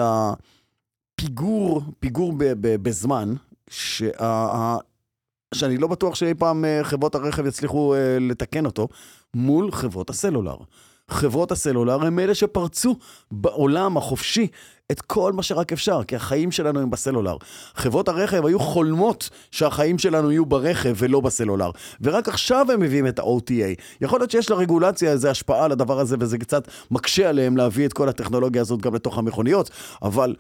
[SPEAKER 2] הפיגור, פיגור ב, ב, בזמן, שה, ה- שאני לא בטוח שאי פעם אה, חברות הרכב יצליחו אה, לתקן אותו, מול חברות הסלולר. חברות הסלולר הם אלה שפרצו בעולם החופשי את כל מה שרק אפשר, כי החיים שלנו הם בסלולר. חברות הרכב היו חולמות שהחיים שלנו יהיו ברכב ולא בסלולר, ורק עכשיו הם מביאים את ה-OTA. יכול להיות שיש לרגולציה איזו השפעה על הדבר הזה, וזה קצת מקשה עליהם להביא את כל הטכנולוגיה הזאת גם לתוך המכוניות, אבל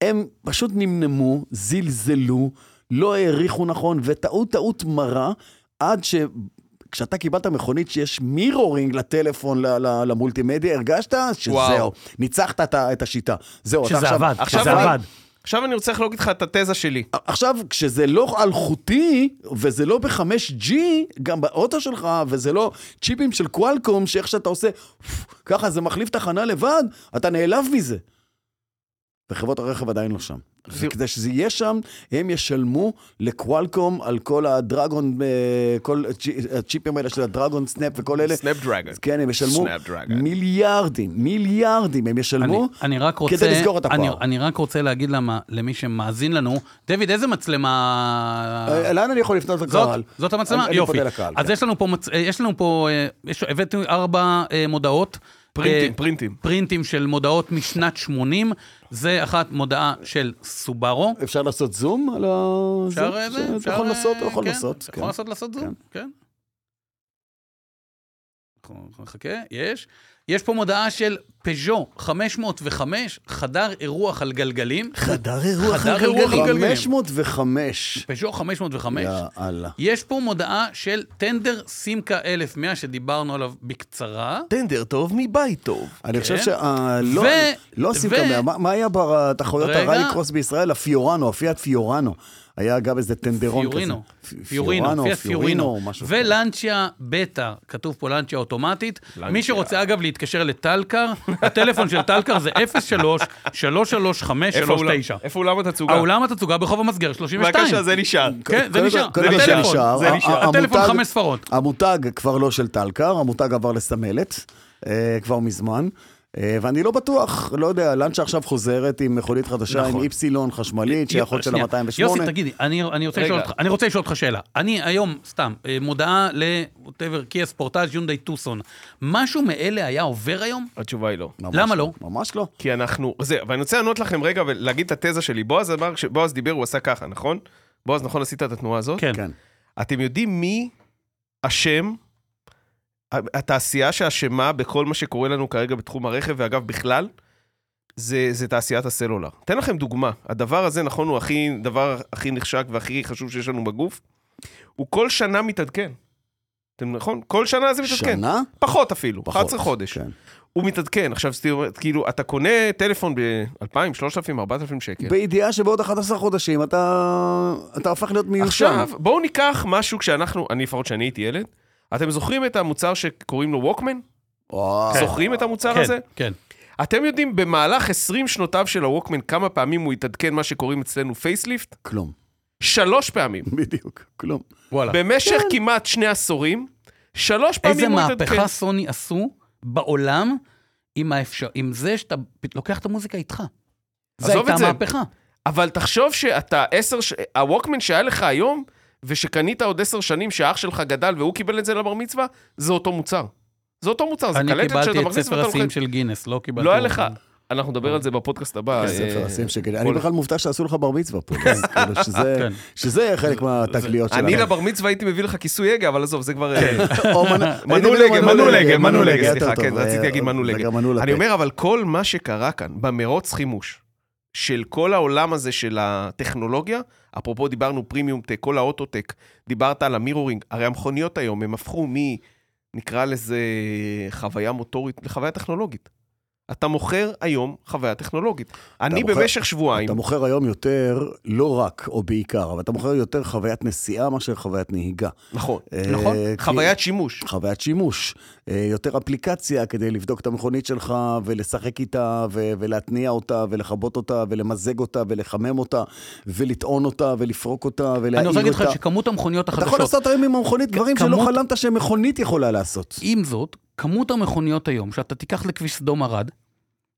[SPEAKER 2] הם פשוט נמנמו, זלזלו, לא העריכו נכון, וטעות טעות מרה, עד ש... כשאתה קיבלת מכונית שיש מירורינג לטלפון, ל- ל- למולטימדיה, הרגשת שזהו,
[SPEAKER 4] וואו.
[SPEAKER 2] ניצחת את ה- את השיטה. זהו, אתה
[SPEAKER 6] שזה
[SPEAKER 2] עכשיו...
[SPEAKER 6] עבד,
[SPEAKER 4] עכשיו
[SPEAKER 6] שזה
[SPEAKER 4] אני-
[SPEAKER 6] עבד.
[SPEAKER 4] עכשיו אני רוצה לחלוק איתך את התזה שלי.
[SPEAKER 3] אוקיי.
[SPEAKER 2] עכשיו, כשזה לא אלחוטי, וזה לא ב-5G, גם באוטו שלך, וזה לא צ'יפים של קוואלקום, שאיך שאתה עושה, פפ, ככה זה מחליף תחנה לבד, אתה נעלב מזה. וחברות הרכב עדיין לא שם. וכדי שזה יהיה שם, הם ישלמו לקוואלקום על כל הדרגון, אה, כל הצ'י- הצ'יפים האלה של הדרגון סנאפ וכל אלה.
[SPEAKER 4] סנאפ דרגון.
[SPEAKER 2] כן, הם ישלמו
[SPEAKER 4] Snapdragon.
[SPEAKER 2] מיליארדים, מיליארדים הם ישלמו.
[SPEAKER 3] אני, אני רק רוצה...
[SPEAKER 2] כדי לסגור את הפער.
[SPEAKER 3] אני, אני רק רוצה להגיד למה, למי שמאזין לנו, דוד, איזה מצלמה...
[SPEAKER 2] אה, לאן אני יכול לפנות לקהל?
[SPEAKER 3] זאת, זאת המצלמה?
[SPEAKER 2] אני- אני
[SPEAKER 3] יופי.
[SPEAKER 2] פונה לקהל,
[SPEAKER 3] אז
[SPEAKER 2] כן.
[SPEAKER 3] יש לנו פה, מצ... אה, יש לנו פה אה, יש... הבאתי ארבע אה, מודעות.
[SPEAKER 4] פרינטים,
[SPEAKER 3] אה,
[SPEAKER 4] פרינטים.
[SPEAKER 3] פרינטים של מודעות משנת 80. זה אחת מודעה של סובארו.
[SPEAKER 2] אפשר לעשות זום על ה...
[SPEAKER 3] אפשר
[SPEAKER 2] זה?
[SPEAKER 3] אה, זה?
[SPEAKER 2] אתה
[SPEAKER 3] אפשר,
[SPEAKER 2] יכול
[SPEAKER 3] אה,
[SPEAKER 2] לעשות, אתה יכול
[SPEAKER 3] כן,
[SPEAKER 2] לעשות.
[SPEAKER 3] אתה
[SPEAKER 2] כן.
[SPEAKER 3] יכול לעשות לעשות זום, כן. אנחנו נחכה, יש. יש פה מודעה של פז'ו 505, חדר אירוח על גלגלים.
[SPEAKER 2] חדר
[SPEAKER 3] אירוח חדר על אירוח על גלגלים. גלגלים.
[SPEAKER 2] 505.
[SPEAKER 3] פז'ו 505.
[SPEAKER 2] יאללה.
[SPEAKER 3] יש פה מודעה של טנדר סימקה 1100, שדיברנו עליו בקצרה.
[SPEAKER 4] טנדר טוב מבית טוב.
[SPEAKER 2] אני חושב
[SPEAKER 3] כן.
[SPEAKER 2] שלא
[SPEAKER 3] ו-
[SPEAKER 2] לא
[SPEAKER 3] ו-
[SPEAKER 2] עושים כמה, מה- מה היה בתחרויות
[SPEAKER 3] רגע.
[SPEAKER 2] הראלי קרוס בישראל? הפיורנו, הפיאט פיורנו. היה גם איזה טנדרון כזה.
[SPEAKER 3] פיורינו,
[SPEAKER 2] פי-
[SPEAKER 3] פיורינו, פיאט פיורינו,
[SPEAKER 2] משהו כזה.
[SPEAKER 3] ולנצ'יה בטא, כתוב פה לנצ'יה אוטומטית.
[SPEAKER 4] לנצ'יה.
[SPEAKER 3] מי שרוצה אגב להתקשר לטלקר, הטלפון של טלקר זה 03-33539.
[SPEAKER 4] איפה אולם התצוגה?
[SPEAKER 3] האולם התצוגה ברחוב המסגר 32.
[SPEAKER 4] בבקשה, זה נשאר.
[SPEAKER 3] כן, זה
[SPEAKER 2] קודם
[SPEAKER 3] נשאר,
[SPEAKER 2] כל- קודם כל
[SPEAKER 3] הטלפון,
[SPEAKER 2] נשאר.
[SPEAKER 3] זה
[SPEAKER 2] ה-
[SPEAKER 3] נשאר.
[SPEAKER 2] ה-
[SPEAKER 3] הטלפון
[SPEAKER 2] המותג-
[SPEAKER 3] חמש ספרות.
[SPEAKER 2] המותג כבר לא של טלקר, המותג עבר לסמלת, אה, כבר מזמן. אה, ואני לא בטוח, לא יודע, לנצ'ה עכשיו חוזרת עם מכונית חדשה, עם איפסילון חשמלית, שיכול של
[SPEAKER 3] נכון. שנייה.
[SPEAKER 2] ה-208.
[SPEAKER 3] יוסי, תגידי, אני, אני, רוצה
[SPEAKER 4] רגע.
[SPEAKER 3] לשאול אותך, אני רוצה לשאול אותך שאלה. אני היום, סתם, אה, מודעה ל-whatever, קיה ספורטאז' יונדאי טוסון. משהו מאלה היה עובר היום?
[SPEAKER 4] התשובה היא לא.
[SPEAKER 2] ממש
[SPEAKER 3] למה לא?
[SPEAKER 2] ממש לא.
[SPEAKER 4] כי אנחנו... זה, ואני רוצה לענות לכם רגע ולהגיד את התזה שלי. בועז אמר, כשבועז דיבר הוא עשה ככה, נכון? בועז, נכון עשית את התנועה הזאת?
[SPEAKER 3] כן.
[SPEAKER 2] כן.
[SPEAKER 4] אתם יודעים מי אשם? התעשייה שאשמה בכל מה שקורה לנו כרגע בתחום הרכב, ואגב, בכלל, זה, זה תעשיית הסלולר. אתן לכם דוגמה. הדבר הזה, נכון, הוא הכי, דבר הכי נחשק והכי חשוב שיש לנו בגוף. הוא כל שנה מתעדכן. אתם נכון? כל שנה זה מתעדכן.
[SPEAKER 2] שנה?
[SPEAKER 4] פחות אפילו,
[SPEAKER 2] פחות.
[SPEAKER 4] 11 חודש.
[SPEAKER 2] כן.
[SPEAKER 4] הוא מתעדכן. עכשיו, זאת אומרת, כאילו, אתה קונה טלפון ב-2,000, 3,000, 4,000 שקל.
[SPEAKER 2] בידיעה שבעוד 11 חודשים אתה אתה הופך להיות מיושן.
[SPEAKER 4] עכשיו, בואו ניקח משהו כשאנחנו, אני לפחות כשאני הייתי ילד, אתם זוכרים את המוצר שקוראים לו ווקמן?
[SPEAKER 2] וואו.
[SPEAKER 4] זוכרים את המוצר
[SPEAKER 3] כן,
[SPEAKER 4] הזה?
[SPEAKER 3] כן.
[SPEAKER 4] אתם יודעים במהלך 20 שנותיו של הווקמן כמה פעמים הוא התעדכן מה שקוראים אצלנו פייסליפט?
[SPEAKER 2] כלום. (laughs)
[SPEAKER 4] שלוש פעמים.
[SPEAKER 2] בדיוק, כלום.
[SPEAKER 4] אה,
[SPEAKER 3] וואלה.
[SPEAKER 4] במשך כמעט שני עשורים, שלוש
[SPEAKER 3] איזה
[SPEAKER 4] פעמים הוא התעדכן.
[SPEAKER 3] מהפכה סוני עשו בעולם עם, האפשר... עם זה שאתה פ- לוקח את המוזיקה איתך. זו
[SPEAKER 4] עזוב
[SPEAKER 3] הייתה
[SPEAKER 4] את זה.
[SPEAKER 3] מהפכה.
[SPEAKER 4] אבל תחשוב שאתה עשר, ש- הווקמן שהיה לך היום, ושקנית עוד עשר שנים שהאח שלך גדל והוא קיבל את זה לבר מצווה, זה אותו מוצר. זה אותו מוצר, זה
[SPEAKER 3] אני
[SPEAKER 4] קלטת שאתה
[SPEAKER 3] קיבלתי את
[SPEAKER 4] מכניס
[SPEAKER 3] ספר
[SPEAKER 4] ואתה לוחץ.
[SPEAKER 3] השיאים של גינס, לא קיבלתי...
[SPEAKER 4] לא היה
[SPEAKER 3] אותו.
[SPEAKER 4] לך. אנחנו נדבר על זה בפודקאסט הבא. אה,
[SPEAKER 2] ספר הסים שכן. אני
[SPEAKER 4] כל-
[SPEAKER 2] בכלל מופתע שעשו לך בר מצווה
[SPEAKER 4] (laughs)
[SPEAKER 2] פה. כן, כאילו, שזה-
[SPEAKER 3] כן.
[SPEAKER 2] שזה חלק מהתגליות שלנו.
[SPEAKER 4] אני לא לבר מצווה הייתי מביא לך כיסוי הגה, אבל עזוב, זה כבר... אה,
[SPEAKER 2] או מנ- הייתי
[SPEAKER 4] מנולגה,
[SPEAKER 2] אומר
[SPEAKER 3] "אה,
[SPEAKER 4] מנולגה, מנולגה,
[SPEAKER 2] יותר
[SPEAKER 4] סליחה,
[SPEAKER 2] טוב.
[SPEAKER 4] כן, רציתי
[SPEAKER 2] אה,
[SPEAKER 4] להגיד
[SPEAKER 2] זה
[SPEAKER 4] מנולגה.
[SPEAKER 2] גם מנעול
[SPEAKER 4] (laughs) אני
[SPEAKER 2] לפה.
[SPEAKER 4] אומר, אבל כל מה שקרה כאן, במרוץ חימוש, של כל העולם הזה של הטכנולוגיה, אפרופו דיברנו פרימיום טק, כל האוטו-טק, דיברת על המירורינג, הרי המכוניות היום, הם הפכו מ... נקרא לזה חוויה מוטורית לחוויה טכנולוגית. אתה מוכר היום חוויה טכנולוגית. אני
[SPEAKER 2] מוכר-
[SPEAKER 4] במשך שבועיים,
[SPEAKER 2] אתה מוכר היום יותר, לא רק או בעיקר, אבל אתה מוכר יותר חוויית נסיעה מאשר חוויית נהיגה.
[SPEAKER 4] נכון,
[SPEAKER 2] אה,
[SPEAKER 4] נכון,
[SPEAKER 2] כי-
[SPEAKER 4] חוויית שימוש.
[SPEAKER 2] חוויית שימוש, אה, יותר אפליקציה כדי לבדוק את המכונית שלך ולשחק איתה ו- ולהתניע אותה ולכבות אותה ולמזג אותה ולחמם אותה ולטעון אותה ולפרוק אותה ולהעיר אותה.
[SPEAKER 3] אני רוצה להגיד לך שכמות המכוניות
[SPEAKER 2] אתה יכול
[SPEAKER 3] החדשות,
[SPEAKER 2] לעשות היום עם המכונית דברים שלא
[SPEAKER 3] כמות-
[SPEAKER 2] חלמת שמכונית יכולה לעשות.
[SPEAKER 3] עם זאת, כמות המכוניות היום שאתה תיקח לכביש סדום ערד,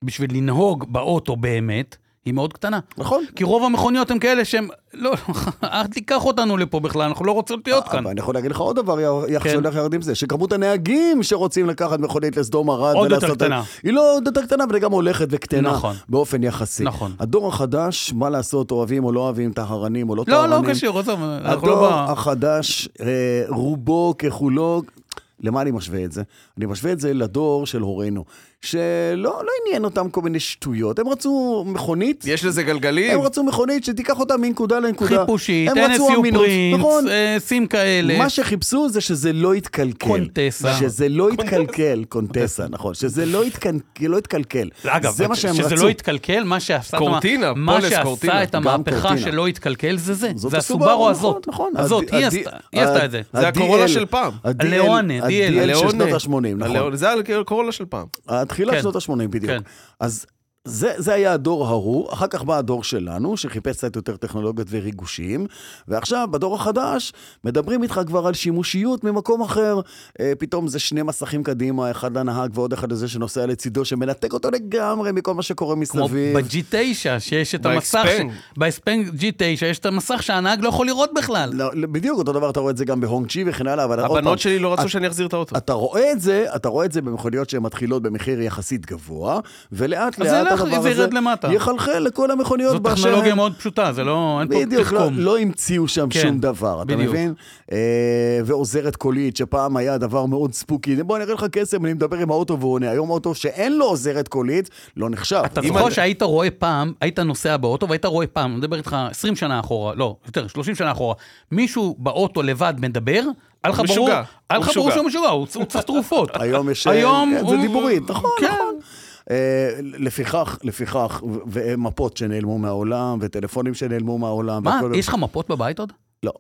[SPEAKER 3] בשביל לנהוג באוטו באמת, היא מאוד קטנה.
[SPEAKER 2] נכון.
[SPEAKER 3] כי רוב המכוניות הם כאלה שהם, לא, (laughs) אל תיקח אותנו לפה בכלל, אנחנו לא רוצים להיות כאן.
[SPEAKER 2] אה, אבל אני יכול להגיד לך עוד דבר יא- יחס
[SPEAKER 3] כן.
[SPEAKER 2] שהולך יחד עם זה, שכמות הנהגים שרוצים לקחת מכונית לסדום ערד
[SPEAKER 3] עוד יותר
[SPEAKER 2] ולעשות את-
[SPEAKER 3] קטנה.
[SPEAKER 2] היא לא עוד יותר קטנה, אבל היא גם הולכת וקטנה
[SPEAKER 3] נכון.
[SPEAKER 2] באופן יחסי.
[SPEAKER 3] נכון.
[SPEAKER 2] הדור החדש, מה לעשות, אוהבים או לא אוהבים, טהרנים או לא טהרנים.
[SPEAKER 3] לא, לא קשור, עזוב, אנחנו
[SPEAKER 2] הדור
[SPEAKER 3] לא ב...
[SPEAKER 2] החדש, אה, רובו ככולו, למה אני משווה את זה? אני משווה את זה לדור של הורינו, שלא לא עניין אותם כל מיני שטויות. הם רצו מכונית,
[SPEAKER 4] יש לזה גלגלים?
[SPEAKER 2] הם רצו מכונית שתיקח אותם מנקודה לנקודה.
[SPEAKER 3] חיפושית,
[SPEAKER 2] הם רצו
[SPEAKER 3] NSU
[SPEAKER 2] אמינות,
[SPEAKER 3] פרינס,
[SPEAKER 2] נכון.
[SPEAKER 3] אה, סים כאלה.
[SPEAKER 2] מה שחיפשו זה שזה לא יתקלקל.
[SPEAKER 3] קונטסה.
[SPEAKER 2] שזה לא יתקלקל, קונטסה, נכון. שזה לא יתקנ- לא יתקלקל.
[SPEAKER 3] אגב,
[SPEAKER 2] זה מה שהם
[SPEAKER 3] שזה
[SPEAKER 2] רצו.
[SPEAKER 3] לא התקלקל, מה שעשה,
[SPEAKER 4] קורטינה,
[SPEAKER 3] מה
[SPEAKER 4] פולס
[SPEAKER 3] שעשה
[SPEAKER 4] קורטינה.
[SPEAKER 3] את
[SPEAKER 2] גם
[SPEAKER 3] המהפכה
[SPEAKER 2] קורטינה.
[SPEAKER 3] שלא התקלקל זה זה,
[SPEAKER 2] זאת
[SPEAKER 3] זה
[SPEAKER 2] הסובארו, נכון,
[SPEAKER 3] הסובארו הזאת,
[SPEAKER 2] נכון.
[SPEAKER 3] הזאת,
[SPEAKER 2] הד-
[SPEAKER 3] היא
[SPEAKER 2] הד-
[SPEAKER 3] עשתה, היא עשתה את זה.
[SPEAKER 2] הד-
[SPEAKER 4] זה הקורולה
[SPEAKER 2] DL,
[SPEAKER 4] של פעם.
[SPEAKER 2] ה-DL,
[SPEAKER 3] הלאונה,
[SPEAKER 2] ה-DL של
[SPEAKER 4] הלאונה.
[SPEAKER 2] שנות ה-80, נכון.
[SPEAKER 4] הלאון- זה הקורולה של פעם.
[SPEAKER 2] התחילת
[SPEAKER 3] כן.
[SPEAKER 2] שנות ה-80 בדיוק.
[SPEAKER 3] כן.
[SPEAKER 2] אז זה, זה היה הדור ההוא, אחר כך בא הדור שלנו, שחיפש קצת יותר טכנולוגיות וריגושים, ועכשיו, בדור החדש, מדברים איתך כבר על שימושיות ממקום אחר. אה, פתאום זה שני מסכים קדימה, אחד לנהג ועוד אחד לזה שנוסע לצידו, שמנתק אותו לגמרי מכל מה שקורה
[SPEAKER 3] כמו
[SPEAKER 2] מסביב.
[SPEAKER 3] ב-G9, שיש את המסך,
[SPEAKER 4] באקספנג.
[SPEAKER 3] ש- באקספנג G9 יש את המסך שהנהג לא יכול לראות בכלל.
[SPEAKER 2] לא, לא, בדיוק אותו דבר, אתה רואה את זה גם בהונג צ'י וכן הלאה, אבל עוד פעם,
[SPEAKER 4] הבנות שלי לא
[SPEAKER 2] את-
[SPEAKER 4] רצו שאני אחזיר את האוטו.
[SPEAKER 2] אתה רואה את זה, אתה רואה את זה במכוניות שהן מתחילות במחיר יחסית גבוה, ולאט
[SPEAKER 3] אז זה
[SPEAKER 2] לאט
[SPEAKER 3] ילך-
[SPEAKER 2] הדבר
[SPEAKER 3] זה
[SPEAKER 2] הזה
[SPEAKER 3] ירד למטה.
[SPEAKER 2] יחלחל לכל המכוניות
[SPEAKER 3] זו
[SPEAKER 2] באשר
[SPEAKER 3] טכנולוגיה
[SPEAKER 2] הן.
[SPEAKER 3] מאוד פשוטה, זה לא, אין פה
[SPEAKER 2] בדיוק, לא,
[SPEAKER 3] תחכום.
[SPEAKER 2] לא המציאו שם
[SPEAKER 3] כן,
[SPEAKER 2] שום דבר, אתה
[SPEAKER 3] בדיוק.
[SPEAKER 2] מבין? אה, ועוזרת קולית, שפעם היה דבר מאוד ספוקי. בוא, אני אראה לך קסם, אני מדבר עם האוטו והוא עונה. היום אוטו שאין לו עוזרת קולית, לא נחשב.
[SPEAKER 3] אתה
[SPEAKER 2] אם
[SPEAKER 3] זוכר
[SPEAKER 2] אני-
[SPEAKER 3] שהיית רואה פעם, היית נוסע באוטו והיית רואה פעם, אני מדבר איתך 20 שנה אחורה, לא, יותר, 30 שנה אחורה, מישהו באוטו לבד מדבר, היה לך
[SPEAKER 4] משוגע,
[SPEAKER 3] ברור, היה
[SPEAKER 4] הוא
[SPEAKER 3] לך ברור
[SPEAKER 4] משוגע.
[SPEAKER 3] שהוא משוגע, הוא הוא צריך
[SPEAKER 2] (laughs)
[SPEAKER 3] תרופות.
[SPEAKER 2] היום יש...
[SPEAKER 3] היום
[SPEAKER 2] כן, זה
[SPEAKER 3] הוא-
[SPEAKER 2] דיבורית, נכון,
[SPEAKER 3] כן.
[SPEAKER 2] נכון. אה, לפיכך, לפיכך, ו- ומפות שנעלמו מהעולם, וטלפונים שנעלמו מהעולם.
[SPEAKER 3] מה,
[SPEAKER 2] והכל-
[SPEAKER 3] יש לך מפות בבית עוד?
[SPEAKER 2] לא.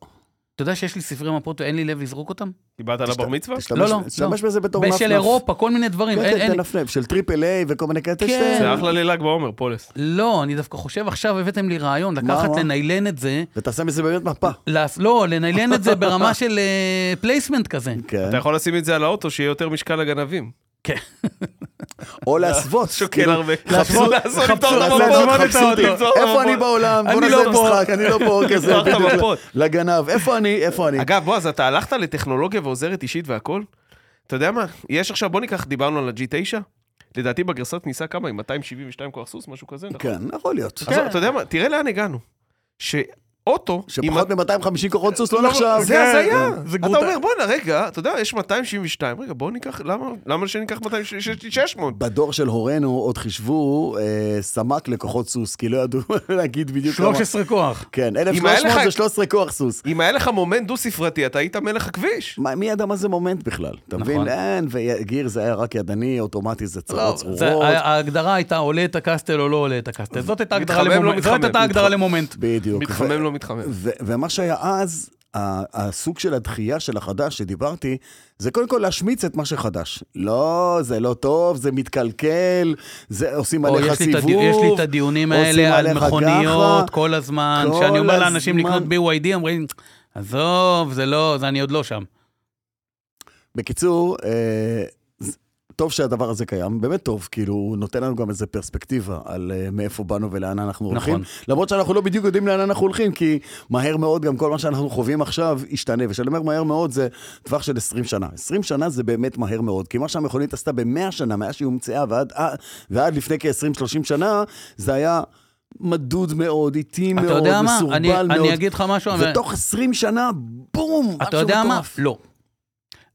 [SPEAKER 3] אתה יודע שיש לי ספרי מפות ואין לי לב לזרוק אותם?
[SPEAKER 4] דיברת על הבר מצווה?
[SPEAKER 2] תשתמש-
[SPEAKER 3] לא, לא,
[SPEAKER 2] תשתמש
[SPEAKER 3] לא.
[SPEAKER 2] בזה בתור נפנף.
[SPEAKER 3] בשל אירופה, כל מיני דברים. אין-
[SPEAKER 2] כן,
[SPEAKER 3] אין-
[SPEAKER 2] תנפנף, של טריפל איי וכל מיני כאלה.
[SPEAKER 3] כן.
[SPEAKER 4] זה אחלה לל"ג בעומר, פולס.
[SPEAKER 3] לא, אני דווקא חושב, עכשיו הבאתם לי רעיון, לקחת,
[SPEAKER 2] מה?
[SPEAKER 3] לניילן את זה,
[SPEAKER 2] ותעשה מזה באמת מפה.
[SPEAKER 3] לעש- לא, לניילן את זה
[SPEAKER 2] (laughs)
[SPEAKER 3] ברמה של פלייסמנט כזה.
[SPEAKER 2] כן.
[SPEAKER 4] אתה יכול לשים את זה על האוטו, שיהיה יותר משקל לגנבים.
[SPEAKER 3] כן.
[SPEAKER 2] או להסוות.
[SPEAKER 4] (laughs) שוקל
[SPEAKER 2] כאילו,
[SPEAKER 4] הרבה.
[SPEAKER 2] חפשו-
[SPEAKER 4] לעשות- לעשות-
[SPEAKER 2] חפשו-
[SPEAKER 4] לפתור את
[SPEAKER 2] לעשות-
[SPEAKER 4] המפות,
[SPEAKER 2] חפשו
[SPEAKER 4] לפתור את
[SPEAKER 2] אותי.
[SPEAKER 4] המפות.
[SPEAKER 2] איפה אני בעולם? בוא
[SPEAKER 4] אני
[SPEAKER 2] נעשה
[SPEAKER 4] לא פה.
[SPEAKER 2] משחק, אני לא
[SPEAKER 4] (laughs)
[SPEAKER 2] פה, כזה,
[SPEAKER 4] לפתור את
[SPEAKER 2] בדיוק,
[SPEAKER 4] המפות.
[SPEAKER 2] לגנב. איפה אני? איפה אני?
[SPEAKER 4] אגב, בועז, אתה הלכת לטכנולוגיה ועוזרת אישית והכל? אתה יודע מה? יש עכשיו, בוא ניקח, דיברנו על ה-G9? לדעתי בגרסת ניסה כמה? עם 272 כוח סוס, משהו כזה, נכון?
[SPEAKER 2] כן, יכול להיות.
[SPEAKER 4] אז אתה יודע מה? תראה לאן הגענו. שאוטו... עם
[SPEAKER 2] שפחות מ-250 כוחות סוס לא נחשב.
[SPEAKER 4] זה הזיה.
[SPEAKER 3] זה
[SPEAKER 4] אתה
[SPEAKER 3] גרוטה.
[SPEAKER 4] אומר, בואנה, רגע, אתה יודע, יש 272, רגע, בואו ניקח, למה- למה שניקח 200,
[SPEAKER 2] בדור של הורינו עוד חישבו אה, סמ"ק לכוחות סוס, כי לא ידעו (laughs) להגיד בדיוק כמה.
[SPEAKER 3] 13 כוח.
[SPEAKER 2] כן,
[SPEAKER 4] אם
[SPEAKER 2] 1,300
[SPEAKER 4] היה לך-
[SPEAKER 2] זה 13 כוח סוס.
[SPEAKER 4] אם היה לך מומנט דו-ספרתי, אתה היית מלך הכביש.
[SPEAKER 2] מה, מי ידע מה זה מומנט בכלל? אתה מבין? אין, וגיר זה היה רק ידני, אוטומטי זה צרות
[SPEAKER 3] נכון. לא, זה-
[SPEAKER 2] צרורות.
[SPEAKER 3] ההגדרה הייתה עולה את הקסטל או לא עולה את הקסטל. זאת הייתה הגדרה
[SPEAKER 4] מתחמם, לא
[SPEAKER 3] למומנט. זאת
[SPEAKER 4] מתחמם.
[SPEAKER 3] הייתה הגדרה למומנט.
[SPEAKER 2] בדיוק.
[SPEAKER 4] מתחמם, לא מתחמם.
[SPEAKER 2] ו- ומה שהיה אז, ה- הסוג של הדחייה של החדש שדיברתי, זה קודם כל להשמיץ את מה שחדש. לא, זה לא טוב, זה מתקלקל, זה עושים
[SPEAKER 3] או,
[SPEAKER 2] עליך
[SPEAKER 3] יש לי את הד-
[SPEAKER 2] סיבוב.
[SPEAKER 3] יש לי את הדיונים
[SPEAKER 2] עושים
[SPEAKER 3] האלה על
[SPEAKER 2] עליך
[SPEAKER 3] מכוניות
[SPEAKER 2] ככה.
[SPEAKER 3] כל הזמן,
[SPEAKER 2] כל
[SPEAKER 3] כשאני אומר לאנשים
[SPEAKER 2] הזמן.
[SPEAKER 3] לקנות BYD, אומרים, עזוב, זה לא, זה אני עוד לא שם.
[SPEAKER 2] בקיצור, אה, ז- טוב שהדבר הזה קיים, באמת טוב, כאילו, הוא נותן לנו גם איזה פרספקטיבה על אה, מאיפה באנו ולאן אנחנו
[SPEAKER 3] נכון.
[SPEAKER 2] הולכים. למרות שאנחנו לא בדיוק יודעים לאן אנחנו הולכים, כי מהר מאוד גם כל מה שאנחנו חווים עכשיו ישתנה. וכשאני אומר מהר מאוד, זה טווח של 20 שנה. 20 שנה זה באמת מהר מאוד, כי מה שהמכונית עשתה ב-100 שנה, מאז שהיא הומצאה ועד, אה, ועד לפני כ-20-30 שנה, זה היה... מדוד מאוד, איטי
[SPEAKER 3] אתה
[SPEAKER 2] מאוד,
[SPEAKER 3] יודע מה?
[SPEAKER 2] מסורבל
[SPEAKER 3] אני-
[SPEAKER 2] מאוד.
[SPEAKER 3] אני אגיד לך משהו. אני-
[SPEAKER 2] ותוך 20 שנה, בום!
[SPEAKER 3] אתה
[SPEAKER 2] משהו
[SPEAKER 3] יודע מה?
[SPEAKER 2] מטורף.
[SPEAKER 3] לא.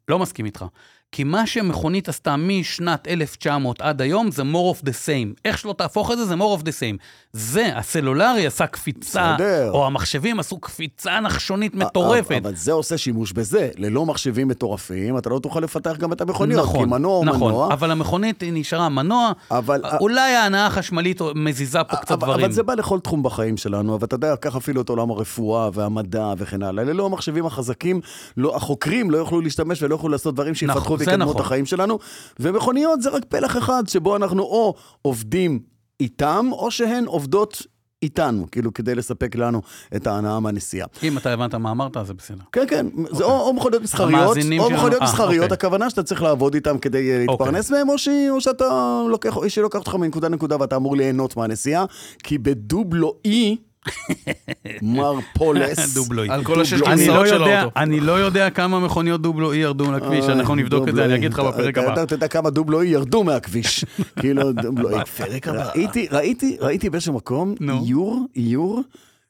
[SPEAKER 3] לא מסכים איתך. כי מה שמכונית עשתה משנת 1900 עד היום זה more of the same. איך שלא תהפוך את זה, זה more of the same. זה, הסלולרי עשה קפיצה,
[SPEAKER 2] בסדר.
[SPEAKER 3] או המחשבים עשו קפיצה נחשונית מטורפת.
[SPEAKER 2] אבל זה עושה שימוש בזה. ללא מחשבים מטורפים, אתה לא תוכל לפתח גם את המכוניות.
[SPEAKER 3] נכון,
[SPEAKER 2] כי מנוע הוא
[SPEAKER 3] נכון,
[SPEAKER 2] מנוע.
[SPEAKER 3] אבל המכונית היא נשארה מנוע,
[SPEAKER 2] אבל-
[SPEAKER 3] אולי ההנאה החשמלית מזיזה פה קצת
[SPEAKER 2] אבל,
[SPEAKER 3] דברים.
[SPEAKER 2] אבל זה בא לכל תחום בחיים שלנו, ואתה יודע, קח אפילו את עולם הרפואה והמדע וכן הלאה. ללא המחשבים החזקים, לא, החוקרים לא יוכלו להשתמש ולא יוכלו לעשות דברים שיפתחו
[SPEAKER 3] נכון, זה
[SPEAKER 2] ויקדמו
[SPEAKER 3] נכון.
[SPEAKER 2] את החיים שלנו. ומכוניות זה רק פלח אחד, שבו אנחנו או עובדים איתם, או שהן עובדות איתנו, כאילו, כדי לספק לנו את ההנאה מהנסיעה.
[SPEAKER 3] אם אתה הבנת מה אמרת, אז זה בסדר.
[SPEAKER 2] כן, כן, זה או, או מכוניות מסחריות,
[SPEAKER 3] אוקיי. המאזינים
[SPEAKER 2] או
[SPEAKER 3] שלנו-
[SPEAKER 2] מכוניות
[SPEAKER 3] אה,
[SPEAKER 2] מסחריות,
[SPEAKER 3] אוקיי.
[SPEAKER 2] הכוונה שאתה צריך לעבוד איתם כדי אה, להתפרנס מהם, או, ש... או שאתה לוקח, או שהיא לוקחת אותך מנקודה לנקודה ואתה אמור ליהנות מהנסיעה, כי
[SPEAKER 3] (laughs)
[SPEAKER 2] בדובלואי, מר פולס,
[SPEAKER 3] דובלוי.
[SPEAKER 4] על כל השש
[SPEAKER 3] אני לא
[SPEAKER 4] גרסאות של
[SPEAKER 3] יודע-
[SPEAKER 4] האוטו.
[SPEAKER 3] אני לא יודע כמה מכוניות דובלוי ירדו
[SPEAKER 2] אה,
[SPEAKER 3] לכביש, אנחנו נבדוק את זה, אני אגיד לך בפרק הבא.
[SPEAKER 2] אתה יודע כמה דובלואי ירדו
[SPEAKER 3] (laughs)
[SPEAKER 2] מהכביש. כאילו, דובלואי. בפרק הבא. ראיתי באיזשהו מקום
[SPEAKER 3] נו.
[SPEAKER 2] איור, איור.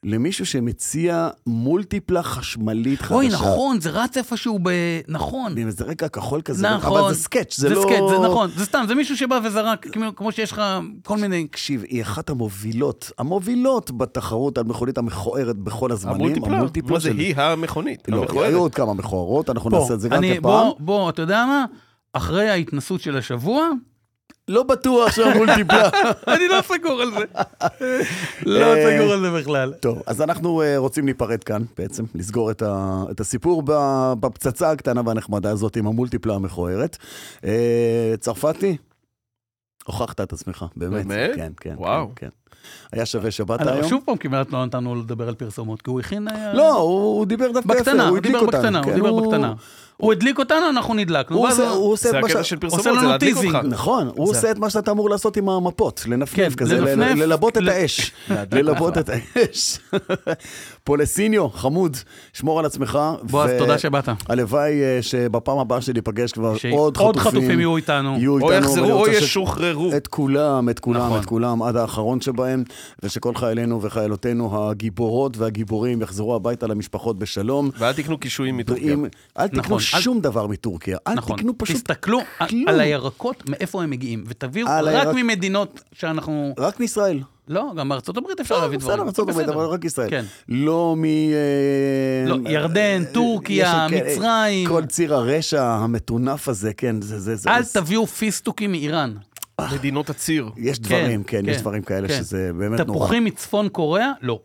[SPEAKER 2] למישהו שמציע מולטיפלה חשמלית חדשה.
[SPEAKER 3] אוי, נכון, זה רץ איפשהו ב... נכון.
[SPEAKER 2] עם איזה רקע כחול כזה,
[SPEAKER 3] נכון.
[SPEAKER 2] אבל זה סקץ', זה,
[SPEAKER 3] זה
[SPEAKER 2] לא...
[SPEAKER 3] סקט, זה נכון, זה סתם, זה מישהו שבא וזרק, כאילו, כמו, כמו שיש לך כל מיני...
[SPEAKER 2] תקשיב, היא אחת המובילות, המובילות בתחרות על מכונית המכוערת בכל הזמנים.
[SPEAKER 4] המולטיפלר, מה זה
[SPEAKER 2] של-
[SPEAKER 4] היא המכונית,
[SPEAKER 2] לא, היו
[SPEAKER 4] המכוערת.
[SPEAKER 2] עוד כמה מכוערות, אנחנו
[SPEAKER 3] פה,
[SPEAKER 2] נעשה את זה גם
[SPEAKER 3] אני-
[SPEAKER 2] כן פעם.
[SPEAKER 3] בוא, בוא, אתה יודע מה? אחרי ההתנסות של השבוע, (laughs)
[SPEAKER 2] לא בטוח שהמולטיפלר.
[SPEAKER 3] אני לא סגור על זה.
[SPEAKER 2] (laughs)
[SPEAKER 3] לא
[SPEAKER 2] אה,
[SPEAKER 3] סגור על זה בכלל.
[SPEAKER 2] (laughs) טוב, אז אנחנו אה, רוצים להיפרד כאן בעצם, לסגור את, ה, את הסיפור ב- בפצצה הקטנה והנחמדה הזאת עם המולטיפלה המכוערת. אה, צרפתי, הוכחת את עצמך, באמת.
[SPEAKER 4] באמת?
[SPEAKER 2] כן, כן.
[SPEAKER 4] וואו.
[SPEAKER 2] כן, כן. היה שווה שבת
[SPEAKER 3] אני-
[SPEAKER 2] היום.
[SPEAKER 3] שוב פעם כמעט לא נתנו לו לדבר על פרסומות, כי הוא הכין... אה,
[SPEAKER 2] לא, הוא, הוא דיבר דווקא יפה,
[SPEAKER 3] בקטנה, הוא
[SPEAKER 2] הדליק
[SPEAKER 3] דיבר
[SPEAKER 2] אותנו,
[SPEAKER 3] בקטנה, הוא
[SPEAKER 2] כן,
[SPEAKER 3] דיבר בקטנה. הוא הדליק אותנו, אנחנו נדלקנו.
[SPEAKER 2] הוא
[SPEAKER 3] ואז
[SPEAKER 2] עושה- הוא עושה
[SPEAKER 4] זה
[SPEAKER 2] את מה
[SPEAKER 4] הקטע
[SPEAKER 2] ש-
[SPEAKER 4] של
[SPEAKER 3] עושה
[SPEAKER 4] פרסומות,
[SPEAKER 3] לנו
[SPEAKER 4] זה להדליק
[SPEAKER 3] טיזינג.
[SPEAKER 4] אותך.
[SPEAKER 2] נכון, הוא עושה את מה שאתה אמור לעשות עם המפות, לנפנף
[SPEAKER 3] כן,
[SPEAKER 2] כזה, ל-
[SPEAKER 3] לנפנף,
[SPEAKER 2] ל- ללבות את
[SPEAKER 3] ל-
[SPEAKER 2] האש, ללבות את האש. (laughs) פולסיניו, חמוד, שמור על עצמך.
[SPEAKER 3] בועז,
[SPEAKER 2] ו-
[SPEAKER 3] תודה שבאת.
[SPEAKER 2] הלוואי אה, שבפעם הבאה שניפגש כבר עוד
[SPEAKER 3] עוד
[SPEAKER 2] חטופים.
[SPEAKER 3] חטופים יהיו איתנו.
[SPEAKER 2] יהיו איתנו,
[SPEAKER 4] או
[SPEAKER 2] ואני
[SPEAKER 4] יחזרו או
[SPEAKER 2] רוצה ש-
[SPEAKER 4] ישוחררו.
[SPEAKER 2] את כולם, את כולם,
[SPEAKER 3] נכון.
[SPEAKER 2] את כולם, עד האחרון שבהם, ושכל חיילינו וחיילותינו הגיבורות והגיבורים יחזרו הביתה למשפחות בשלום.
[SPEAKER 4] ואל תקנו קישואים מטורקיה.
[SPEAKER 2] אם- אל תקנו
[SPEAKER 3] נכון, אל-
[SPEAKER 2] שום דבר מטורקיה, אל
[SPEAKER 3] נכון.
[SPEAKER 2] תקנו פשוט
[SPEAKER 3] תסתכלו על-
[SPEAKER 2] כלום.
[SPEAKER 3] על הירקות, מאיפה הם מגיעים, ותביאו
[SPEAKER 2] על
[SPEAKER 3] רק
[SPEAKER 2] הירק-
[SPEAKER 3] ממדינות שאנחנו...
[SPEAKER 2] רק מישראל.
[SPEAKER 3] לא, גם בארצות הברית אפשר להביא דברים.
[SPEAKER 2] בסדר, ארצות הברית,
[SPEAKER 3] בסדר.
[SPEAKER 2] אבל רק ישראל.
[SPEAKER 3] כן.
[SPEAKER 2] לא מ... אה,
[SPEAKER 3] לא, ירדן,
[SPEAKER 2] אה,
[SPEAKER 3] טורקיה,
[SPEAKER 2] יש לי- כן, אה,
[SPEAKER 3] מצרים.
[SPEAKER 2] כל ציר הרשע המטונף הזה, כן, זה... זה- זה-
[SPEAKER 3] אל
[SPEAKER 2] זה-
[SPEAKER 3] תביאו פיסטוקים מאיראן. (laughs)
[SPEAKER 4] מדינות הציר.
[SPEAKER 2] יש דברים, כן, יש
[SPEAKER 3] כן,
[SPEAKER 2] דברים כאלה
[SPEAKER 3] כן.
[SPEAKER 2] שזה באמת נורא.
[SPEAKER 3] תפוחים מצפון קוריאה? לא.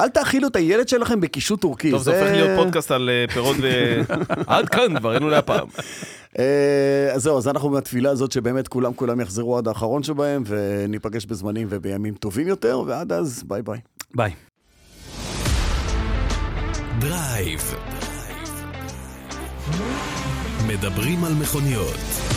[SPEAKER 2] אל תאכילו את הילד שלכם בקישוט טורקי.
[SPEAKER 4] טוב, זה הופך להיות פודקאסט על אה, פירות ו...
[SPEAKER 3] (laughs)
[SPEAKER 4] עד כאן, דברינו להפעם.
[SPEAKER 2] אה, אז זהו, אז אנחנו מהתפילה הזאת שבאמת כולם כולם יחזרו עד האחרון שבהם, וניפגש בזמנים ובימים טובים יותר, ועד אז, ביי ביי.
[SPEAKER 3] ביי.
[SPEAKER 1] דרייב. מדברים על מכוניות.